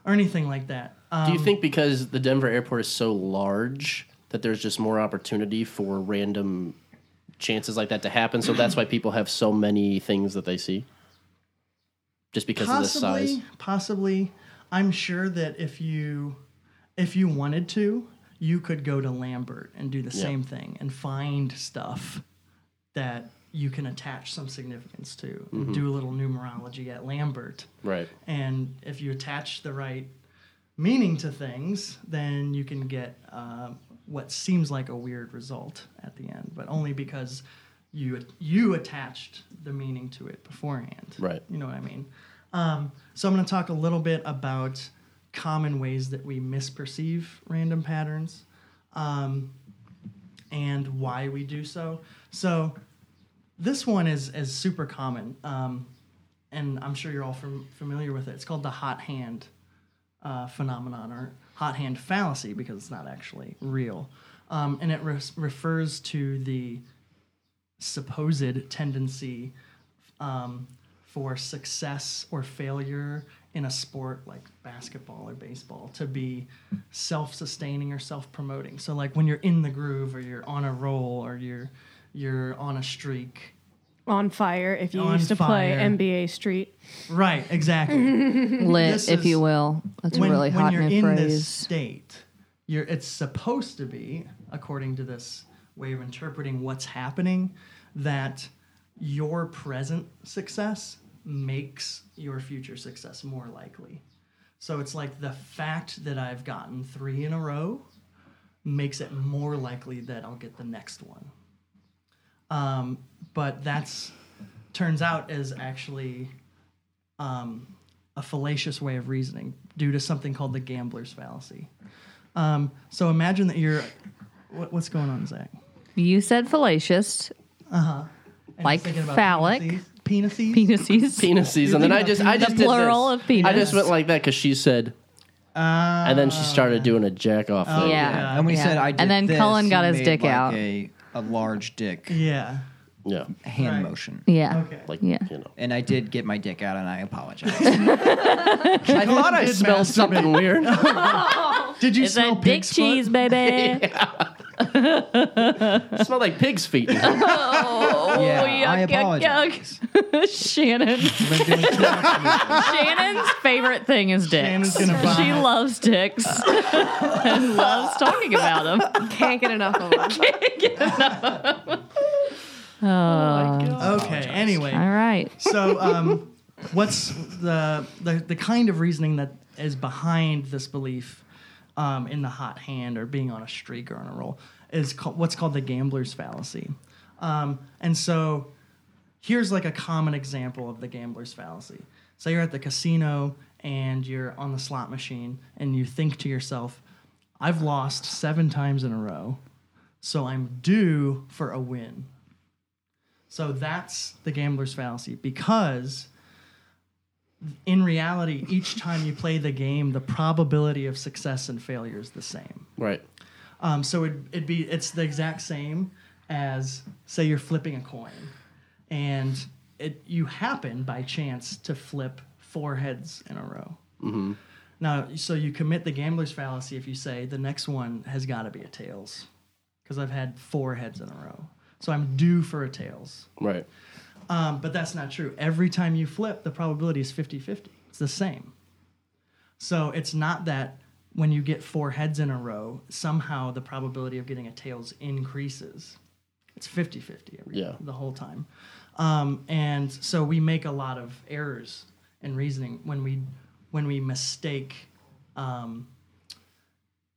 Speaker 2: or anything like that.
Speaker 1: Do you
Speaker 2: Um,
Speaker 1: think because the Denver airport is so large that there's just more opportunity for random chances like that to happen? So that's why people have so many things that they see? Just because
Speaker 2: possibly,
Speaker 1: of the size?
Speaker 2: Possibly, I'm sure that if you if you wanted to, you could go to Lambert and do the
Speaker 1: Yeah.
Speaker 2: same thing and find stuff that you can attach some significance to.
Speaker 1: Mhm.
Speaker 2: Do a little numerology at Lambert,
Speaker 1: Right.
Speaker 2: and if you attach the right meaning to things, then you can get uh, what seems like a weird result at the end, but only because you you attached the meaning to it beforehand.
Speaker 1: Right.
Speaker 2: You know what I mean? Um, so I'm going to talk a little bit about common ways that we misperceive random patterns um, and why we do so. So this one is is super common, um, and I'm sure you're all fam- familiar with it. It's called the hot hand uh, phenomenon or hot hand fallacy because it's not actually real, um, and it re- refers to the supposed tendency um, for success or failure in a sport like basketball or baseball to be self-sustaining or self-promoting. So like when you're in the groove or you're on a roll or you're you're on a streak.
Speaker 3: On fire if you
Speaker 2: On
Speaker 3: used to
Speaker 2: fire.
Speaker 3: play NBA Street.
Speaker 2: Right, exactly.
Speaker 4: *laughs* Lit,
Speaker 2: This
Speaker 4: if
Speaker 2: is-
Speaker 4: you will. That's a
Speaker 2: when,
Speaker 4: really
Speaker 2: when
Speaker 4: hot
Speaker 2: you're
Speaker 4: new
Speaker 2: in
Speaker 4: phrase.
Speaker 2: this state, you're it's supposed to be, according to this way of interpreting what's happening, that your present success makes your future success more likely. So it's like the fact that I've gotten three in a row makes it more likely that I'll get the next one. Um, but that's turns out is actually um, a fallacious way of reasoning due to something called the gambler's fallacy. Um, so imagine that you're. What, what's going on, Zach?
Speaker 4: You said fallacious. *laughs*
Speaker 2: Uh huh.
Speaker 4: Like phallic.
Speaker 2: Penises.
Speaker 4: Penises.
Speaker 1: Penises. And then I just, I just
Speaker 4: the
Speaker 1: did
Speaker 4: plural
Speaker 1: this.
Speaker 4: of penis.
Speaker 1: I just went like that because she said, and then she
Speaker 2: Ah.
Speaker 1: started doing a jack off
Speaker 4: Oh,
Speaker 1: thing.
Speaker 4: yeah. Yeah.
Speaker 5: And we
Speaker 4: Yeah.
Speaker 5: said I
Speaker 4: And
Speaker 5: did
Speaker 4: then
Speaker 5: this,
Speaker 4: Cullen got
Speaker 5: he
Speaker 4: his
Speaker 5: made,
Speaker 4: dick
Speaker 5: like,
Speaker 4: out.
Speaker 5: A, a large dick.
Speaker 2: Yeah.
Speaker 1: Yeah.
Speaker 5: Hand motion.
Speaker 4: Yeah.
Speaker 2: Okay.
Speaker 1: Like,
Speaker 4: yeah.
Speaker 1: You know.
Speaker 5: And I did get my dick out, and I apologize.
Speaker 1: I thought I smelled something weird.
Speaker 2: *laughs* Did you
Speaker 4: it's
Speaker 2: smell
Speaker 4: that dick
Speaker 2: pig's foot?
Speaker 4: cheese, *laughs* baby?
Speaker 1: smelled like pig's feet.
Speaker 4: *laughs*
Speaker 1: *laughs*
Speaker 4: Oh,
Speaker 1: Yeah,
Speaker 5: Uh,
Speaker 1: I
Speaker 4: yuck, yuck, yuck. *laughs* Shannon. *laughs* Shannon's favorite thing is dicks.
Speaker 2: Shannon's gonna vomit.
Speaker 4: she loves dicks
Speaker 2: *laughs*
Speaker 4: and loves talking about them.
Speaker 3: Can't get enough of them.
Speaker 4: Uh,
Speaker 2: Okay. Anyway.
Speaker 4: *laughs* All right.
Speaker 2: So, um, what's the, the the kind of reasoning that is behind this belief um, in the hot hand or being on a streak or on a roll is ca- what's called the gambler's fallacy. Um, and so, here's like a common example of the gambler's fallacy. So you're at the casino and you're on the slot machine and you think to yourself, "I've lost seven times in a row, so I'm due for a win." So that's the gambler's fallacy because in reality, each time you play the game, the probability of success and failure is the same.
Speaker 1: Right.
Speaker 2: Um, so it'd, it'd be it's the exact same as say you're flipping a coin, and it you happen by chance to flip four heads in a row.
Speaker 1: hmm
Speaker 2: Now, so you commit the gambler's fallacy if you say the next one has got to be a tails, because I've had four heads in a row, so I'm due for a tails.
Speaker 1: Right.
Speaker 2: Um, but that's not true. Every time you flip, the probability is 50 50. It's the same. So it's not that when you get four heads in a row, somehow the probability of getting a tails increases. It's 50 50
Speaker 1: Yeah.
Speaker 2: the whole time. Um, and so we make a lot of errors and reasoning when we when we mistake um,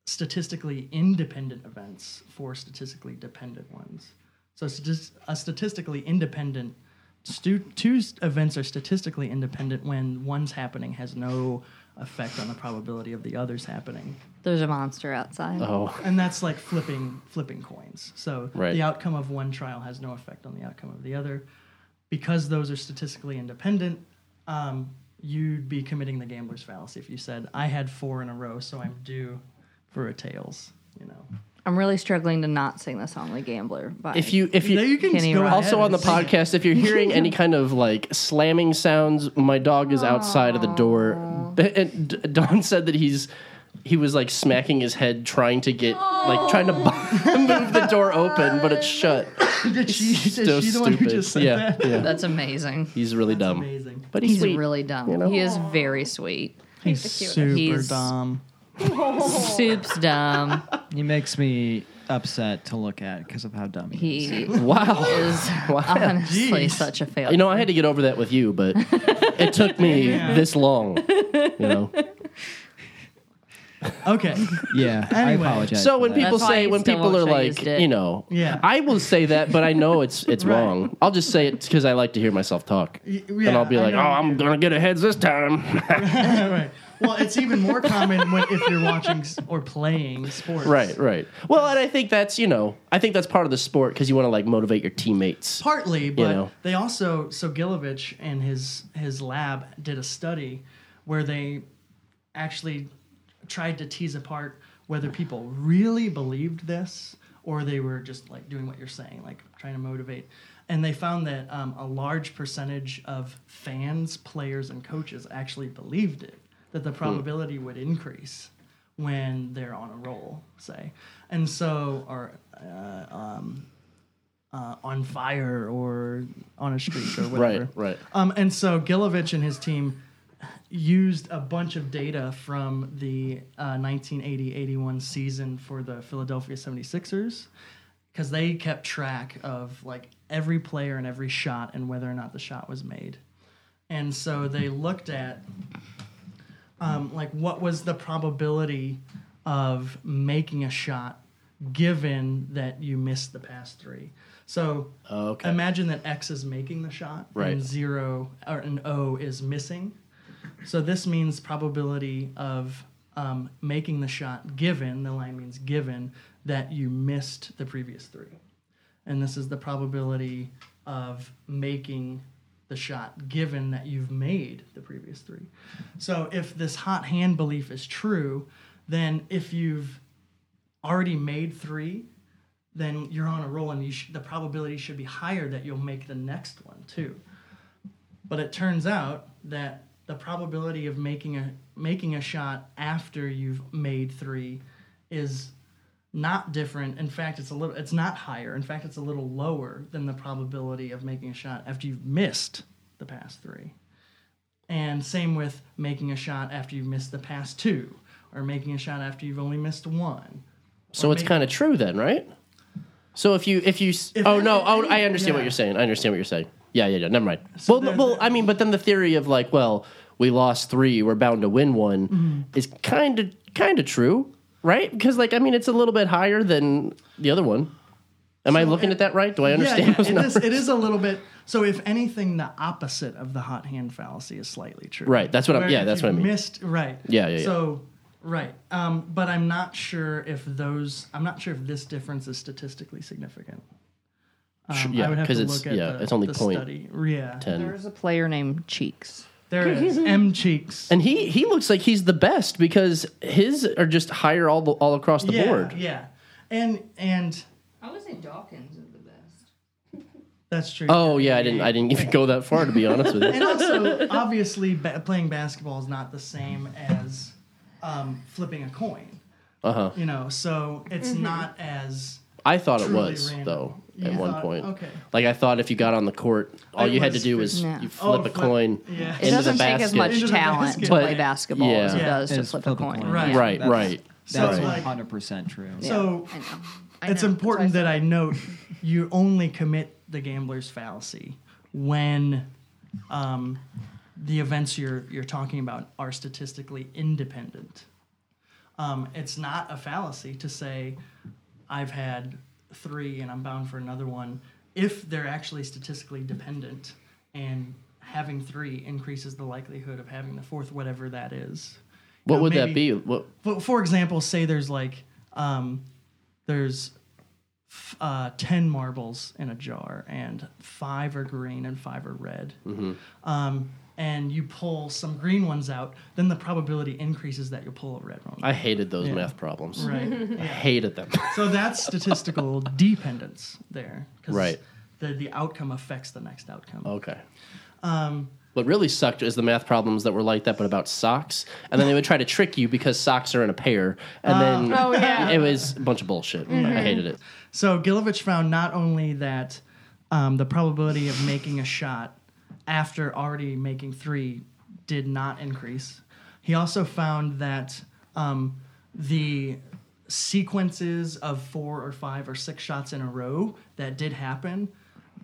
Speaker 2: statistically independent events for statistically dependent ones. So statis- a statistically independent stu- two st- events are statistically independent when one's happening has no effect on the probability of the others happening.
Speaker 4: There's a monster outside.
Speaker 1: Oh.
Speaker 2: And that's like flipping flipping coins. So
Speaker 1: Right.
Speaker 2: the outcome of one trial has no effect on the outcome of the other. Because those are statistically independent, um, you'd be committing the gambler's fallacy if you said, I had four in a row, so I'm due for a tails, you know.
Speaker 4: I'm really struggling to not sing the song "The Gambler." By
Speaker 1: If you if you,
Speaker 4: Kenny Rogers.
Speaker 1: also *laughs* on the podcast, if you're hearing
Speaker 2: *laughs*
Speaker 1: any kind of like slamming sounds, my dog is outside of the door. And D- Don said that he's he was like smacking his head, trying to get like trying to b- *laughs* move the
Speaker 2: *laughs*
Speaker 1: door open, but it's shut.
Speaker 2: Did she, *laughs* is
Speaker 1: So
Speaker 2: she the one who
Speaker 1: stupid.
Speaker 2: just said
Speaker 1: Yeah,
Speaker 2: that? *laughs*
Speaker 1: yeah.
Speaker 4: That's amazing.
Speaker 1: He's really dumb. But he's,
Speaker 4: he's
Speaker 1: sweet.
Speaker 4: really dumb.
Speaker 1: you know?
Speaker 4: He is very sweet.
Speaker 2: He's super
Speaker 4: He's-
Speaker 2: dumb.
Speaker 4: Soup's dumb.
Speaker 5: He makes me upset to look at because of how
Speaker 2: *laughs*
Speaker 5: dumb he,
Speaker 4: He
Speaker 5: is.
Speaker 1: Wow.
Speaker 4: is honestly such a failure.
Speaker 1: You know, I had to get over that with you, but it took me
Speaker 2: Yeah.
Speaker 1: this long. You know. *laughs*
Speaker 2: Okay.
Speaker 5: Yeah,
Speaker 2: Anyway.
Speaker 5: I apologize.
Speaker 1: So
Speaker 5: for
Speaker 1: when
Speaker 5: that.
Speaker 1: people
Speaker 4: That's why
Speaker 1: say
Speaker 4: he
Speaker 1: when
Speaker 4: still
Speaker 1: people
Speaker 4: won't
Speaker 1: are
Speaker 4: show you
Speaker 1: like,
Speaker 4: his dick.
Speaker 1: you know,
Speaker 2: Yeah.
Speaker 1: I will say that, but I know it's
Speaker 2: *laughs*
Speaker 1: it's wrong. I'll just say it because I like to hear myself talk,
Speaker 2: Y-
Speaker 1: and
Speaker 2: yeah,
Speaker 1: I'll be
Speaker 2: I
Speaker 1: like, oh,
Speaker 2: know
Speaker 1: I'm gonna get a heads this time.
Speaker 2: *laughs* right. Well, it's even more common when, if you're watching s- or playing
Speaker 1: *laughs*
Speaker 2: sports.
Speaker 1: right, right. Well, and I think that's you know, I think that's part of the sport because you want to like motivate your teammates.
Speaker 2: Partly, but
Speaker 1: know.
Speaker 2: they also so Gilovich and his his lab did a study where they actually tried to tease apart whether people really believed this or they were just like doing what you're saying, like trying to motivate. And they found that um, a large percentage of fans, players, and coaches actually believed it, that the probability would increase when they're on a roll, say. And so, or uh, um, uh, on fire or on a streak or whatever.
Speaker 1: Right, right.
Speaker 2: Um, and so Gilovich and his team used a bunch of data from the uh, 1980-81 season for the Philadelphia 76ers because they kept track of like every player and every shot and whether or not the shot was made. And so they looked at um, like what was the probability of making a shot given that you missed the pass three. So
Speaker 1: Oh, Okay.
Speaker 2: imagine that X is making the shot
Speaker 1: Right.
Speaker 2: and zero or an O is missing. So this means probability of um, making the shot given, the line means given, that you missed the previous three. And this is the probability of making the shot given that you've made the previous three. So if this hot hand belief is true, then if you've already made three, then you're on a roll and you sh- the probability should be higher that you'll make the next one too. But it turns out that the probability of making a making a shot after you've made three is not different. In fact, it's a little it's not higher. In fact, it's a little lower than the probability of making a shot after you've missed the past three. And same with making a shot after you've missed the past two, or making a shot after you've only missed one.
Speaker 1: So
Speaker 2: Or
Speaker 1: it's
Speaker 2: maybe-
Speaker 1: kind of true then, right? So if you if you s
Speaker 2: If
Speaker 1: oh
Speaker 2: there's
Speaker 1: no
Speaker 2: a
Speaker 1: oh
Speaker 2: thing-
Speaker 1: I understand what
Speaker 2: yeah.
Speaker 1: you're saying I understand what you're saying yeah yeah yeah never mind well
Speaker 2: there-
Speaker 1: well I mean but then the theory of like well we lost three we're bound to win one
Speaker 2: Mm-hmm.
Speaker 1: is kind of kind of true right because like I mean it's a little bit higher than the other one am I looking at that right do *laughs* I understand
Speaker 2: uh, Yeah,
Speaker 1: those
Speaker 2: yeah, it,
Speaker 1: numbers
Speaker 2: is, it is a little bit. So, if anything, the opposite of the hot hand fallacy is slightly true.
Speaker 1: Right, that's what I'm-
Speaker 2: Where
Speaker 1: yeah,
Speaker 2: if
Speaker 1: that's what I
Speaker 2: you
Speaker 1: mean.
Speaker 2: Missed right.
Speaker 1: Yeah, yeah, yeah.
Speaker 2: So, right, um, but I'm not sure if those. I'm not sure if this difference is statistically significant. Um,
Speaker 1: Sure, yeah,
Speaker 2: I would have
Speaker 1: 'cause
Speaker 2: to
Speaker 1: it's-
Speaker 2: look at
Speaker 1: yeah,
Speaker 2: the,
Speaker 1: it's only
Speaker 2: the
Speaker 1: point
Speaker 2: study. Yeah,
Speaker 1: ten
Speaker 4: There's a player named Cheeks.
Speaker 2: there is M cheeks.
Speaker 1: and he he looks like he's the best because his are just higher all the, all across the
Speaker 2: yeah,
Speaker 1: board
Speaker 2: Yeah, and and
Speaker 4: I would say Dawkins is the best.
Speaker 2: that's true.
Speaker 1: oh yeah I didn't I didn't even go that far to be honest with you
Speaker 2: *laughs* and also obviously ba- playing basketball is not the same as um, flipping a coin
Speaker 1: uh huh
Speaker 2: you know so it's
Speaker 4: Mm-hmm.
Speaker 2: not as
Speaker 1: I thought it
Speaker 2: truly
Speaker 1: was
Speaker 2: random.
Speaker 1: though at
Speaker 2: You
Speaker 1: one
Speaker 2: thought-
Speaker 1: point.
Speaker 2: okay.
Speaker 1: Like I thought if you got on the court, all
Speaker 2: It
Speaker 1: you had to
Speaker 2: was
Speaker 1: do
Speaker 2: fi-
Speaker 1: Oh, was
Speaker 4: Yeah.
Speaker 1: you
Speaker 2: Oh,
Speaker 1: flip a
Speaker 2: flip-
Speaker 1: coin
Speaker 2: yeah. It
Speaker 4: It
Speaker 1: into
Speaker 4: doesn't
Speaker 1: the
Speaker 4: take
Speaker 1: basket.
Speaker 4: as much
Speaker 2: Into the
Speaker 4: talent to
Speaker 2: basket.
Speaker 4: play
Speaker 1: But-
Speaker 4: basketball as it
Speaker 1: yeah.
Speaker 4: does
Speaker 5: It
Speaker 4: to
Speaker 5: is
Speaker 4: flip a coin.
Speaker 2: Right.
Speaker 1: Right,
Speaker 5: That's-
Speaker 1: right.
Speaker 2: So
Speaker 5: That's
Speaker 2: it's like-
Speaker 5: 100% true.
Speaker 2: so
Speaker 4: I know.
Speaker 2: it's important that i
Speaker 4: *laughs*
Speaker 2: note you only commit the gambler's fallacy when um, the events you're you're talking about are statistically independent. Um, it's not a fallacy to say I've had three and I'm bound for another one if they're actually statistically dependent and having three increases the likelihood of having the fourth, whatever that is.
Speaker 1: What
Speaker 2: know,
Speaker 1: would that
Speaker 2: maybe-
Speaker 1: be? What
Speaker 2: for, for example, say there's like um, there's f- uh, ten marbles in a jar, and five are green and five are red.
Speaker 1: Mhm.
Speaker 2: Um, and you pull some green ones out, then the probability increases that you'll pull a red one.
Speaker 1: I hated those
Speaker 2: Yeah.
Speaker 1: math problems.
Speaker 2: Right.
Speaker 1: I
Speaker 2: Yeah.
Speaker 1: hated them. *laughs*
Speaker 2: So that's statistical *laughs* dependence there, 'cause
Speaker 1: Right.
Speaker 2: The the outcome affects the next outcome.
Speaker 1: Okay.
Speaker 2: Um,
Speaker 1: What really sucked is the math problems that were like that, but about socks. And then they would try to trick you because socks are in a pair. And then
Speaker 2: Oh. Oh,
Speaker 1: *laughs*
Speaker 2: yeah.
Speaker 1: it was a bunch of bullshit.
Speaker 2: Mhm.
Speaker 1: I hated it.
Speaker 2: So Gilovich found not only that um, the probability of making a shot after already making three did not increase, he also found that um, the sequences of four or five or six shots in a row that did happen,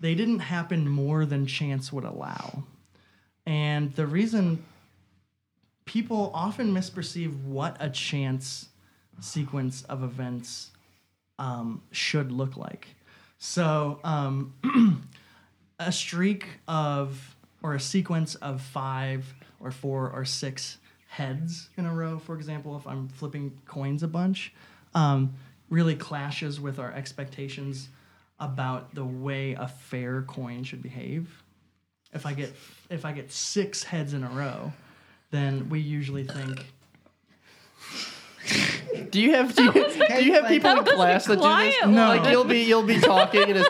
Speaker 2: they didn't happen more than chance would allow. And the reason people often misperceive what a chance sequence of events um, should look like. So, um, *clears throat* a streak of or a sequence of five or four or six heads in a row, for example, if I'm flipping coins a bunch, um, really clashes with our expectations about the way a fair coin should behave. If I get if I get six heads in a row, then we usually think
Speaker 1: Do you have do you, do you have people in class that do this?
Speaker 2: No.
Speaker 1: Like you'll be you'll be talking and *laughs* it's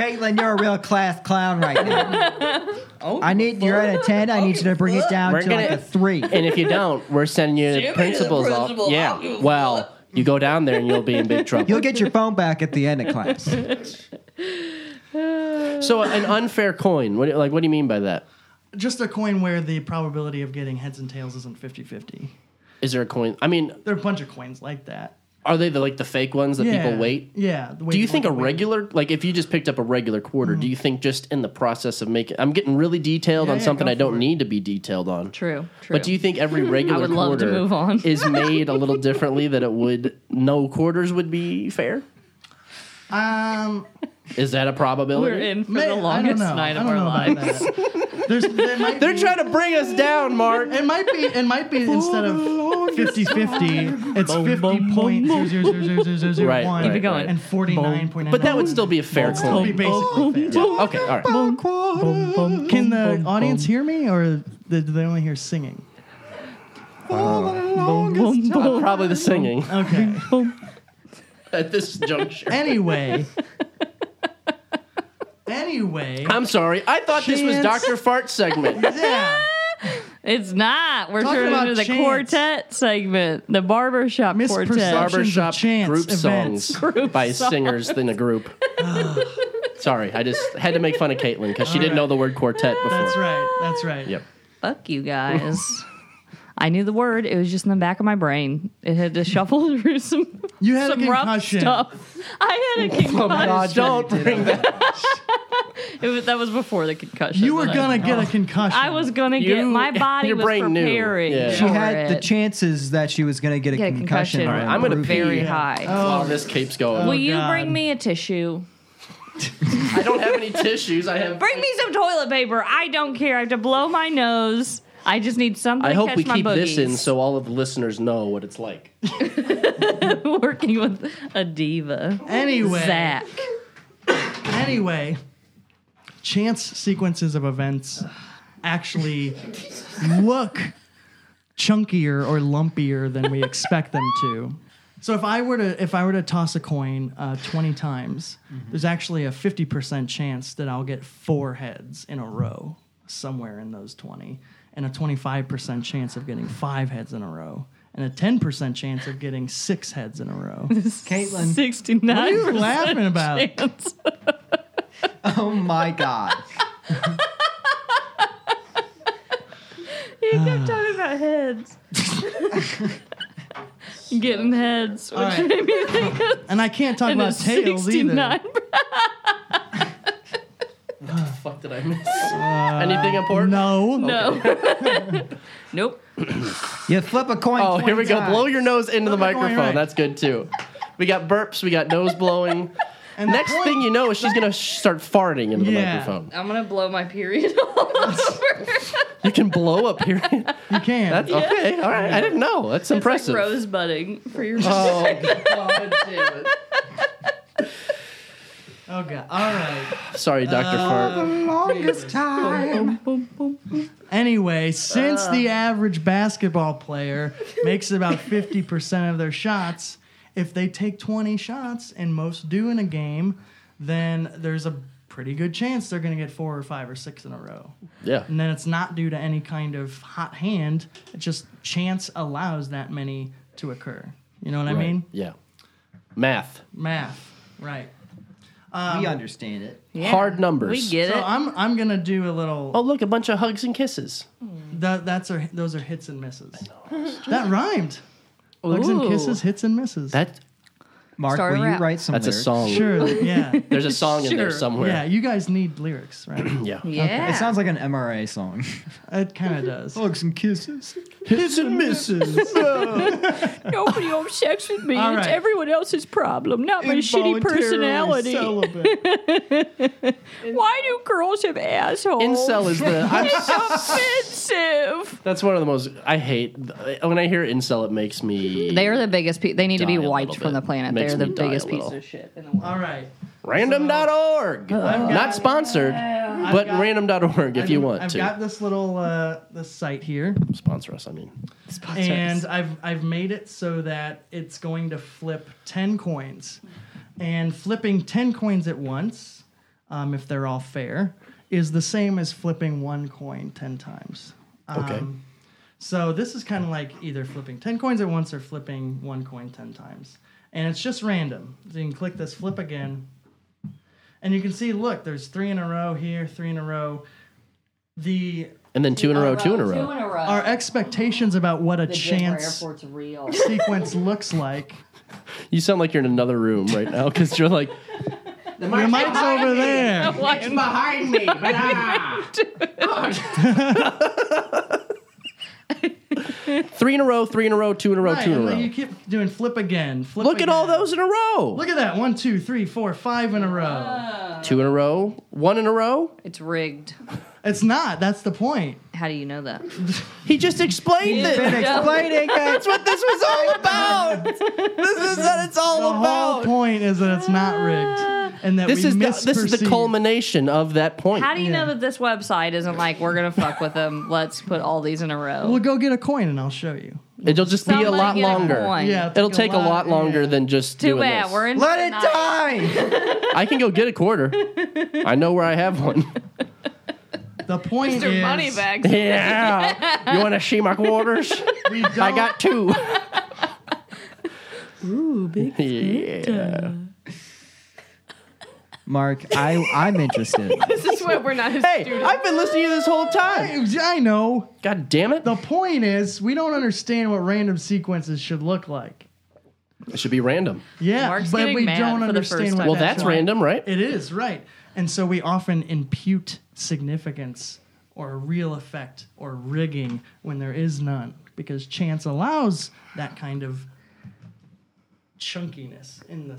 Speaker 5: Caitlin, you're a real class clown right now.
Speaker 1: *laughs*
Speaker 5: I need you're at a ten. I need you to bring it down
Speaker 1: Oh. We're
Speaker 5: to
Speaker 1: gonna-
Speaker 5: like
Speaker 1: *laughs*
Speaker 5: a three.
Speaker 1: and if you don't, we're sending you to the
Speaker 5: Send me to the
Speaker 1: principal's office.
Speaker 5: principal.
Speaker 1: Yeah. Well, you go down there and you'll be in big trouble.
Speaker 5: You'll get your phone back at the end of
Speaker 1: *laughs*
Speaker 5: class.
Speaker 1: So an unfair coin. What do- like what do you mean by that?
Speaker 2: just a coin where the probability of getting heads and tails isn't 50 50.
Speaker 1: Is there a coin? I mean,
Speaker 2: There are a bunch of coins like that.
Speaker 1: are they the like the fake ones that
Speaker 2: Yeah.
Speaker 1: people wait?
Speaker 2: Yeah. the way
Speaker 1: do you
Speaker 2: people
Speaker 1: think a
Speaker 2: wait.
Speaker 1: regular like if you just picked up a regular quarter, do you think just in the process of making I'm getting really detailed
Speaker 4: Mm-hmm. Yeah,
Speaker 1: on
Speaker 4: yeah,
Speaker 1: something
Speaker 4: go
Speaker 1: I don't need to be detailed on.
Speaker 4: True. True.
Speaker 1: But do you think
Speaker 4: *laughs*
Speaker 1: every regular
Speaker 4: I would love to
Speaker 1: quarter
Speaker 4: move on. *laughs*
Speaker 1: is made a little differently that it would no quarters would be fair?
Speaker 2: Um,
Speaker 1: Is that a probability?
Speaker 2: may- I don't know. I don't know about that. There's, there might They're
Speaker 1: trying to bring us down, Mark.
Speaker 2: It might be, it might be instead of 50 50, it's 50.0000001
Speaker 1: Right, right, Keep it going.
Speaker 2: and 49.9.
Speaker 1: But that would still be a fair
Speaker 2: Still
Speaker 1: coin.
Speaker 2: be basically fair.
Speaker 1: Yeah. Okay, all right.
Speaker 2: Can the audience hear me, or do they only hear singing?
Speaker 1: Uh, Probably the singing.
Speaker 2: Okay.
Speaker 1: At this juncture.
Speaker 2: Anyway. anyway.
Speaker 1: I'm sorry. I thought this was
Speaker 4: Chance.
Speaker 1: Dr. Fart segment.
Speaker 2: Yeah.
Speaker 4: It's not. We're
Speaker 2: Talk
Speaker 4: turning
Speaker 2: about
Speaker 4: into the
Speaker 2: chance.
Speaker 4: quartet segment, the barbershop quartet.
Speaker 1: Barbershop group
Speaker 4: events.
Speaker 1: songs
Speaker 4: Group
Speaker 1: by
Speaker 4: songs.
Speaker 1: singers in a group. sorry, I just had to make fun of Caitlin because she
Speaker 2: All
Speaker 1: didn't
Speaker 2: right.
Speaker 1: know the word quartet before.
Speaker 2: That's right. That's right.
Speaker 1: Yep.
Speaker 4: Fuck you guys. *laughs* I knew the word. It was just in the back of my brain. It had to shuffle *laughs* through some,
Speaker 2: you had
Speaker 4: some
Speaker 2: a
Speaker 4: rough
Speaker 2: concussion.
Speaker 4: stuff. I
Speaker 2: *laughs*
Speaker 4: had a concussion.
Speaker 1: bring that.
Speaker 4: It was, that was before the concussion.
Speaker 2: You were
Speaker 4: but I-
Speaker 2: gonna get a concussion.
Speaker 4: I was gonna get. *laughs* My body was preparing.
Speaker 5: She
Speaker 4: for
Speaker 5: had the
Speaker 4: it.
Speaker 5: chances that she was going to get a
Speaker 4: Get a
Speaker 5: concussion.
Speaker 4: concussion.
Speaker 5: right?
Speaker 4: All right, I'm
Speaker 1: gonna
Speaker 4: very
Speaker 1: pee.
Speaker 4: high.
Speaker 1: While this keeps
Speaker 2: Oh,
Speaker 1: going.
Speaker 4: Will you bring me a tissue?
Speaker 1: I don't have any tissues. I have.
Speaker 4: Bring me some toilet paper. I don't care. I have to blow my nose. I just need something
Speaker 1: I
Speaker 4: to
Speaker 1: hope
Speaker 4: catch
Speaker 1: we
Speaker 4: my
Speaker 1: keep
Speaker 4: boogies.
Speaker 1: this in so all of the listeners know what it's like.
Speaker 4: *laughs* Working with a diva.
Speaker 2: Anyway.
Speaker 4: Zach.
Speaker 2: Anyway, chance sequences of events actually look chunkier or lumpier than we expect them to. So if I were to if I were to toss a coin uh, twenty times, there's actually a fifty percent chance that I'll get four heads in a row somewhere in those twenty, and a twenty five percent chance of getting five heads in a row, and a ten percent chance of getting six heads in a row.
Speaker 5: Caitlin.
Speaker 4: 69.
Speaker 2: What are you laughing about?
Speaker 5: Oh my god.
Speaker 4: You kept talking about heads. *laughs* Getting heads, which
Speaker 2: All right.
Speaker 4: made me think of
Speaker 2: And I can't talk
Speaker 4: and a
Speaker 2: about tails either.
Speaker 4: 69.
Speaker 1: Fuck the Did I miss anything important?
Speaker 2: No.
Speaker 1: No.
Speaker 4: *laughs* nope.
Speaker 5: you flip a coin.
Speaker 1: Oh, here we
Speaker 5: 20
Speaker 1: go.
Speaker 5: times.
Speaker 1: Blow your nose into the
Speaker 5: Flip a coin,
Speaker 1: microphone.
Speaker 5: right.
Speaker 1: That's good too. We got burps. We got nose
Speaker 2: *laughs*
Speaker 1: blowing.
Speaker 4: And the
Speaker 1: Next
Speaker 4: point-
Speaker 1: thing you know is she's gonna sh- start farting into the microphone.
Speaker 4: I'm gonna blow my period *laughs* all over.
Speaker 1: You can blow up here. *laughs* You
Speaker 2: can.
Speaker 1: That's okay. All right. I didn't know. That's impressive.
Speaker 4: It's like rosebudding for your.
Speaker 1: Oh,
Speaker 4: God,
Speaker 2: Oh god. All right.
Speaker 1: Sorry, Doctor
Speaker 2: Uh,
Speaker 1: Fart.
Speaker 5: longest time. Uh.
Speaker 2: Anyway, since the average basketball player makes about 50% of their shots, if they take 20 shots and most do in a game, then there's a pretty good chance they're going to get four or five or six in a row.
Speaker 1: Yeah.
Speaker 2: And then it's not due to any kind of hot hand, it just chance allows that many to occur. You know what I
Speaker 1: Right.
Speaker 2: mean?
Speaker 1: Yeah. Math.
Speaker 2: Math, right.
Speaker 5: we understand it.
Speaker 1: Hard numbers.
Speaker 2: so
Speaker 4: uh,
Speaker 2: I'm I'm gonna do a little.
Speaker 1: Oh look, a bunch of hugs and kisses.
Speaker 2: That that's are those are hits and misses. That rhymed. Hugs and
Speaker 1: Ooh.
Speaker 2: kisses, hits and misses.
Speaker 1: That
Speaker 5: Mark, Start a will you rap. write some
Speaker 1: That's
Speaker 5: lyrics?
Speaker 1: a song. *laughs*
Speaker 2: Sure, yeah.
Speaker 1: There's a song in there
Speaker 2: Sure.
Speaker 1: somewhere.
Speaker 2: Yeah, you guys need
Speaker 1: *clears throat*
Speaker 2: lyrics, right?
Speaker 1: Yeah.
Speaker 5: It sounds like an MRA song. *laughs*
Speaker 2: It kind of does.
Speaker 5: Hugs and kisses.
Speaker 2: Hits and misses.
Speaker 4: Nobody wants sex with me.
Speaker 2: All
Speaker 4: It's
Speaker 2: right.
Speaker 4: everyone else's problem, not my shitty
Speaker 2: Involuntarily
Speaker 4: personality. Why do girls have assholes?
Speaker 1: Incel is
Speaker 2: Oh,
Speaker 1: the- I'm
Speaker 4: it's
Speaker 1: s-
Speaker 4: offensive.
Speaker 1: That's one of the most I hate when I hear incel. It makes me.
Speaker 4: They are the biggest. Pe- they need to be
Speaker 1: Die a little
Speaker 4: wiped from
Speaker 1: bit.
Speaker 4: the planet.
Speaker 1: Makes
Speaker 4: They're the
Speaker 1: me die a
Speaker 4: biggest
Speaker 1: little.
Speaker 4: pieces of shit in the world.
Speaker 2: All right.
Speaker 1: Random.org.
Speaker 2: got-
Speaker 1: Not sponsored,
Speaker 2: I've
Speaker 1: but
Speaker 2: got-
Speaker 1: random.org if
Speaker 2: I've-
Speaker 1: you want
Speaker 2: I've
Speaker 1: to.
Speaker 2: got this little uh, this site here.
Speaker 1: Sponsor us, I mean.
Speaker 2: and I've I've made it so that it's going to flip ten coins, and flipping ten coins at once, um, if they're all fair, is the same as flipping one coin ten times. Um,
Speaker 1: Okay.
Speaker 2: So this is kind of like either flipping ten coins at once or flipping one coin ten times, and it's just random. So you can click this flip again, and you can see look, there's three in a row here, three in a row. The
Speaker 1: And then
Speaker 2: uh,
Speaker 1: two in a row, two in a row.
Speaker 2: our expectations about what a chance
Speaker 4: real.
Speaker 2: sequence looks like.
Speaker 1: You sound like you're in another room right now because you're like,
Speaker 2: The mic's over there.
Speaker 4: It's behind
Speaker 2: me,
Speaker 4: but
Speaker 1: three in a row, three in a row, two in a row,
Speaker 2: Right,
Speaker 1: two in a
Speaker 2: and then
Speaker 1: row.
Speaker 2: You keep doing flip again. Flip
Speaker 1: Look at all
Speaker 2: again.
Speaker 1: those in a row.
Speaker 2: Look at that. One, two, three, four, five in a
Speaker 1: Ah.
Speaker 2: row.
Speaker 1: Two in a row, one in a row.
Speaker 4: It's rigged.
Speaker 2: It's not. That's the point.
Speaker 4: How do you know that?
Speaker 1: He just explained it.
Speaker 5: been explaining
Speaker 1: That's what this was
Speaker 2: *laughs*
Speaker 1: all about. This is what it's all
Speaker 2: The
Speaker 1: about. Ah.
Speaker 2: whole point is that it's not rigged, and that
Speaker 1: This
Speaker 2: we
Speaker 1: is the, this is the
Speaker 2: misperceive-
Speaker 1: culmination of that point.
Speaker 4: How do you know that this website isn't like we're gonna fuck with them? Let's put all these in a row.
Speaker 2: Well, go get a coin, and I'll show you.
Speaker 1: It'll just be a
Speaker 4: Somebody
Speaker 1: lot
Speaker 4: get a
Speaker 1: longer.
Speaker 4: coin. Yeah, it'll
Speaker 1: it'll
Speaker 4: take
Speaker 1: take
Speaker 4: a
Speaker 1: a lot, longer than just
Speaker 4: Too
Speaker 1: doing
Speaker 4: bad.
Speaker 1: this.
Speaker 4: We're in. for
Speaker 5: Let it
Speaker 4: tonight.
Speaker 5: die.
Speaker 1: I can go get a
Speaker 4: *laughs*
Speaker 1: quarter. I know where I have one.
Speaker 4: *laughs*
Speaker 2: The point
Speaker 3: Mr.
Speaker 2: is,
Speaker 3: Moneybags.
Speaker 1: Yeah. You want to see my quarters?
Speaker 2: we
Speaker 1: I
Speaker 2: don't-
Speaker 1: got two.
Speaker 4: Ooh, big.
Speaker 1: yeah.
Speaker 5: Mark, I, I'm interested. *laughs*
Speaker 3: This is why we're not his
Speaker 1: Hey,
Speaker 3: students.
Speaker 1: I've been listening to you this whole time.
Speaker 2: I, I know.
Speaker 1: God damn it.
Speaker 2: The point is, we don't understand what random sequences should look like.
Speaker 1: It should be random.
Speaker 2: Yeah,
Speaker 4: Mark's
Speaker 2: but
Speaker 4: getting
Speaker 2: we
Speaker 4: mad
Speaker 2: don't
Speaker 4: for the first
Speaker 2: understand what
Speaker 4: time.
Speaker 1: Well, that's
Speaker 2: like.
Speaker 1: random, right?
Speaker 2: It is, right. And so we often impute significance or real effect or rigging when there is none because chance allows that kind of chunkiness in the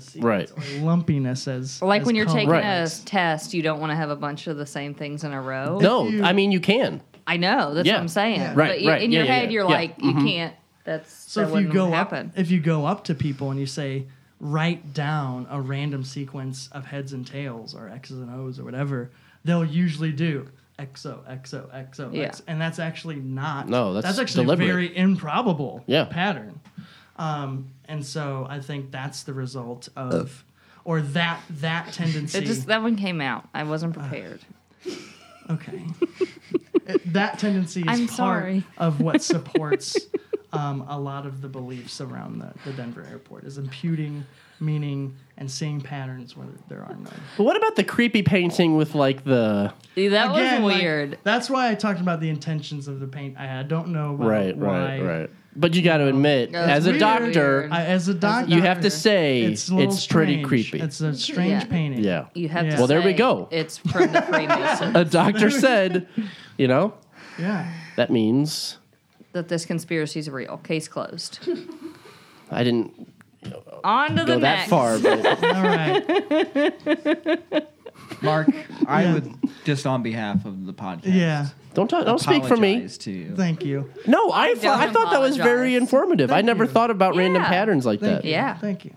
Speaker 1: Right.
Speaker 2: sequence or lumpiness as
Speaker 4: Like
Speaker 2: as
Speaker 4: when you're
Speaker 2: column.
Speaker 4: taking a
Speaker 1: Right.
Speaker 4: test, you don't want to have a bunch of the same things in a row.
Speaker 1: No,
Speaker 2: you-
Speaker 1: I mean you can.
Speaker 4: I know. That's
Speaker 1: Yeah.
Speaker 4: what I'm saying.
Speaker 1: Right,
Speaker 4: But you,
Speaker 1: right,
Speaker 4: in
Speaker 1: yeah,
Speaker 4: your
Speaker 1: yeah,
Speaker 4: head,
Speaker 1: yeah,
Speaker 4: you're
Speaker 1: yeah,
Speaker 4: like, you
Speaker 1: mhm.
Speaker 4: can't. That's
Speaker 2: So
Speaker 4: that
Speaker 2: if you
Speaker 4: wouldn't
Speaker 2: go
Speaker 4: happen.
Speaker 2: up, if you go up to people and you say, write down a random sequence of heads and tails or X's and O's or whatever, they'll usually do XO, XO, XO,
Speaker 4: Yeah.
Speaker 2: X, and that's actually not.
Speaker 1: No, that's
Speaker 2: actually
Speaker 1: deliberate.
Speaker 2: a very improbable
Speaker 1: Yeah.
Speaker 2: pattern. Um, and so I think that's the result of,
Speaker 1: Uh.
Speaker 2: or that that tendency.
Speaker 4: It just that one came out. I wasn't prepared.
Speaker 2: Okay. It- Uh, that tendency is
Speaker 4: I'm
Speaker 2: part
Speaker 4: sorry.
Speaker 2: of what supports um, a lot of the beliefs around the, the Denver airport is imputing meaning and seeing patterns where there are none.
Speaker 1: But what about the creepy painting with like the
Speaker 4: That
Speaker 2: Again,
Speaker 4: was
Speaker 2: like,
Speaker 4: weird.
Speaker 2: that's why I talked about the intentions of the paint. I, I don't know why.
Speaker 1: right,
Speaker 2: why-
Speaker 1: right, right? But you got to admit,
Speaker 2: That's
Speaker 1: as a
Speaker 2: weird.
Speaker 1: doctor,
Speaker 2: I- as a doctor,
Speaker 1: you have to say
Speaker 2: it's
Speaker 1: it's,
Speaker 2: a little
Speaker 1: pretty
Speaker 2: strange.
Speaker 1: creepy.
Speaker 2: It's a strange
Speaker 4: Yeah.
Speaker 2: painting.
Speaker 1: yeah.
Speaker 4: You have to
Speaker 1: well, there we
Speaker 4: say
Speaker 1: go.
Speaker 4: It's from the Freemasons.
Speaker 1: A doctor said, you know,
Speaker 2: Yeah.
Speaker 1: that means
Speaker 4: that this conspiracy is real. Case closed.
Speaker 1: I didn't
Speaker 4: On
Speaker 1: go
Speaker 4: to
Speaker 1: that
Speaker 4: the next.
Speaker 1: far. But
Speaker 2: All right.
Speaker 5: Mark, I would just on behalf of the podcast.
Speaker 2: Yeah.
Speaker 1: Don't talk, don't speak for me.
Speaker 5: apologize To you.
Speaker 2: Thank you.
Speaker 1: No, I,
Speaker 4: Don't
Speaker 1: I thought that was very
Speaker 4: apologize.
Speaker 1: informative. I never thought about random
Speaker 4: Yeah.
Speaker 1: patterns like
Speaker 2: Thank
Speaker 1: that.
Speaker 2: you.
Speaker 4: Yeah.
Speaker 2: Thank you.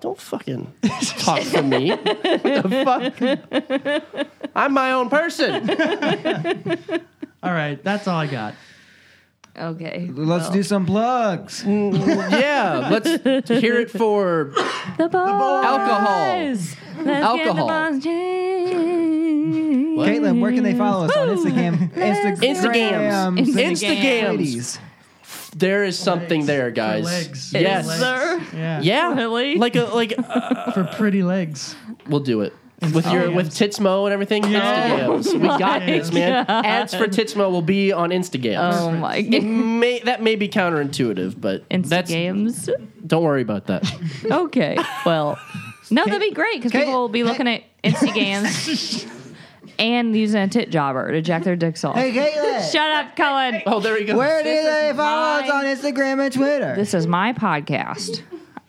Speaker 1: Don't fucking talk for
Speaker 4: *laughs*
Speaker 1: me. What the fuck? I'm my own person.
Speaker 2: All right. That's all I got.
Speaker 4: Okay.
Speaker 5: Let's
Speaker 4: well.
Speaker 5: do some plugs.
Speaker 1: Mm-hmm. Yeah, let's hear it for
Speaker 4: the boys.
Speaker 1: alcohol.
Speaker 4: Let's get the
Speaker 1: Alcohol.
Speaker 4: boys changed.
Speaker 5: Caitlin, where can they follow us on
Speaker 1: *laughs*
Speaker 5: Instagram?
Speaker 1: Instagams.
Speaker 5: Instagrams.
Speaker 1: Instagams.
Speaker 5: Ladies.
Speaker 1: There is something there, guys.
Speaker 2: legs. For
Speaker 1: Yes.
Speaker 2: legs.
Speaker 4: Sir.
Speaker 2: Yeah.
Speaker 1: Yeah.
Speaker 4: Really?
Speaker 1: Like a like uh,
Speaker 2: For pretty legs.
Speaker 1: we'll do it. With your with Titsmo and everything,
Speaker 2: Yeah.
Speaker 1: Instagams. We got
Speaker 2: my
Speaker 1: this, man. Ads for Titsmo will be on Instagams.
Speaker 4: Oh my
Speaker 1: It
Speaker 4: god.
Speaker 1: may that may be counterintuitive, but that's
Speaker 4: Instagames.
Speaker 1: don't worry about that.
Speaker 4: Okay. Well, no, that'd be great because people will be looking at
Speaker 5: *laughs*
Speaker 4: Instagames and using a tit jobber to jack their dicks off.
Speaker 5: Hey, Caitlin.
Speaker 4: Shut up, Cullen.
Speaker 1: Oh, there he goes.
Speaker 5: Where do they follow
Speaker 4: mine.
Speaker 5: us on Instagram and Twitter?
Speaker 4: This is my podcast.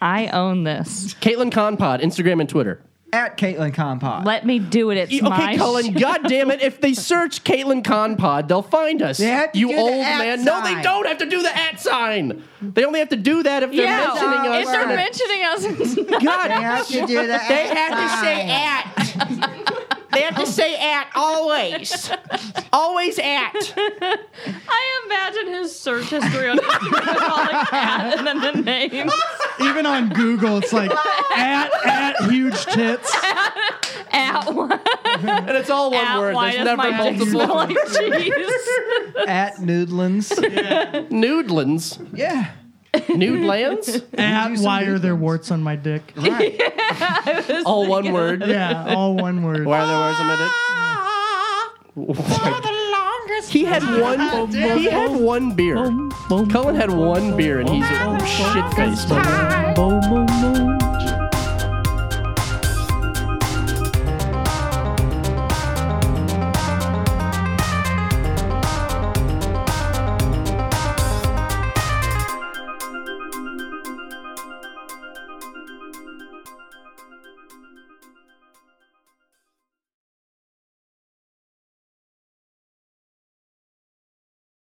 Speaker 4: I own this.
Speaker 1: Caitlin Conpod, Instagram and Twitter.
Speaker 5: At Caitlin Compot.
Speaker 4: Let me do it.
Speaker 1: Y-
Speaker 4: It's my
Speaker 1: Okay, Cullen,
Speaker 4: sh-
Speaker 1: God damn it! If they search Caitlin Conpod, they'll find us.
Speaker 5: They have to
Speaker 1: you
Speaker 5: do the
Speaker 1: old
Speaker 5: at
Speaker 1: man. No, they
Speaker 5: sign.
Speaker 1: don't have to do the at sign. They only have to do that if they're
Speaker 4: Yeah,
Speaker 1: mentioning us.
Speaker 4: if they're mentioning us, *laughs* it's not-
Speaker 1: God,
Speaker 5: They have to do that.
Speaker 1: They have to say at. they have to say at always. Always at.
Speaker 4: I imagine his search history on Instagram is all like at and then
Speaker 1: *laughs*
Speaker 4: the name.
Speaker 2: Even on Google, it's like at at huge tits.
Speaker 4: At one.
Speaker 1: And it's all one
Speaker 4: At
Speaker 1: word.
Speaker 4: why
Speaker 1: There's
Speaker 4: does
Speaker 1: never
Speaker 4: my dick smell
Speaker 1: multiple. *laughs*
Speaker 4: like cheese?
Speaker 5: At Noodlins.
Speaker 1: Nudelands.
Speaker 5: yeah.
Speaker 1: Nudelands?
Speaker 2: At
Speaker 5: some
Speaker 2: why are there
Speaker 5: research.
Speaker 2: warts on my dick?
Speaker 5: Right.
Speaker 1: All one word.
Speaker 2: Yeah, all one word.
Speaker 1: Why are there words on my dick? He had one. He had one beer. Cullen had one beer, and he's a shit faced.
Speaker 2: Boom,